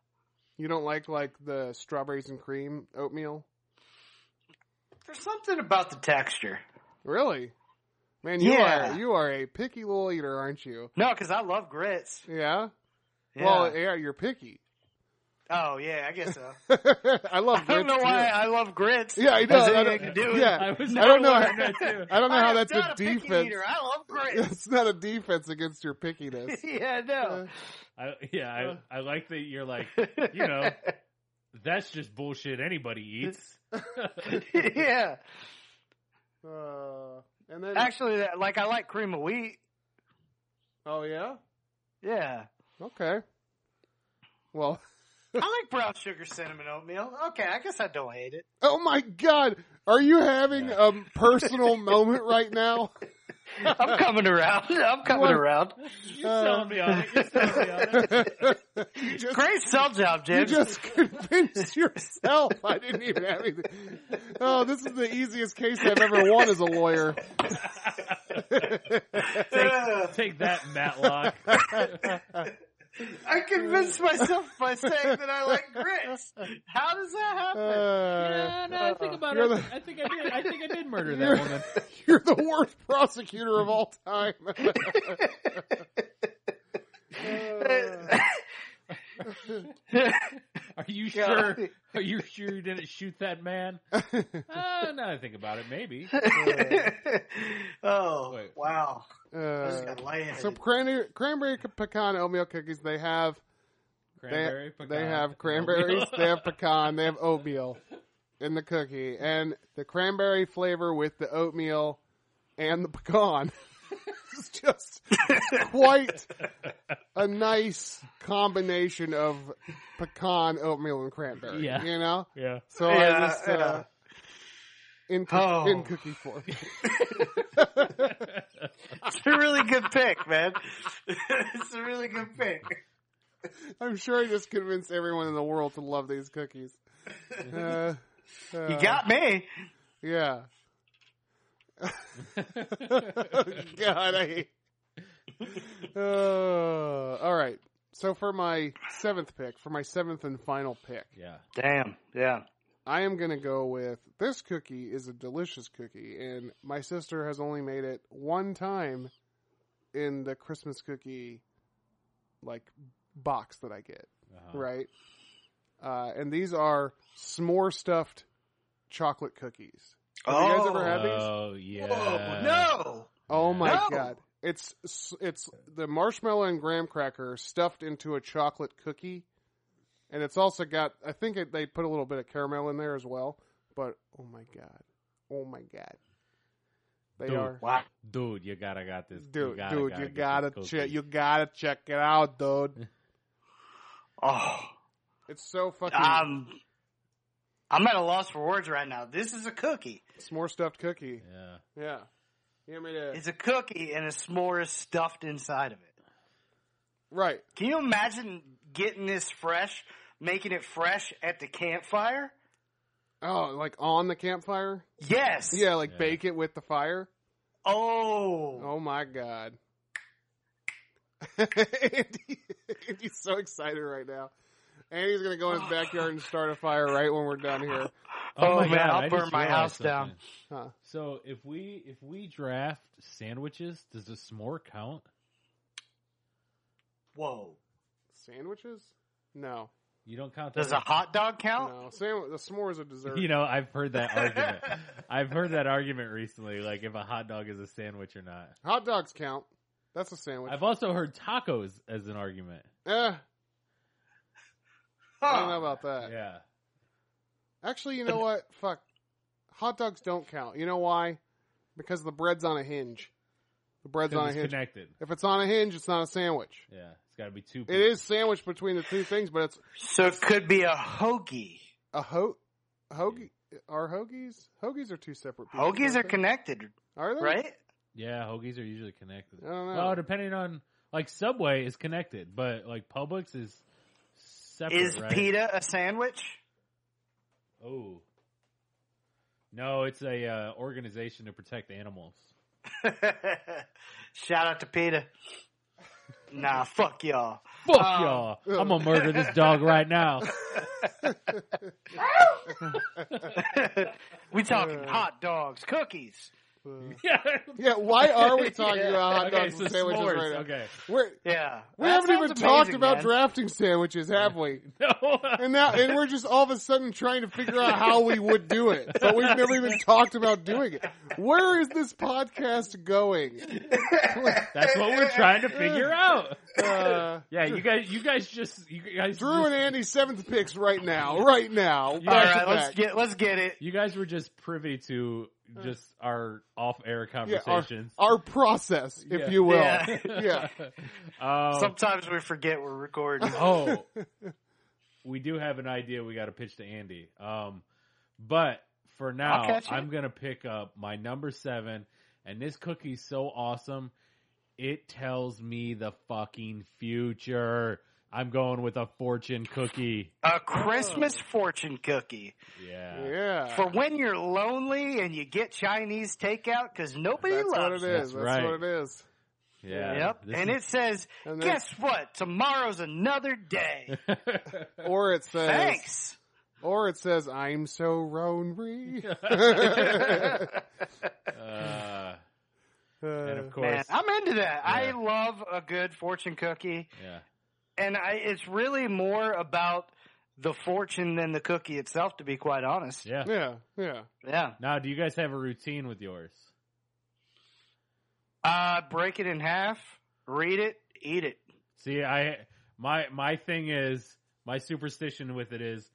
Speaker 3: You don't like like the strawberries and cream oatmeal?
Speaker 2: There's something about the texture.
Speaker 3: Really? Man, you
Speaker 2: Yeah.
Speaker 3: are you are a picky little eater, aren't you?
Speaker 2: No, because I love grits.
Speaker 3: Yeah.
Speaker 2: Yeah.
Speaker 3: Well, yeah, you're picky.
Speaker 2: oh, yeah, I guess so.
Speaker 3: I love.
Speaker 2: I don't
Speaker 3: grits,
Speaker 2: know why
Speaker 3: too.
Speaker 2: I love grits.
Speaker 3: Yeah, I know.
Speaker 2: Has
Speaker 3: I
Speaker 2: anything
Speaker 3: don't,
Speaker 2: to do with-
Speaker 3: yeah,
Speaker 4: I was
Speaker 3: I don't know.
Speaker 4: wondering that too.
Speaker 3: I don't know
Speaker 2: I
Speaker 3: how
Speaker 2: am
Speaker 3: that's
Speaker 2: not
Speaker 3: a
Speaker 2: a picky
Speaker 3: defense.
Speaker 2: eater. I love grits.
Speaker 3: It's not a defense against your pickiness.
Speaker 2: yeah, no.
Speaker 4: I, yeah, I, I like that you're like, you know, that's just bullshit anybody eats.
Speaker 2: yeah.
Speaker 3: Uh, and then,
Speaker 2: Actually, that- like I like cream of wheat.
Speaker 3: oh yeah,
Speaker 2: Yeah.
Speaker 3: okay. Well,
Speaker 2: I like brown sugar cinnamon oatmeal. Okay, I guess I don't hate it.
Speaker 3: oh my God, are you having a personal moment right now?
Speaker 2: I'm coming around. I'm coming
Speaker 3: What?
Speaker 2: around.
Speaker 4: You're selling me on it. You're selling me on it.
Speaker 3: you just
Speaker 2: Great sell job,
Speaker 3: You
Speaker 2: James.
Speaker 3: just convinced yourself. I didn't even have anything. Oh, this is the easiest case I've ever won as a lawyer.
Speaker 2: Ugh.
Speaker 4: Take that, Matlock.
Speaker 2: I convinced myself by saying that I like grits. How does that happen?
Speaker 3: Uh,
Speaker 4: no, I think about
Speaker 3: You're
Speaker 4: it.
Speaker 3: the-
Speaker 4: I think I did. I think I did murder that
Speaker 3: You're-
Speaker 4: woman.
Speaker 3: You're the worst prosecutor of all time.
Speaker 4: Are you
Speaker 2: Yeah.
Speaker 4: sure? Are you sure you didn't shoot that man? Uh, now I think about it, maybe.
Speaker 2: oh
Speaker 4: Wait.
Speaker 2: wow! I just
Speaker 3: Uh,
Speaker 2: got lightheaded.
Speaker 3: so cranberry, cranberry pecan oatmeal cookies. They have
Speaker 4: Cranberry,
Speaker 3: they,
Speaker 4: pecan,
Speaker 3: they have
Speaker 4: oatmeal.
Speaker 3: cranberries. they have pecan. They have oatmeal in the cookie, and the cranberry flavor with the oatmeal and the pecan. is just quite a nice combination of pecan, oatmeal, and cranberry.
Speaker 4: Yeah.
Speaker 3: You know?
Speaker 4: Yeah.
Speaker 3: So I
Speaker 2: Yeah,
Speaker 3: just, uh,
Speaker 2: yeah.
Speaker 3: in, coo-
Speaker 2: Oh.
Speaker 3: in cookie form.
Speaker 2: It's a really good pick, man. it's a really good pick.
Speaker 3: I'm sure I just convinced everyone in the world to love these cookies. Uh,
Speaker 2: You got me.
Speaker 3: yeah. God, I hate. Uh, all right. So for my seventh pick, for my seventh and final pick,
Speaker 4: Yeah.
Speaker 2: Damn. Yeah.
Speaker 3: I am going to go with this cookie is a delicious cookie, and my sister has only made it one time in the Christmas cookie like box that I get,
Speaker 4: Uh-huh.
Speaker 3: right? Uh, and these are s'more stuffed chocolate cookies. Have you guys ever had these?
Speaker 4: Oh yeah.
Speaker 2: Whoa, no.
Speaker 3: Oh my
Speaker 2: No.
Speaker 3: god! It's it's the marshmallow and graham cracker stuffed into a chocolate cookie, and it's also got I think it, they put a little bit of caramel in there as well. But oh my god, oh my god, they
Speaker 4: Dude,
Speaker 3: are
Speaker 2: Wow.
Speaker 4: Dude, you gotta got this.
Speaker 3: dude,
Speaker 4: you gotta,
Speaker 3: dude,
Speaker 4: gotta
Speaker 3: you
Speaker 4: get
Speaker 3: gotta
Speaker 4: this
Speaker 3: check,
Speaker 4: cookie.
Speaker 3: you gotta check it out, dude.
Speaker 2: Oh,
Speaker 3: It's so fucking
Speaker 4: Ah,
Speaker 2: um, I'm at a loss for words right now. This is a cookie.
Speaker 3: s'more stuffed cookie.
Speaker 4: Yeah.
Speaker 3: Yeah, hear me there.
Speaker 2: It's a cookie and a s'more is stuffed inside of it.
Speaker 3: Right.
Speaker 2: Can you imagine getting this fresh, making it fresh at the campfire?
Speaker 3: Oh, like on the campfire.
Speaker 2: Yes.
Speaker 3: Yeah, like
Speaker 4: Yeah.
Speaker 3: bake it with the fire.
Speaker 2: Oh.
Speaker 3: Oh my god. Andy, Andy's so excited right now. Andy's gonna go in his backyard and start a fire right when we're done here.
Speaker 2: Oh,
Speaker 4: my
Speaker 2: man,
Speaker 4: God,
Speaker 2: I'll
Speaker 4: I
Speaker 2: burn
Speaker 4: just
Speaker 2: my
Speaker 4: realized
Speaker 2: house down.
Speaker 4: something.
Speaker 3: Huh.
Speaker 4: So if we if we draft sandwiches, does the s'more count?
Speaker 2: Whoa.
Speaker 3: Sandwiches? No,
Speaker 4: You don't count that.
Speaker 2: Does a hot dog count?
Speaker 3: no. Sandwich. The s'more is a dessert.
Speaker 4: You know, I've heard that argument. I've heard that argument recently, like if a hot dog is a sandwich or not.
Speaker 3: Hot dogs count. That's a sandwich.
Speaker 4: I've also heard tacos as an argument.
Speaker 3: Eh, I don't know
Speaker 2: Huh.
Speaker 3: about that.
Speaker 4: Yeah.
Speaker 3: Actually, you know what? Fuck. Hot dogs don't count. You know why? Because the bread's on a hinge. The bread's on a
Speaker 4: Because it's
Speaker 3: hinge.
Speaker 4: connected.
Speaker 3: If it's on a hinge, it's not a sandwich.
Speaker 4: Yeah. It's gotta be two
Speaker 3: It is sandwiched between the two things, but it's
Speaker 2: So it could be a hoagie.
Speaker 3: A ho a hoagie are hoagies? Hoagies are two separate. pieces,
Speaker 2: Hoagies are
Speaker 3: aren't they?
Speaker 2: connected,
Speaker 3: Are they
Speaker 2: right?
Speaker 4: Yeah, hoagies are usually connected.
Speaker 3: I don't know.
Speaker 4: Well, depending on like Subway is connected, but like Publix is separate.
Speaker 2: Is
Speaker 4: right?
Speaker 2: pita a sandwich?
Speaker 4: Oh. No, it's a uh, organization to protect animals.
Speaker 2: Shout out to pita. Nah, fuck y'all.
Speaker 4: Fuck
Speaker 2: Um,
Speaker 3: Oh.
Speaker 4: y'all! I'm gonna murder this dog right now.
Speaker 2: we talking
Speaker 3: Uh.
Speaker 2: hot dogs, cookies.
Speaker 4: yeah.
Speaker 3: Yeah, why are we talking
Speaker 4: Yeah.
Speaker 3: about hot
Speaker 4: Okay,
Speaker 3: dogs
Speaker 4: so
Speaker 3: and sandwiches
Speaker 4: s'mores,
Speaker 3: right now?
Speaker 4: Okay.
Speaker 3: We're,
Speaker 2: Yeah.
Speaker 3: we
Speaker 2: That
Speaker 3: haven't even
Speaker 2: sounds
Speaker 3: talked
Speaker 2: amazing,
Speaker 3: about
Speaker 2: man.
Speaker 3: drafting sandwiches, have we?
Speaker 4: No.
Speaker 3: And now, and we're just all of a sudden trying to figure out how we would do it, but we've never even talked about doing it. Where is this podcast going?
Speaker 4: That's what we're trying to figure out.
Speaker 3: Uh,
Speaker 4: Yeah, you guys, you guys just, you guys,
Speaker 3: Drew and Andy's seventh picks right now, right now.
Speaker 4: You
Speaker 2: All
Speaker 3: back
Speaker 4: guys
Speaker 3: to
Speaker 2: right, let's
Speaker 3: back.
Speaker 2: get let's get it.
Speaker 4: you guys were just privy to just our off-air
Speaker 3: Yeah, our,
Speaker 4: conversations.
Speaker 3: our process, if
Speaker 4: Yeah.
Speaker 3: you will.
Speaker 2: Yeah.
Speaker 3: yeah.
Speaker 4: Um,
Speaker 2: Sometimes we forget we're recording.
Speaker 4: oh, we do have an idea. We got to pitch to Andy. Um, but for now,
Speaker 2: catch it.
Speaker 4: I'm gonna pick up my number seven, and this cookie's so awesome. It tells me the fucking future. I'm going with a fortune cookie.
Speaker 2: A Christmas
Speaker 3: Oh.
Speaker 2: fortune cookie
Speaker 4: Yeah,
Speaker 3: Yeah.
Speaker 2: for when you're lonely and you get Chinese takeout because nobody
Speaker 3: That's what
Speaker 2: loves
Speaker 3: it
Speaker 2: it.
Speaker 3: is. That's,
Speaker 4: That's right.
Speaker 3: what it is.
Speaker 4: yeah.
Speaker 2: Yep,
Speaker 4: This
Speaker 2: and
Speaker 4: is-
Speaker 2: it says,
Speaker 3: And there's-
Speaker 2: "Guess what? Tomorrow's another day."
Speaker 3: Or it says,
Speaker 2: Thanks.
Speaker 3: or it says, I'm so lonely.
Speaker 4: uh, and of
Speaker 3: Uh,
Speaker 4: course,
Speaker 2: Man, I'm into that. I
Speaker 4: Yeah.
Speaker 2: love a good fortune cookie,
Speaker 4: yeah,
Speaker 2: and I, it's really more about the fortune than the cookie itself, to be quite honest.
Speaker 4: yeah.
Speaker 3: yeah, yeah.
Speaker 2: Yeah.
Speaker 4: Now, do you guys have a routine with yours?
Speaker 2: Uh, break it in half, read it, eat it.
Speaker 4: See, I my my thing is my superstition with it is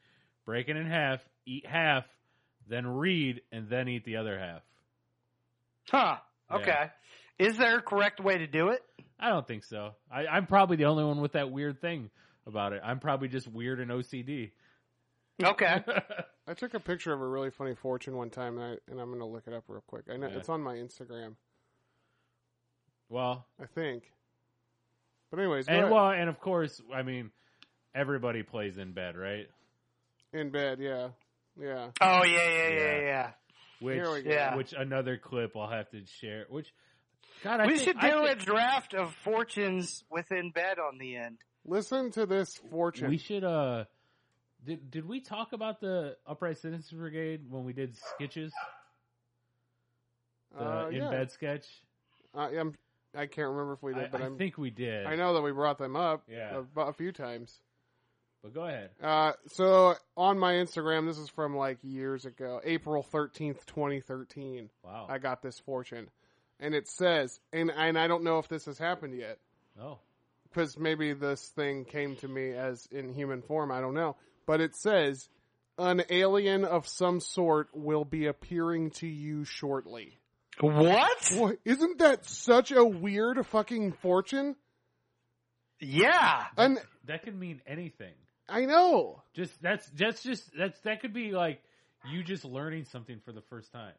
Speaker 4: break it in half, eat half, then read, and then eat the other half.
Speaker 2: Huh.
Speaker 4: Yeah.
Speaker 2: Okay. Is there a correct way to do it?
Speaker 4: I don't think so. I, I'm probably the only one with that weird thing about it. I'm probably just weird and OCD.
Speaker 2: Okay.
Speaker 3: I took a picture of a really funny fortune one time, and, I, and I'm going to look it up real quick. I know
Speaker 4: Yeah.
Speaker 3: it's on my Instagram,
Speaker 4: well,
Speaker 3: I think. But anyways, go
Speaker 4: and
Speaker 3: ahead.
Speaker 4: well, and of course, I mean, everybody plays in bed, right?
Speaker 3: in bed, yeah, yeah.
Speaker 2: Oh yeah, yeah,
Speaker 4: Yeah.
Speaker 2: yeah, yeah.
Speaker 4: Which,
Speaker 3: Here we go.
Speaker 2: Yeah.
Speaker 4: which another clip I'll have to share. Which, God, I
Speaker 2: we
Speaker 4: think-
Speaker 2: should
Speaker 4: I
Speaker 2: do a
Speaker 4: think-
Speaker 2: draft of fortunes within bed on the end.
Speaker 3: Listen to this fortune.
Speaker 4: We should. uh Did did we talk about the Upright Citizens Brigade when we did sketches? The
Speaker 3: uh,
Speaker 4: in
Speaker 3: yeah.
Speaker 4: bed sketch.
Speaker 3: I, I'm, I can't remember if we did,
Speaker 4: I,
Speaker 3: but
Speaker 4: I
Speaker 3: am
Speaker 4: think we did.
Speaker 3: I know that we brought them up
Speaker 4: Yeah.
Speaker 3: a, a few times.
Speaker 4: But go ahead.
Speaker 3: Uh, so on my Instagram, this is from like years ago, April 13th, 2013.
Speaker 4: Wow.
Speaker 3: I got this fortune. And it says, and, and I don't know if this has happened yet,
Speaker 4: oh.
Speaker 3: because maybe this thing came to me as in human form. I don't know. But it says, an alien of some sort will be appearing to you shortly.
Speaker 2: What?
Speaker 3: Boy, isn't that such a weird fucking fortune?
Speaker 2: Yeah.
Speaker 3: An,
Speaker 4: That could mean anything.
Speaker 3: I know.
Speaker 4: Just that's that's just that's that could be like you just learning something for the first time.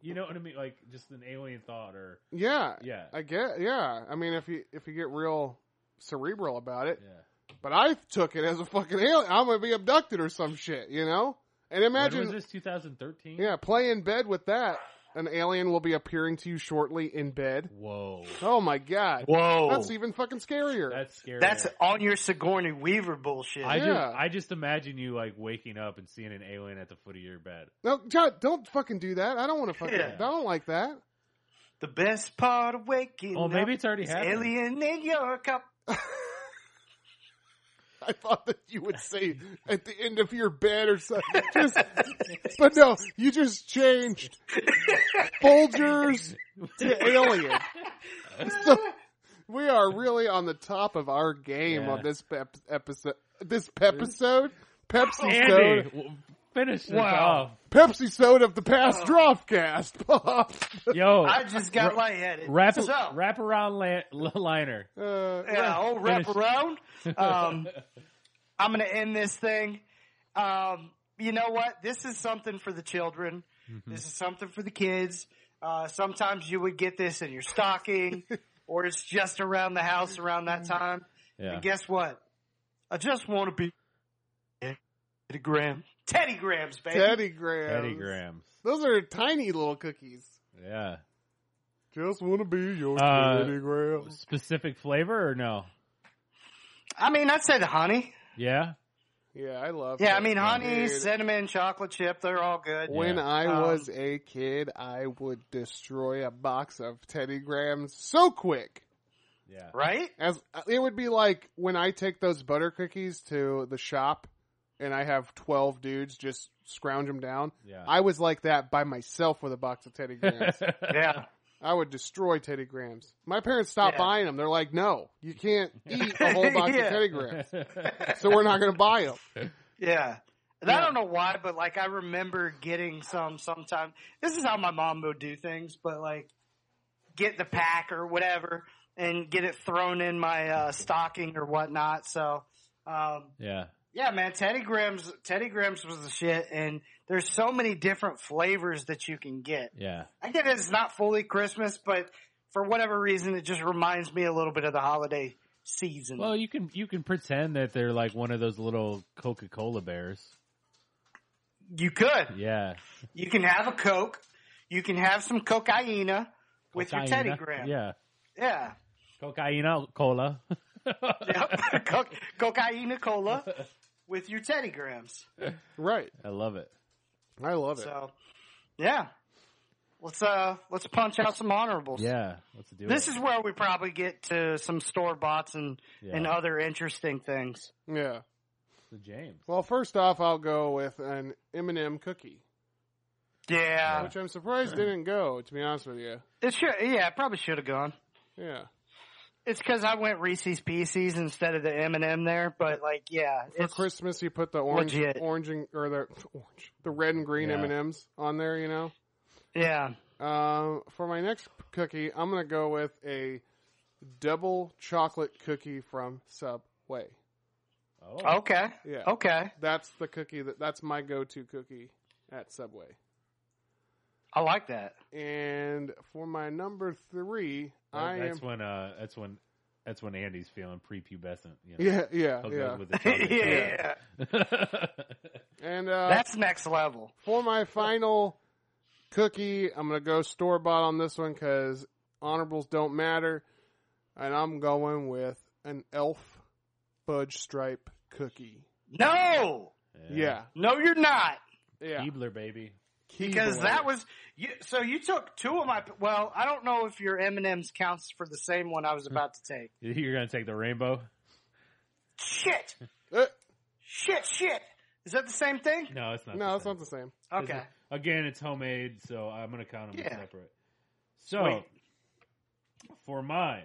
Speaker 4: You know what I mean? Like just an alien thought or
Speaker 3: Yeah.
Speaker 4: yeah.
Speaker 3: I get yeah. I mean if you if you get real cerebral about it.
Speaker 4: yeah.
Speaker 3: But I took it as a fucking alien. I'm gonna be abducted or some shit, you know? And
Speaker 4: Imagine
Speaker 3: imagine
Speaker 4: was this 2013?
Speaker 3: Yeah, play in bed with that. An alien will be appearing to you shortly in bed.
Speaker 4: Whoa.
Speaker 3: Oh my god.
Speaker 2: Whoa.
Speaker 3: That's even fucking scarier.
Speaker 4: That's scary.
Speaker 2: That's on your Sigourney Weaver bullshit.
Speaker 4: I
Speaker 3: Yeah.
Speaker 4: just I just imagine you like waking up and seeing an alien at the foot of your bed.
Speaker 3: no, John, don't fucking do that. I don't want to fucking.
Speaker 2: Yeah.
Speaker 3: I don't like that.
Speaker 2: the best part of waking
Speaker 4: Oh, maybe
Speaker 2: up
Speaker 4: it's already
Speaker 2: is
Speaker 4: happened.
Speaker 2: alien in your cup.
Speaker 3: I thought that you would say at the end of your bed or something. Just, but no, you just changed Folgers to Alien. So, we are really on the top of our game
Speaker 4: Yeah.
Speaker 3: on this pep- episode. This episode, Pepsi
Speaker 4: Andy,
Speaker 3: soda,
Speaker 4: w- finish this
Speaker 2: Wow.
Speaker 3: Pepsi soda of the past Dropcast. Pop.
Speaker 4: off. Yo,
Speaker 2: I just got lightheaded.
Speaker 4: wrap
Speaker 2: so,
Speaker 4: wrap around la- liner.
Speaker 3: Uh,
Speaker 2: yeah, I'll wrap
Speaker 4: Finish.
Speaker 2: around. Um, I'm going to end this thing. Um, you know what? This is something for the children.
Speaker 4: Mm-hmm.
Speaker 2: This is something for the kids. Uh, sometimes you would get this in your stocking, or it's just around the house around that time.
Speaker 4: Mm-hmm. Yeah.
Speaker 2: And guess what? I just want to be Teddy Graham. Teddy Grahams, baby.
Speaker 3: Teddy Grahams.
Speaker 4: Teddy grams.
Speaker 3: Those are tiny little cookies.
Speaker 4: Yeah.
Speaker 3: Just want to be your
Speaker 4: Uh,
Speaker 3: Teddy Graham.
Speaker 4: Specific flavor or no?
Speaker 2: I mean, I'd say the honey.
Speaker 4: Yeah.
Speaker 3: Yeah, I love.
Speaker 2: Yeah, I
Speaker 3: that,
Speaker 2: mean, honey,
Speaker 3: dude.
Speaker 2: cinnamon, chocolate chip, they're all good.
Speaker 3: When
Speaker 4: Yeah.
Speaker 3: I
Speaker 2: Um,
Speaker 3: was a kid, I would destroy a box of Teddy Grahams so quick.
Speaker 4: Yeah.
Speaker 2: Right?
Speaker 3: As it would be like when I take those butter cookies to the shop, and I have twelve dudes just scrounge them down.
Speaker 4: Yeah.
Speaker 3: I was like that by myself with a box of Teddy Grahams.
Speaker 2: Yeah.
Speaker 3: I would destroy Teddy Grahams. My parents stopped
Speaker 2: Yeah.
Speaker 3: buying them. They're like, "No, you can't eat a whole box
Speaker 2: Yeah.
Speaker 3: of Teddy Grahams, so we're not going to buy them."
Speaker 2: Yeah. And I don't know why, but like I remember getting some sometime. This is how my mom would do things, but like get the pack or whatever and get it thrown in my uh, stocking or whatnot. So, um,
Speaker 4: yeah.
Speaker 2: yeah, man, Teddy Grahams, Teddy Grahams was the shit. And there's so many different flavors that you can get.
Speaker 4: Yeah.
Speaker 2: I get it's not fully Christmas, but for whatever reason, it just reminds me a little bit of the holiday season.
Speaker 4: Well, you can you can pretend that they're like one of those little Coca Cola bears.
Speaker 2: you could.
Speaker 4: Yeah.
Speaker 2: You can have a Coke. You can have some cocaina with your Teddy
Speaker 4: Cocaina.
Speaker 2: Graham.
Speaker 4: Yeah.
Speaker 2: Yeah.
Speaker 4: Cocaina cola.
Speaker 2: Yep. Co- cocaina cola with your Teddy Grahams.
Speaker 3: Right?
Speaker 4: I love it.
Speaker 3: I love it.
Speaker 2: So, yeah. Let's uh let's punch out some honorables.
Speaker 4: Yeah. Let's do
Speaker 2: This
Speaker 4: it.
Speaker 2: is where we probably get to some store bots and
Speaker 4: Yeah.
Speaker 2: and other interesting things.
Speaker 3: Yeah.
Speaker 4: the James.
Speaker 3: Well, first off, I'll go with an M&M cookie,
Speaker 2: Yeah.
Speaker 3: which I'm surprised didn't go. To be honest with you,
Speaker 2: It should yeah, it probably should have gone.
Speaker 3: yeah.
Speaker 2: It's because I went Reese's Pieces instead of the M and M there, but like, yeah,
Speaker 3: For
Speaker 2: it's
Speaker 3: Christmas, you put the orange,
Speaker 2: legit.
Speaker 3: orange and or the orange, the red and green
Speaker 4: Yeah.
Speaker 3: M and M's on there. You know,
Speaker 2: Yeah.
Speaker 3: Um, for my next cookie, I'm gonna go with a double chocolate cookie from Subway.
Speaker 4: Oh,
Speaker 2: Okay.
Speaker 3: Yeah.
Speaker 2: Okay.
Speaker 3: That's the cookie that that's my go-to cookie at Subway.
Speaker 2: I like that.
Speaker 3: And for my number three, I am
Speaker 4: that's when uh, that's when that's when Andy's feeling prepubescent. You know?
Speaker 3: yeah, yeah,
Speaker 4: He'll go
Speaker 3: yeah.
Speaker 4: with the chocolate
Speaker 2: yeah.
Speaker 4: cookie.
Speaker 3: And uh,
Speaker 2: That's next level.
Speaker 3: for my final cookie, I'm gonna go store bought on this one because honorables don't matter, and I'm going with an elf fudge stripe cookie.
Speaker 2: No.
Speaker 3: Yeah,
Speaker 2: No, you're not.
Speaker 3: yeah.
Speaker 4: Keebler baby.
Speaker 2: Because
Speaker 3: Keebler.
Speaker 2: that was you, so you took two of my well I don't know if your M and M's counts for the same one I was about to take.
Speaker 4: You're gonna take the rainbow?
Speaker 2: Shit,
Speaker 3: Uh,
Speaker 2: shit, shit. Is that the same thing?
Speaker 4: No, it's not.
Speaker 3: no,
Speaker 4: the
Speaker 3: that's
Speaker 4: same.
Speaker 3: not the same.
Speaker 4: It's
Speaker 2: Okay,
Speaker 4: not- Again, it's homemade, so I'm gonna count them
Speaker 2: Yeah.
Speaker 4: separate. So, for mine,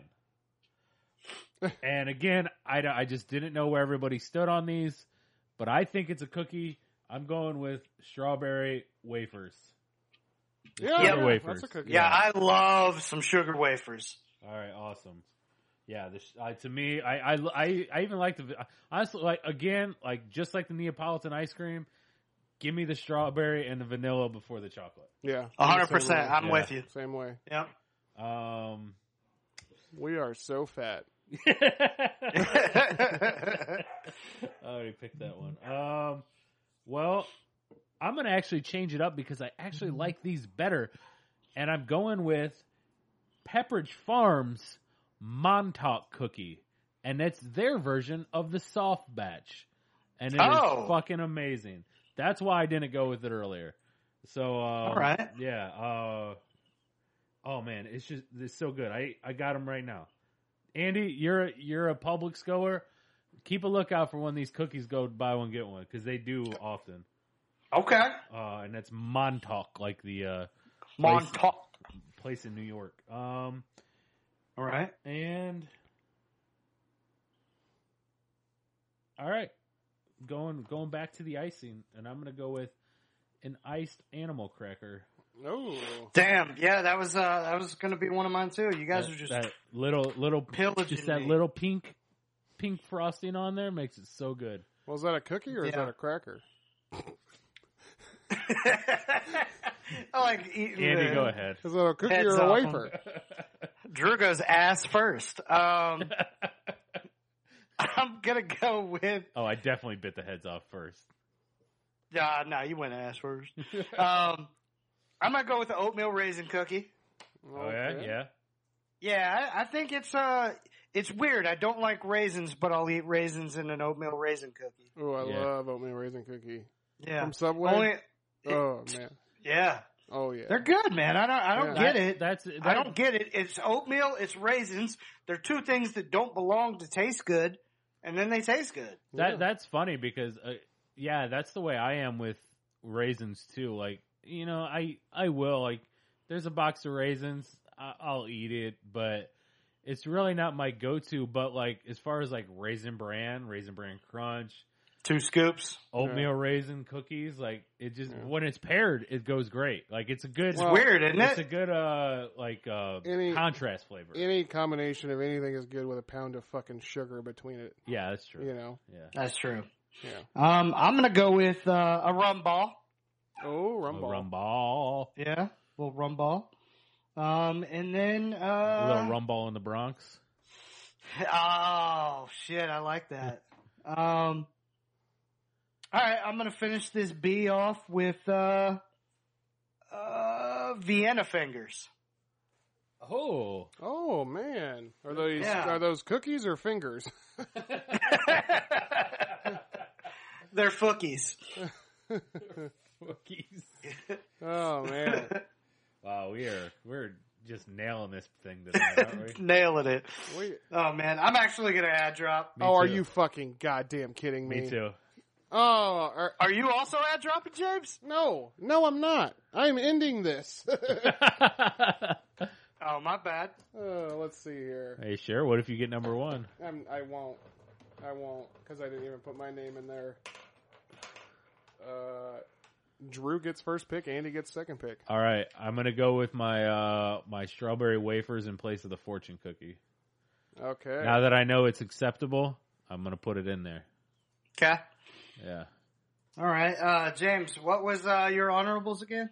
Speaker 4: and again, I don't- I just didn't know where everybody stood on these, but I think it's a cookie. I'm going with strawberry wafers. The
Speaker 3: Yeah,
Speaker 4: sugar
Speaker 3: yeah,
Speaker 4: wafers.
Speaker 3: that's a cookie.
Speaker 2: yeah, I love some sugar wafers.
Speaker 4: All right, awesome. Yeah, this uh, to me, I, I I I even like the honestly like again like just like the Neapolitan ice cream. Give me the strawberry and the vanilla before the chocolate.
Speaker 3: Yeah,
Speaker 2: A hundred
Speaker 3: Same way.
Speaker 2: percent. I'm
Speaker 4: Yeah.
Speaker 2: with you.
Speaker 3: Same way.
Speaker 2: Yep.
Speaker 4: Um,
Speaker 3: We are so fat.
Speaker 4: I already picked that one. Um, well, I'm going to actually change it up because I actually like these better. And I'm going with Pepperidge Farms Montauk Cookie. And that's their version of the soft batch. And it is
Speaker 2: Oh.
Speaker 4: fucking amazing. That's why I didn't go with it earlier. So, um, all
Speaker 2: right.
Speaker 4: Yeah. Uh, oh, man. It's just, it's so good. I, I got them right now. Andy, you're a, you're a Publix goer. Keep a lookout for when these cookies go buy one get one because they do often.
Speaker 2: Okay.
Speaker 4: Uh, and that's Montauk, like the uh,
Speaker 2: Montauk.
Speaker 4: place in New York. Um,
Speaker 2: All right.
Speaker 4: and all right, going going back to the icing, and I'm gonna go with an iced animal cracker.
Speaker 3: Oh,
Speaker 2: Damn. Yeah, that was uh that was gonna be one of mine too. You guys
Speaker 4: That-
Speaker 2: are just
Speaker 4: that little little
Speaker 2: pillaging
Speaker 4: just that
Speaker 2: me.
Speaker 4: little pink pink frosting on there makes it so good.
Speaker 3: was that a cookie or is
Speaker 2: Yeah.
Speaker 3: that a cracker?
Speaker 2: I like eating.
Speaker 4: Andy,
Speaker 2: the-
Speaker 4: go ahead.
Speaker 3: Is that a cookie
Speaker 2: Heads
Speaker 3: or a
Speaker 2: off 'em.
Speaker 3: wafer?
Speaker 2: Drew goes ass first. Um, I'm gonna go with.
Speaker 4: Oh, I definitely bit the heads off first.
Speaker 2: Nah, nah, you went ass first. um, I'm gonna go with the oatmeal raisin cookie.
Speaker 4: Oh yeah,
Speaker 3: Okay.
Speaker 4: yeah.
Speaker 2: Yeah, I, I think it's uh, it's weird. I don't like raisins, but I'll eat raisins in an oatmeal raisin cookie.
Speaker 3: Oh, I
Speaker 4: Yeah.
Speaker 3: love oatmeal raisin cookie
Speaker 2: Yeah,
Speaker 3: from Subway.
Speaker 2: only
Speaker 3: oh man,
Speaker 2: yeah,
Speaker 3: oh yeah.
Speaker 2: they're good, man. I don't, I don't
Speaker 3: Yeah.
Speaker 2: get
Speaker 4: That-
Speaker 2: it.
Speaker 4: That's
Speaker 2: I don't get it. It's oatmeal, it's raisins. They're two things that don't belong to taste good, and then they taste good.
Speaker 4: That
Speaker 3: Yeah.
Speaker 4: that's funny because uh, yeah, that's the way I am with raisins too. Like you know, I I will like there's a box of raisins, I, I'll eat it, but it's really not my go-to. But like as far as like raisin bran, raisin bran crunch,
Speaker 2: Two scoops.
Speaker 4: oatmeal raisin cookies, like it just
Speaker 3: Yeah.
Speaker 4: when it's paired, it goes great. Like it's a good.
Speaker 2: It's
Speaker 3: Well,
Speaker 2: weird, isn't
Speaker 4: it's
Speaker 2: it?
Speaker 4: a good uh like uh
Speaker 3: Any-
Speaker 4: contrast flavor.
Speaker 3: Any combination of anything is good with a pound of fucking sugar between it.
Speaker 4: yeah, that's true.
Speaker 3: You know.
Speaker 4: Yeah.
Speaker 2: That's true.
Speaker 3: Yeah.
Speaker 2: Um, I'm gonna go with uh, a rum ball.
Speaker 3: Oh,
Speaker 4: A
Speaker 3: rumble.
Speaker 4: Rumball.
Speaker 2: Yeah, little rum ball. Um, and then
Speaker 4: A
Speaker 2: uh,
Speaker 4: little Rumball in the Bronx.
Speaker 2: Oh shit, I like that. um, all right, I'm gonna finish this B off with uh, uh, Vienna fingers.
Speaker 4: Oh.
Speaker 3: Oh man, are those
Speaker 2: Yeah.
Speaker 3: are those cookies or fingers?
Speaker 2: They're fookies.
Speaker 3: Oh man,
Speaker 4: Wow, we are we're just nailing this thing tonight, aren't we?
Speaker 2: Nailing it.
Speaker 3: we,
Speaker 2: Oh man, I'm actually gonna ad drop.
Speaker 4: Me
Speaker 3: oh, are
Speaker 4: too.
Speaker 3: you fucking goddamn kidding me?
Speaker 4: Me too.
Speaker 3: Oh, are,
Speaker 2: Are you also ad dropping, James?
Speaker 3: no, no, I'm not. I'm ending this.
Speaker 2: Oh my bad.
Speaker 3: Uh, let's see here.
Speaker 4: Are you sure? What if you get number one?
Speaker 3: I'm, I won't. I won't because I didn't even put my name in there. Uh, Drew gets first pick. Andy gets second pick.
Speaker 4: All right, I'm gonna go with my uh my strawberry wafers in place of the fortune cookie.
Speaker 3: Okay.
Speaker 4: Now that I know it's acceptable, I'm gonna put it in there.
Speaker 2: Okay.
Speaker 4: Yeah.
Speaker 2: All right, uh, James. What was uh, your honorables again?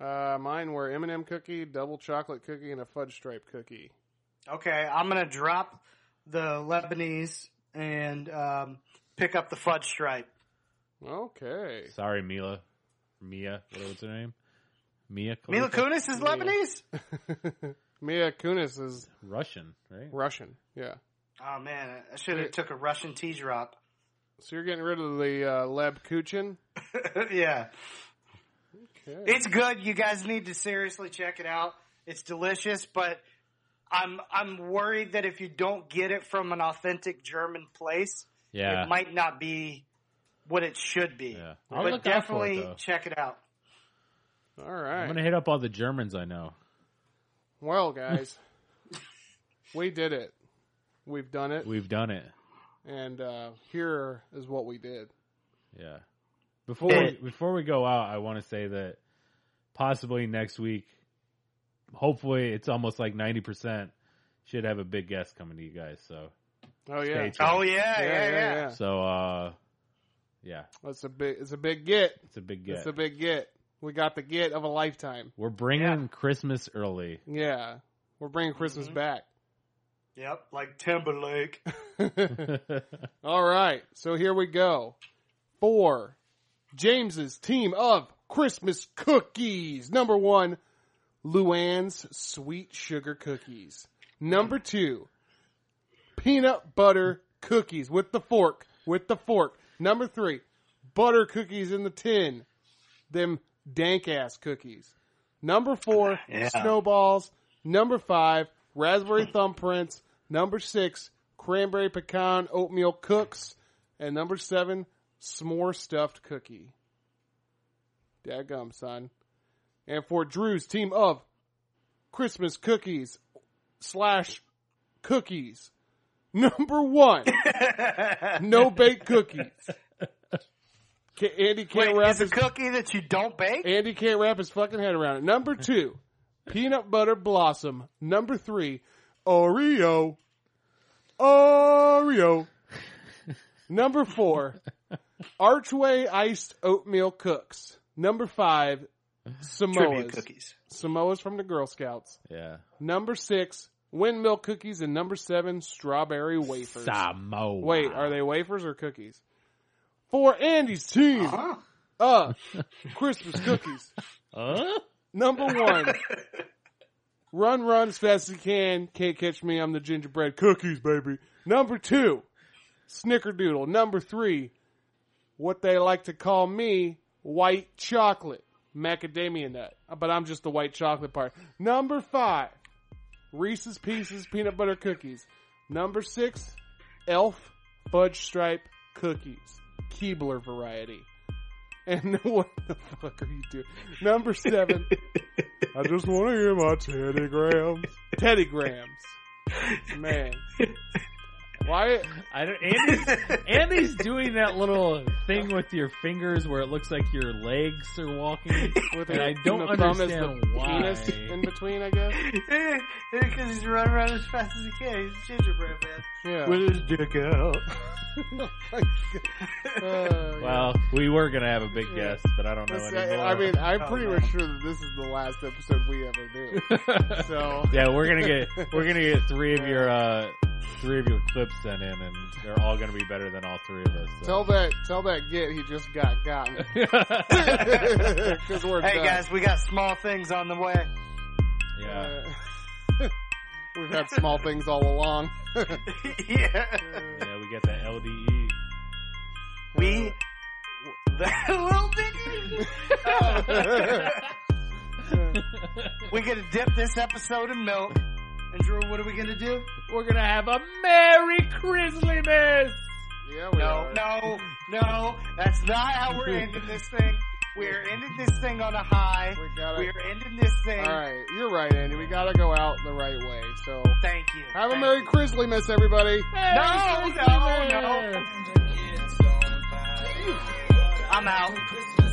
Speaker 3: Uh, mine were M&M cookie, double chocolate cookie, and a fudge stripe cookie.
Speaker 2: Okay, I'm gonna drop the Lebanese and um, pick up the fudge stripe.
Speaker 3: Okay.
Speaker 4: Sorry, Mila. Mia, what was her name? Mia.
Speaker 2: Mila
Speaker 4: Khalifa?
Speaker 2: Kunis is Lebanese.
Speaker 3: Mia Kunis is
Speaker 4: Russian, right?
Speaker 3: Russian. Yeah.
Speaker 2: Oh man, I should have took a Russian tea drop.
Speaker 3: So you're getting rid of the uh, Leb Kuchin?
Speaker 2: yeah,
Speaker 3: Okay.
Speaker 2: it's good. You guys need to seriously check it out. It's delicious, but I'm I'm worried that if you don't get it from an authentic German place,
Speaker 4: Yeah.
Speaker 2: it might not be what it should be.
Speaker 4: Yeah. I'll
Speaker 2: But
Speaker 4: look out for it,
Speaker 2: definitely
Speaker 4: though.
Speaker 2: check it out.
Speaker 3: All
Speaker 4: I'm gonna
Speaker 3: right.
Speaker 4: hit up all the Germans I know.
Speaker 3: Well, guys, we did it. We've done it.
Speaker 4: We've done it.
Speaker 3: And uh, here is what we did.
Speaker 4: Yeah. Before we, before we go out, I want to say that possibly next week, hopefully it's almost like ninety percent. Should have a big guest coming to you guys. So
Speaker 3: Oh yeah.
Speaker 4: tuned.
Speaker 2: Oh yeah, yeah, yeah.
Speaker 4: so uh, yeah,
Speaker 3: That's a big. It's a big get.
Speaker 4: it's a big guest.
Speaker 3: It's a big get. We got the get of a lifetime.
Speaker 4: We're bringing Christmas early.
Speaker 3: Yeah, we're bringing Christmas back.
Speaker 2: Yep, like Timberlake.
Speaker 3: All right, so here we go. For James's team of Christmas cookies. Number one, Luann's sweet sugar cookies. Number two, peanut butter cookies with the fork. With the fork. Number three, butter cookies in the tin. Them dank ass cookies. Number four, snowballs. Number five, raspberry thumbprints. Number six, cranberry pecan oatmeal cooks. And number seven, s'more stuffed cookie. Dadgum, son. And for Drew's team of Christmas cookies slash cookies, number one, no bake cookies. Ca Andy can't
Speaker 2: Wait,
Speaker 3: wrap
Speaker 2: is a
Speaker 3: his-
Speaker 2: cookie that you don't bake?
Speaker 3: Andy can't wrap his fucking head around it. Number two, peanut butter blossom. Number three, Oreo. Oreo. Number four, Archway iced oatmeal cooks. Number five,
Speaker 2: Tribute
Speaker 3: Samoa's.
Speaker 2: cookies.
Speaker 3: Samoa's from the Girl Scouts.
Speaker 4: Yeah,
Speaker 3: Number six, windmill cookies. And number seven, strawberry wafers.
Speaker 4: Samoa.
Speaker 3: Wait, are they wafers or cookies? For Andy's team
Speaker 2: Uh-huh.
Speaker 3: of Christmas cookies.
Speaker 4: Huh?
Speaker 3: Number one, run, run as fast as you can. Can't catch me. I'm the gingerbread cookies, baby. Number two, snickerdoodle. Number three, what they like to call me, white chocolate, macadamia nut. But I'm just the white chocolate part. Number five, Reese's Pieces peanut butter cookies. Number six, elf fudge stripe cookies, Keebler variety. And what the fuck are you doing? Number seven. I just want to hear my Teddy Grahams. Teddy Grahams. Man. Why?
Speaker 4: I don't. Andy's, Andy's doing that little thing with your fingers where it looks like your legs are walking,
Speaker 3: With
Speaker 4: and
Speaker 3: a-
Speaker 4: I don't
Speaker 3: the thumb is the
Speaker 4: understand why.
Speaker 3: penis in between, I guess?
Speaker 2: Because he's running around as fast as he can. He's a gingerbread man.
Speaker 3: Yeah. Oh
Speaker 2: his dick out.
Speaker 3: Uh,
Speaker 4: Well, we were gonna have a big guest, but I don't know
Speaker 3: this-
Speaker 4: anymore.
Speaker 3: I, I mean, I'm pretty
Speaker 2: Oh,
Speaker 3: much sure that this is the last episode we ever do. So,
Speaker 4: yeah, we're gonna get we're gonna get three of your uh three of your clips sent in, and they're all gonna be better than all three of us. so.
Speaker 3: tell that, tell that git he just got gotten. Cause we're
Speaker 2: Hey
Speaker 3: done.
Speaker 2: guys, we got small things on the way.
Speaker 4: yeah,
Speaker 3: Uh, we've had small things all along.
Speaker 2: yeah.
Speaker 4: yeah, we got that LDE.
Speaker 2: We. That little dick. we gonna dip this episode in milk. And Drew, what are we gonna do?
Speaker 4: We're gonna have a Merry Christmas.
Speaker 3: yeah, we
Speaker 2: No,
Speaker 3: are.
Speaker 2: no, no. That's not how we're ending this thing. We're ending this thing on a high.
Speaker 3: We gotta-
Speaker 2: We're ending this thing.
Speaker 3: All right, you're right, Andy. We gotta go out the right way. So
Speaker 2: Thank you.
Speaker 3: have a
Speaker 2: Thank
Speaker 3: merry
Speaker 2: you.
Speaker 3: Christmas, everybody.
Speaker 2: No, no, no. I'm out.